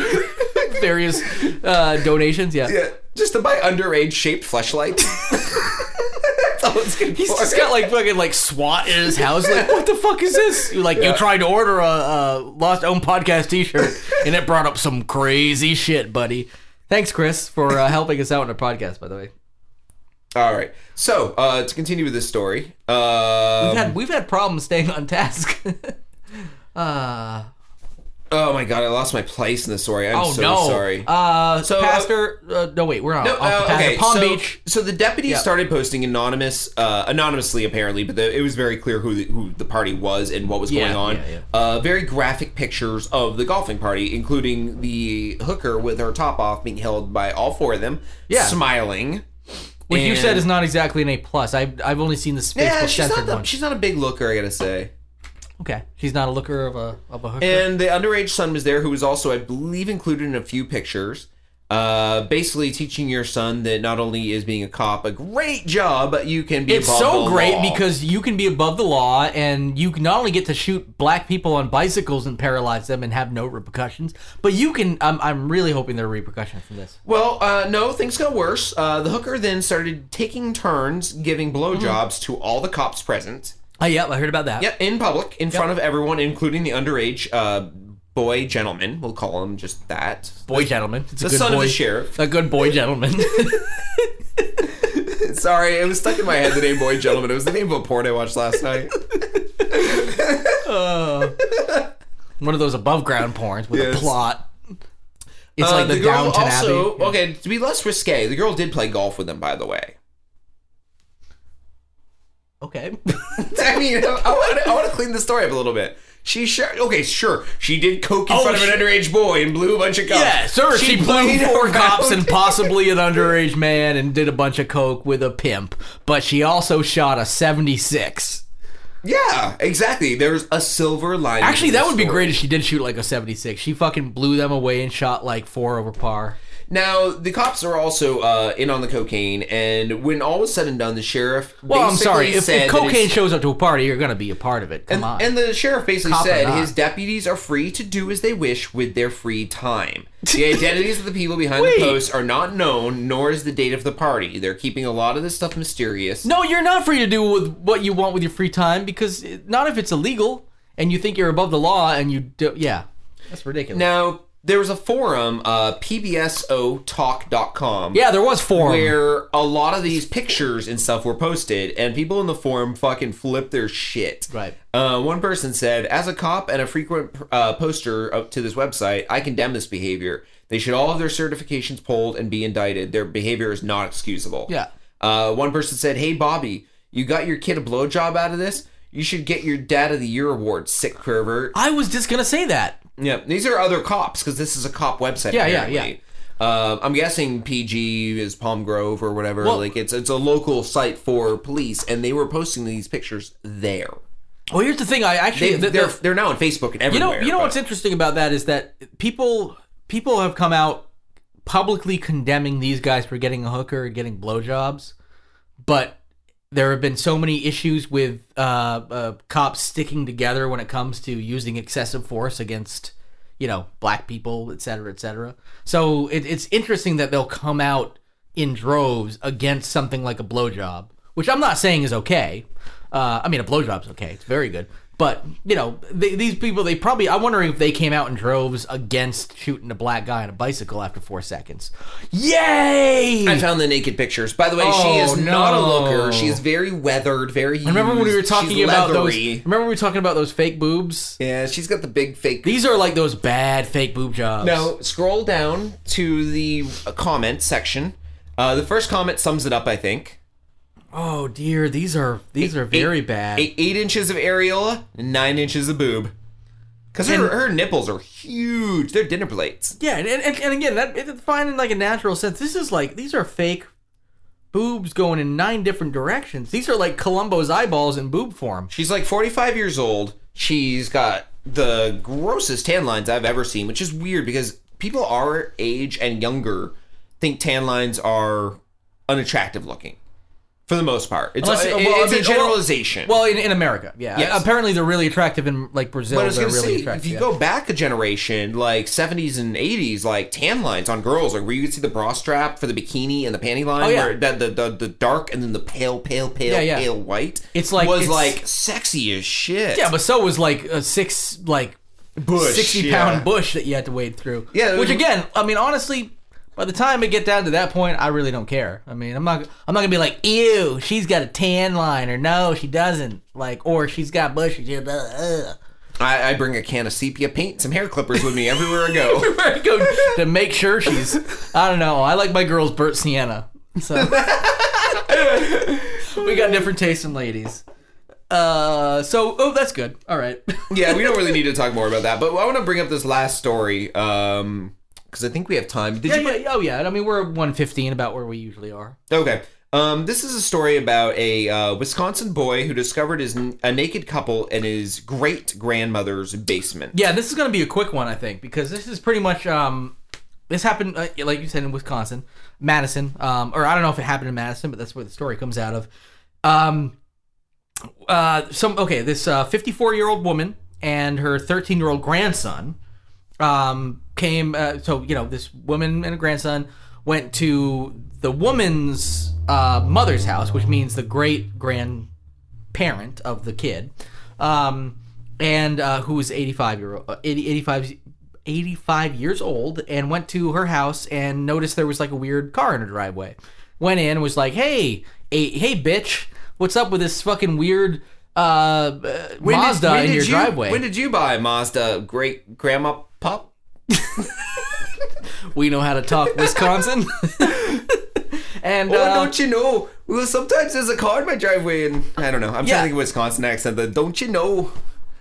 Speaker 5: various uh, donations. Yeah.
Speaker 4: yeah, just to buy underage shaped fleshlights. That's it's good.
Speaker 5: He's
Speaker 4: for
Speaker 5: just
Speaker 4: it.
Speaker 5: got like fucking like SWAT in his house. Like, what the fuck is this? You like you tried to order a, a Lost Own podcast T-shirt, and it brought up some crazy shit, buddy. Thanks, Chris, for uh, helping us out in our podcast. By the way,
Speaker 4: All right. So uh, to continue with this story, uh,
Speaker 5: we've had we've had problems staying on task. uh,
Speaker 4: oh my god, I lost my place in the story. I'm
Speaker 5: oh
Speaker 4: so
Speaker 5: no,
Speaker 4: sorry.
Speaker 5: Uh,
Speaker 4: So, uh,
Speaker 5: pastor. Uh, no, wait, we're on.
Speaker 4: No,
Speaker 5: off the
Speaker 4: uh,
Speaker 5: pastor.
Speaker 4: okay.
Speaker 5: Palm
Speaker 4: so,
Speaker 5: Beach.
Speaker 4: So the deputy started posting anonymous, uh, anonymously apparently, but the, it was very clear who the, who the party was and what was
Speaker 5: Yeah,
Speaker 4: going on.
Speaker 5: yeah, yeah.
Speaker 4: Uh, very graphic pictures of the golfing party, including the hooker with her top off being held by all four of them,
Speaker 5: Yeah.
Speaker 4: smiling.
Speaker 5: What you
Speaker 4: and-
Speaker 5: said is not exactly an A plus. I've I've only seen the Facebook
Speaker 4: Yeah, she's
Speaker 5: censored
Speaker 4: not, the,
Speaker 5: one.
Speaker 4: she's not a big looker, I gotta say.
Speaker 5: okay, she's not a looker of a of a hooker.
Speaker 4: And the underage son was there, who was also, I believe, included in a few pictures. Uh, basically teaching your son that not only is being a cop a great job, but you can be.
Speaker 5: It's
Speaker 4: above
Speaker 5: so
Speaker 4: the
Speaker 5: great
Speaker 4: law.
Speaker 5: because you can be above the law and you can not only get to shoot black people on bicycles and paralyze them and have no repercussions, but you can. I'm, I'm really hoping there are repercussions from this.
Speaker 4: Well, uh, no, things got worse. Uh, the hooker then started taking turns giving blowjobs to all the cops present.
Speaker 5: Oh, yep, I heard about that.
Speaker 4: Yep, in public, in front of everyone, including the underage uh, boy gentleman. We'll call him just that.
Speaker 5: Boy gentleman. It's
Speaker 4: The
Speaker 5: a good
Speaker 4: son of
Speaker 5: boy,
Speaker 4: a sheriff.
Speaker 5: A good boy gentleman.
Speaker 4: Sorry, it was stuck in my head. The name boy gentleman. It was the name of a porn I watched last night.
Speaker 5: One of those above ground porns with
Speaker 4: Yes.
Speaker 5: a plot. It's
Speaker 4: Uh,
Speaker 5: like the, Downton
Speaker 4: also,
Speaker 5: Abbey.
Speaker 4: Okay, to be less risque, the girl did play golf with them, by the way.
Speaker 5: Okay.
Speaker 4: I mean, I, want to, I want to clean the story up a little bit. She sure okay, sure. She did coke in
Speaker 5: Oh,
Speaker 4: front of an
Speaker 5: she-
Speaker 4: underage boy and blew a bunch of cops.
Speaker 5: Yeah, sir. She, blew
Speaker 4: played
Speaker 5: four
Speaker 4: around.
Speaker 5: cops and possibly an underage man and did a bunch of coke with a pimp, but she also shot a 76.
Speaker 4: Yeah, exactly. There's a silver lining.
Speaker 5: Actually,
Speaker 4: to this
Speaker 5: that would be
Speaker 4: story.
Speaker 5: great if she did shoot like a 76. She fucking blew them away and shot like four over par.
Speaker 4: Now the cops are also uh, in on the cocaine, and when all was said and done, the sheriff.
Speaker 5: Well, I'm
Speaker 4: basically
Speaker 5: sorry. If,
Speaker 4: said
Speaker 5: if
Speaker 4: that
Speaker 5: cocaine
Speaker 4: his-
Speaker 5: shows up to a party, you're going to be a part of it. Come
Speaker 4: and,
Speaker 5: on.
Speaker 4: and the sheriff basically
Speaker 5: Cop or
Speaker 4: said
Speaker 5: not.
Speaker 4: his deputies are free to do as they wish with their free time. The identities of the people behind
Speaker 5: Wait.
Speaker 4: the posts are not known, nor is the date of the party. They're keeping a lot of this stuff mysterious.
Speaker 5: no, you're not free to do with what you want with your free time because it- not if it's illegal and you think you're above the law and you do. Yeah. That's ridiculous.
Speaker 4: Now there was a forum, uh, pbsotalk.com.
Speaker 5: yeah, there was four.
Speaker 4: where a lot of these pictures and stuff were posted, and people in the forum fucking flipped their shit.
Speaker 5: Right.
Speaker 4: Uh, one person said, "As a cop and a frequent uh, poster up to this website, I condemn this behavior. They should all have their certifications pulled and be indicted. Their behavior is not excusable."
Speaker 5: Yeah.
Speaker 4: Uh, one person said, "Hey Bobby, you got your kid a blowjob out of this." You should get your dad of the year award, sick pervert.
Speaker 5: I was just going to say that.
Speaker 4: Yeah, these are other cops because this is a cop website.
Speaker 5: Yeah, yeah,
Speaker 4: apparently. Uh, I'm guessing PG is Palm Grove or whatever.
Speaker 5: Well-
Speaker 4: like it's it's a local site for police, and they were posting these pictures there.
Speaker 5: Well, here's the thing. I actually.
Speaker 4: They,
Speaker 5: the- the-
Speaker 4: they're they're now on Facebook and
Speaker 5: you
Speaker 4: everywhere.
Speaker 5: know, you know
Speaker 4: but-
Speaker 5: what's interesting about that is that people people have come out publicly condemning these guys for getting a hooker and getting blowjobs, but there have been so many issues with uh, uh, cops sticking together when it comes to using excessive force against you know black people, et cetera, et cetera. So it, it's interesting that they'll come out in droves against something like a blowjob, which I'm not saying is okay. Uh, I mean, a blowjob's okay; it's very good. But you know, they, these people, they probably. I'm wondering if they came out in droves against shooting a black guy on a bicycle after four seconds. Yay!
Speaker 4: I found the naked pictures. By the way, she
Speaker 5: Oh,
Speaker 4: is not a
Speaker 5: no.
Speaker 4: looker. She is very weathered, very.
Speaker 5: remember when we
Speaker 4: used.
Speaker 5: were
Speaker 4: She's
Speaker 5: talking about those?
Speaker 4: leathery.
Speaker 5: Remember we were talking about those fake boobs?
Speaker 4: Yeah, she's got the big fake.
Speaker 5: These are like those bad fake boob jobs.
Speaker 4: Now scroll down to the uh, comment section. Uh, the first comment sums it up, I think.
Speaker 5: Oh dear, these are these are very bad.
Speaker 4: eight, eight inches of areola, nine inches of boob. Because her,
Speaker 5: And-
Speaker 4: her nipples are huge. They're dinner plates.
Speaker 5: Yeah, and, and, and again, that it's fine in like a natural sense. This is like these are fake boobs going in nine different directions. These are like Columbo's eyeballs in boob form.
Speaker 4: She's like 45 years old. She's got the grossest tan lines I've ever seen, which is weird because people our age and younger think tan lines are unattractive looking. for the most part. It's,
Speaker 5: Unless-
Speaker 4: it-
Speaker 5: well, I
Speaker 4: it's
Speaker 5: mean,
Speaker 4: a generalization.
Speaker 5: Well, in, in America, yeah.
Speaker 4: Yes.
Speaker 5: Apparently, they're really attractive in like Brazil.
Speaker 4: But I was
Speaker 5: they're
Speaker 4: gonna
Speaker 5: really
Speaker 4: say,
Speaker 5: attractive.
Speaker 4: if you
Speaker 5: yeah.
Speaker 4: go back a generation, like '70s and '80s, like tan lines on girls, like where you could see the bra strap for the bikini and the panty line,
Speaker 5: Oh, yeah.
Speaker 4: where that the, the the dark and then the pale, pale, pale,
Speaker 5: Yeah, yeah.
Speaker 4: pale white.
Speaker 5: It's like-
Speaker 4: was
Speaker 5: it's-
Speaker 4: like sexy as shit.
Speaker 5: yeah, but so was like a six like
Speaker 4: Bush,
Speaker 5: sixty
Speaker 4: yeah.
Speaker 5: pound bush that you had to wade through.
Speaker 4: Yeah, it
Speaker 5: which
Speaker 4: was-
Speaker 5: again, I mean, honestly, by the time we get down to that point, I really don't care. I mean, I'm not I'm not gonna be like, ew, she's got a tan line, or no, she doesn't, like, or she's got bushes. Yeah, blah, ugh.
Speaker 4: I, I bring a can of sepia paint, some hair clippers with me everywhere I go.
Speaker 5: Right, go- to make sure she's. I don't know. I like my girls Bert Sienna. So we got different tastes in ladies. Uh, so oh, that's good. All right.
Speaker 4: yeah, we don't really need to talk more about that, but I want to bring up this last story um because I think we have time. Did
Speaker 5: yeah,
Speaker 4: you
Speaker 5: yeah, oh yeah. I mean, we're one fifteen about where we usually are.
Speaker 4: Okay. Um, this is a story about a uh, Wisconsin boy who discovered his a naked couple in his great grandmother's basement.
Speaker 5: Yeah, this is gonna be a quick one, I think, because this is pretty much um, this happened uh, like you said in Wisconsin, Madison, um, or I don't know if it happened in Madison, but that's where the story comes out of. Um, uh, some okay, this uh, 54 year old woman and her 13 year old grandson um, came. Uh, so you know, this woman and a grandson went to the woman's uh, mother's house, which means the great grandparent of the kid, um, and uh, who was 85 year old, uh, 80, 85 85 years old, and went to her house and noticed there was like a weird car in her driveway. Went in, was like, "Hey, a- hey, bitch, what's up with this fucking weird?" Uh, uh, Mazda in your
Speaker 4: you,
Speaker 5: driveway.
Speaker 4: When did you buy a Mazda great grandma pup?
Speaker 5: we know how to talk Wisconsin. and
Speaker 4: Oh,
Speaker 5: uh,
Speaker 4: don't you know? Well, sometimes there's a car in my driveway, and I don't know. I'm
Speaker 5: Yeah.
Speaker 4: trying to think of Wisconsin accent. The don't you know?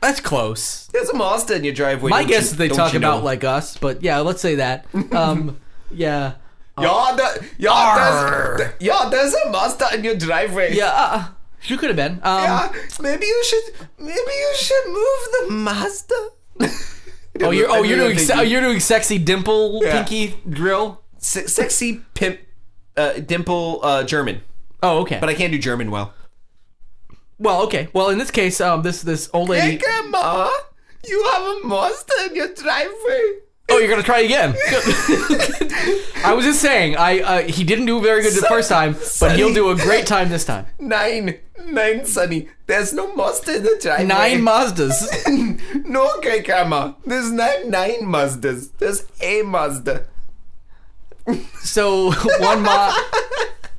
Speaker 5: that's close.
Speaker 4: There's a Mazda in your driveway.
Speaker 5: My
Speaker 4: don't
Speaker 5: guess
Speaker 4: you-
Speaker 5: is they
Speaker 4: don't
Speaker 5: talk
Speaker 4: you
Speaker 5: about
Speaker 4: know?
Speaker 5: like us, but yeah, let's say that. Um, yeah,
Speaker 4: y'all. The, y'all,
Speaker 5: Arr.
Speaker 4: there's, th- y'all, there's a Mazda in your driveway.
Speaker 5: yeah. Uh, she could have been. Um,
Speaker 4: Yeah, Ah, maybe you should. Maybe you should move the Mazda.
Speaker 5: Oh, you're oh you're doing se-
Speaker 4: Pinky.
Speaker 5: oh, you're doing sexy dimple
Speaker 4: Yeah.
Speaker 5: pinky drill.
Speaker 4: Se- sexy pimp uh, dimple uh, German,
Speaker 5: Oh, okay.
Speaker 4: but I can't do German well.
Speaker 5: well, okay. Well, in this case, um, this this old lady.
Speaker 4: grandma, you have a monster in your driveway.
Speaker 5: Oh, you're gonna try again. I was just saying, I uh, he didn't do very good the
Speaker 4: Son-
Speaker 5: first time, but
Speaker 4: sonny.
Speaker 5: he'll do a great time this time.
Speaker 4: Nine, nine, Sonny. There's no monster in the driveway.
Speaker 5: Nine Mazdas.
Speaker 4: no, great grandma. There's not nine Mazdas. There's a Mazda.
Speaker 5: So one Ma.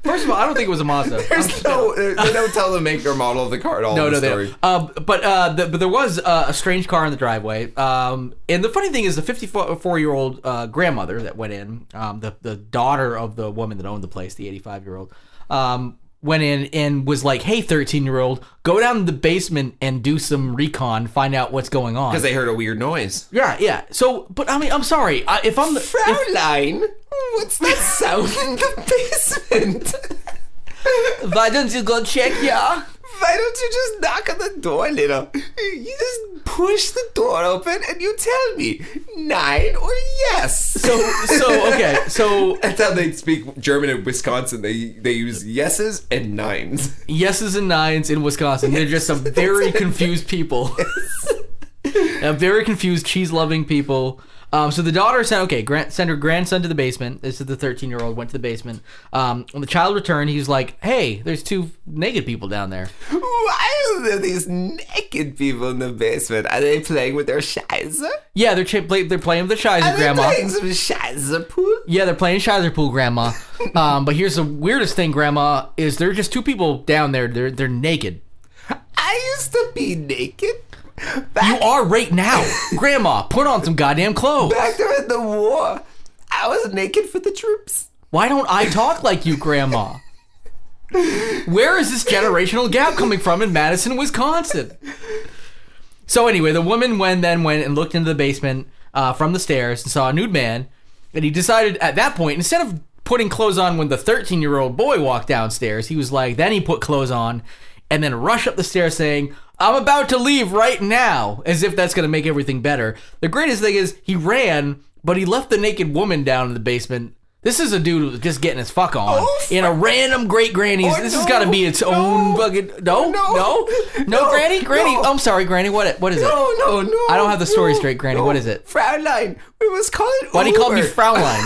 Speaker 5: First of all, I don't think it was a Mazda.
Speaker 4: There's no. Oh, uh, They don't tell the make or model of the car at all.
Speaker 5: No,
Speaker 4: in the
Speaker 5: no, they
Speaker 4: story.
Speaker 5: don't. Uh, but uh, the, but there was uh, a strange car in the driveway. Um, and the funny thing is, the 54 year old uh, grandmother that went in, um, the the daughter of the woman that owned the place, the 85 year old, um, went in and was like, "Hey, 13 year old, go down to the basement and do some recon, find out what's going on."
Speaker 4: Because they heard a weird noise.
Speaker 5: yeah, yeah. So, but I mean, I'm sorry. I, if I'm the, if-
Speaker 4: Fraulein, what's that sound in the basement?
Speaker 5: why don't you go check? Yeah.
Speaker 4: Why don't you just knock on the door, little? You just push the door open and you tell me nine or yes.
Speaker 5: So so okay. So
Speaker 4: that's how they speak German in Wisconsin. They they use yeses and nines.
Speaker 5: yeses and nines in Wisconsin. They're just some very confused people. Uh, very confused, cheese loving people. Um, so the daughter sent okay, gran- sent her grandson to the basement. This is the thirteen year old went to the basement. Um, when the child returned, he's like, "Hey, there's two naked people down there."
Speaker 4: Why are there these naked people in the basement? Are they playing with their shizer?
Speaker 5: Yeah, they're ch- play- they're playing with the shizer,
Speaker 4: Are they
Speaker 5: grandma.
Speaker 4: playing some shizer pool?
Speaker 5: Yeah, they're playing Shizer Pool, Grandma. Um, but here's the weirdest thing, Grandma, is there are just two people down there. They're they're naked.
Speaker 4: I used to be naked.
Speaker 5: You are right now, Grandma. Put on some goddamn clothes.
Speaker 4: Back during the war, I was naked for the troops.
Speaker 5: Why don't I talk like you, Grandma? Where is this generational gap coming from in Madison, Wisconsin? So anyway, the woman went then went and looked into the basement uh, from the stairs and saw a nude man, and he decided at that point instead of putting clothes on when the 13 year old boy walked downstairs, he was like, then he put clothes on, and then rushed up the stairs saying, "I'm about to leave right now," as if that's gonna make everything better. The greatest thing is he ran, but he left the naked woman down in the basement This is a dude who was just getting his fuck on in a random great granny's.
Speaker 4: Oh,
Speaker 5: this
Speaker 4: no,
Speaker 5: has got to be its
Speaker 4: no,
Speaker 5: own fucking no,
Speaker 4: no,
Speaker 5: no, no,
Speaker 4: no,
Speaker 5: granny, granny.
Speaker 4: no.
Speaker 5: I'm sorry, granny. What what is it?
Speaker 4: No, no, no.
Speaker 5: I don't have the story
Speaker 4: no,
Speaker 5: straight, Granny.
Speaker 4: no.
Speaker 5: What is it?
Speaker 4: Fraulein, we must call it
Speaker 5: Why do you call me
Speaker 4: Uber.
Speaker 5: Fraulein?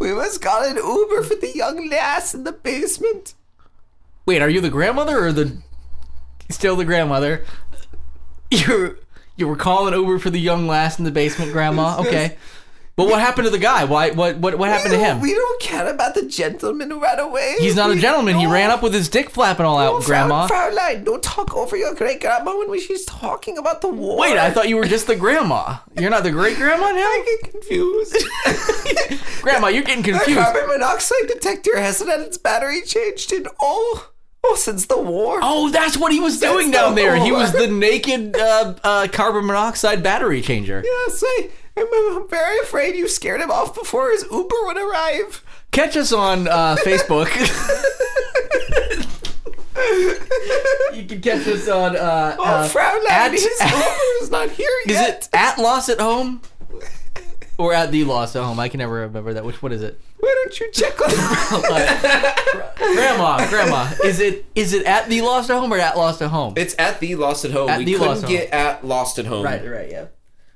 Speaker 4: we must call it Uber for the young lass in the basement.
Speaker 5: Wait, are you the grandmother or the still the grandmother? You you were calling Uber for the young lass in the basement, Grandma. Okay, but what happened to the guy? Why what what what happened to
Speaker 4: We don't-
Speaker 5: him?
Speaker 4: We don't care about the gentleman who ran away.
Speaker 5: He's not a
Speaker 4: We-
Speaker 5: gentleman. He
Speaker 4: no.
Speaker 5: ran up with his dick flapping all
Speaker 4: No,
Speaker 5: out, Grandma.
Speaker 4: Frau- Fraulein, don't talk over your great grandma when she's talking about the war.
Speaker 5: Wait, I thought you were just the grandma. You're not the great grandma now?
Speaker 4: I get confused.
Speaker 5: Grandma, you're getting
Speaker 4: The
Speaker 5: confused.
Speaker 4: carbon monoxide detector hasn't had its battery changed in oh, oh since the war.
Speaker 5: Oh, that's what he was doing
Speaker 4: That's
Speaker 5: down
Speaker 4: the
Speaker 5: there. He
Speaker 4: whole-
Speaker 5: was the naked uh, uh, carbon monoxide battery changer.
Speaker 4: Yes, I, I'm, I'm very afraid you scared him off before his Uber would arrive.
Speaker 5: Catch us on uh, Facebook. you can catch us on uh,
Speaker 4: Oh,
Speaker 5: uh,
Speaker 4: Fraulein,
Speaker 5: at-
Speaker 4: his Uber is not here
Speaker 5: is
Speaker 4: yet.
Speaker 5: it at Loss at Home or at the Loss at Home? I can never remember that. Which what is it?
Speaker 4: Why don't you check on
Speaker 5: Grandma, Grandma, is it is it at the Lost at Home or at Lost at Home?
Speaker 4: It's at the Lost at Home.
Speaker 5: At
Speaker 4: we
Speaker 5: the
Speaker 4: couldn't
Speaker 5: Lost at
Speaker 4: get at Lost at Home.
Speaker 5: right, right, yeah.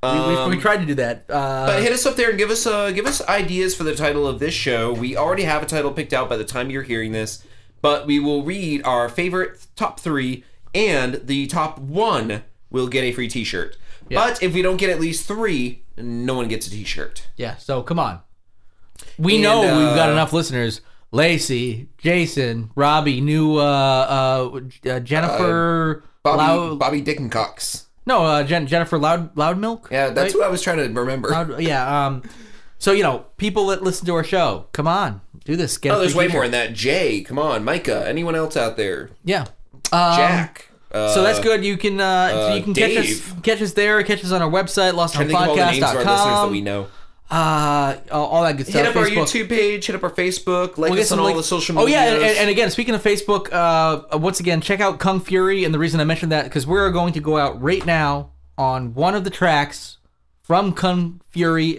Speaker 5: we, we, we tried to do that. Uh,
Speaker 4: But hit us up there and give us uh, give us ideas for the title of this show. We already have a title picked out by the time you're hearing this, but we will read our favorite top three and the top one will get a free T-shirt. But if we don't get at least three, no one gets a T-shirt.
Speaker 5: Yeah, so come on. We
Speaker 4: And,
Speaker 5: know we've got
Speaker 4: uh,
Speaker 5: enough listeners. Lacey, Jason, Robbie, new uh, uh, uh, Jennifer
Speaker 4: Bobby
Speaker 5: Loud.
Speaker 4: Bobby Dickencox.
Speaker 5: no, uh, Jen- Jennifer Loud Loud Milk.
Speaker 4: Yeah, that's
Speaker 5: right?
Speaker 4: who I was trying to remember.
Speaker 5: Loud- yeah. Um, so you know, people that listen to our show, come on, do this. Get a
Speaker 4: oh, there's
Speaker 5: free
Speaker 4: way
Speaker 5: t-shirt.
Speaker 4: more than that. Jay, come on, Micah, anyone else out there?
Speaker 5: Yeah. Um,
Speaker 4: Jack. Uh,
Speaker 5: so that's good. You can uh, you can catch us
Speaker 4: Dave.
Speaker 5: catch us there. Catch us on our website,
Speaker 4: I think of all the names of our listeners that we
Speaker 5: lostandpodcast.com.
Speaker 4: know.
Speaker 5: Uh, all that good
Speaker 4: hit
Speaker 5: stuff.
Speaker 4: up our
Speaker 5: Facebook.
Speaker 4: YouTube page, hit up our Facebook, like
Speaker 5: We'll get
Speaker 4: us on all
Speaker 5: like-
Speaker 4: the social
Speaker 5: Oh
Speaker 4: media.
Speaker 5: yeah, and, and- and again, speaking of Facebook, uh, once again, check out Kung Fury. And the reason I mentioned that because we're going to go out right now on one of the tracks from Kung Fury.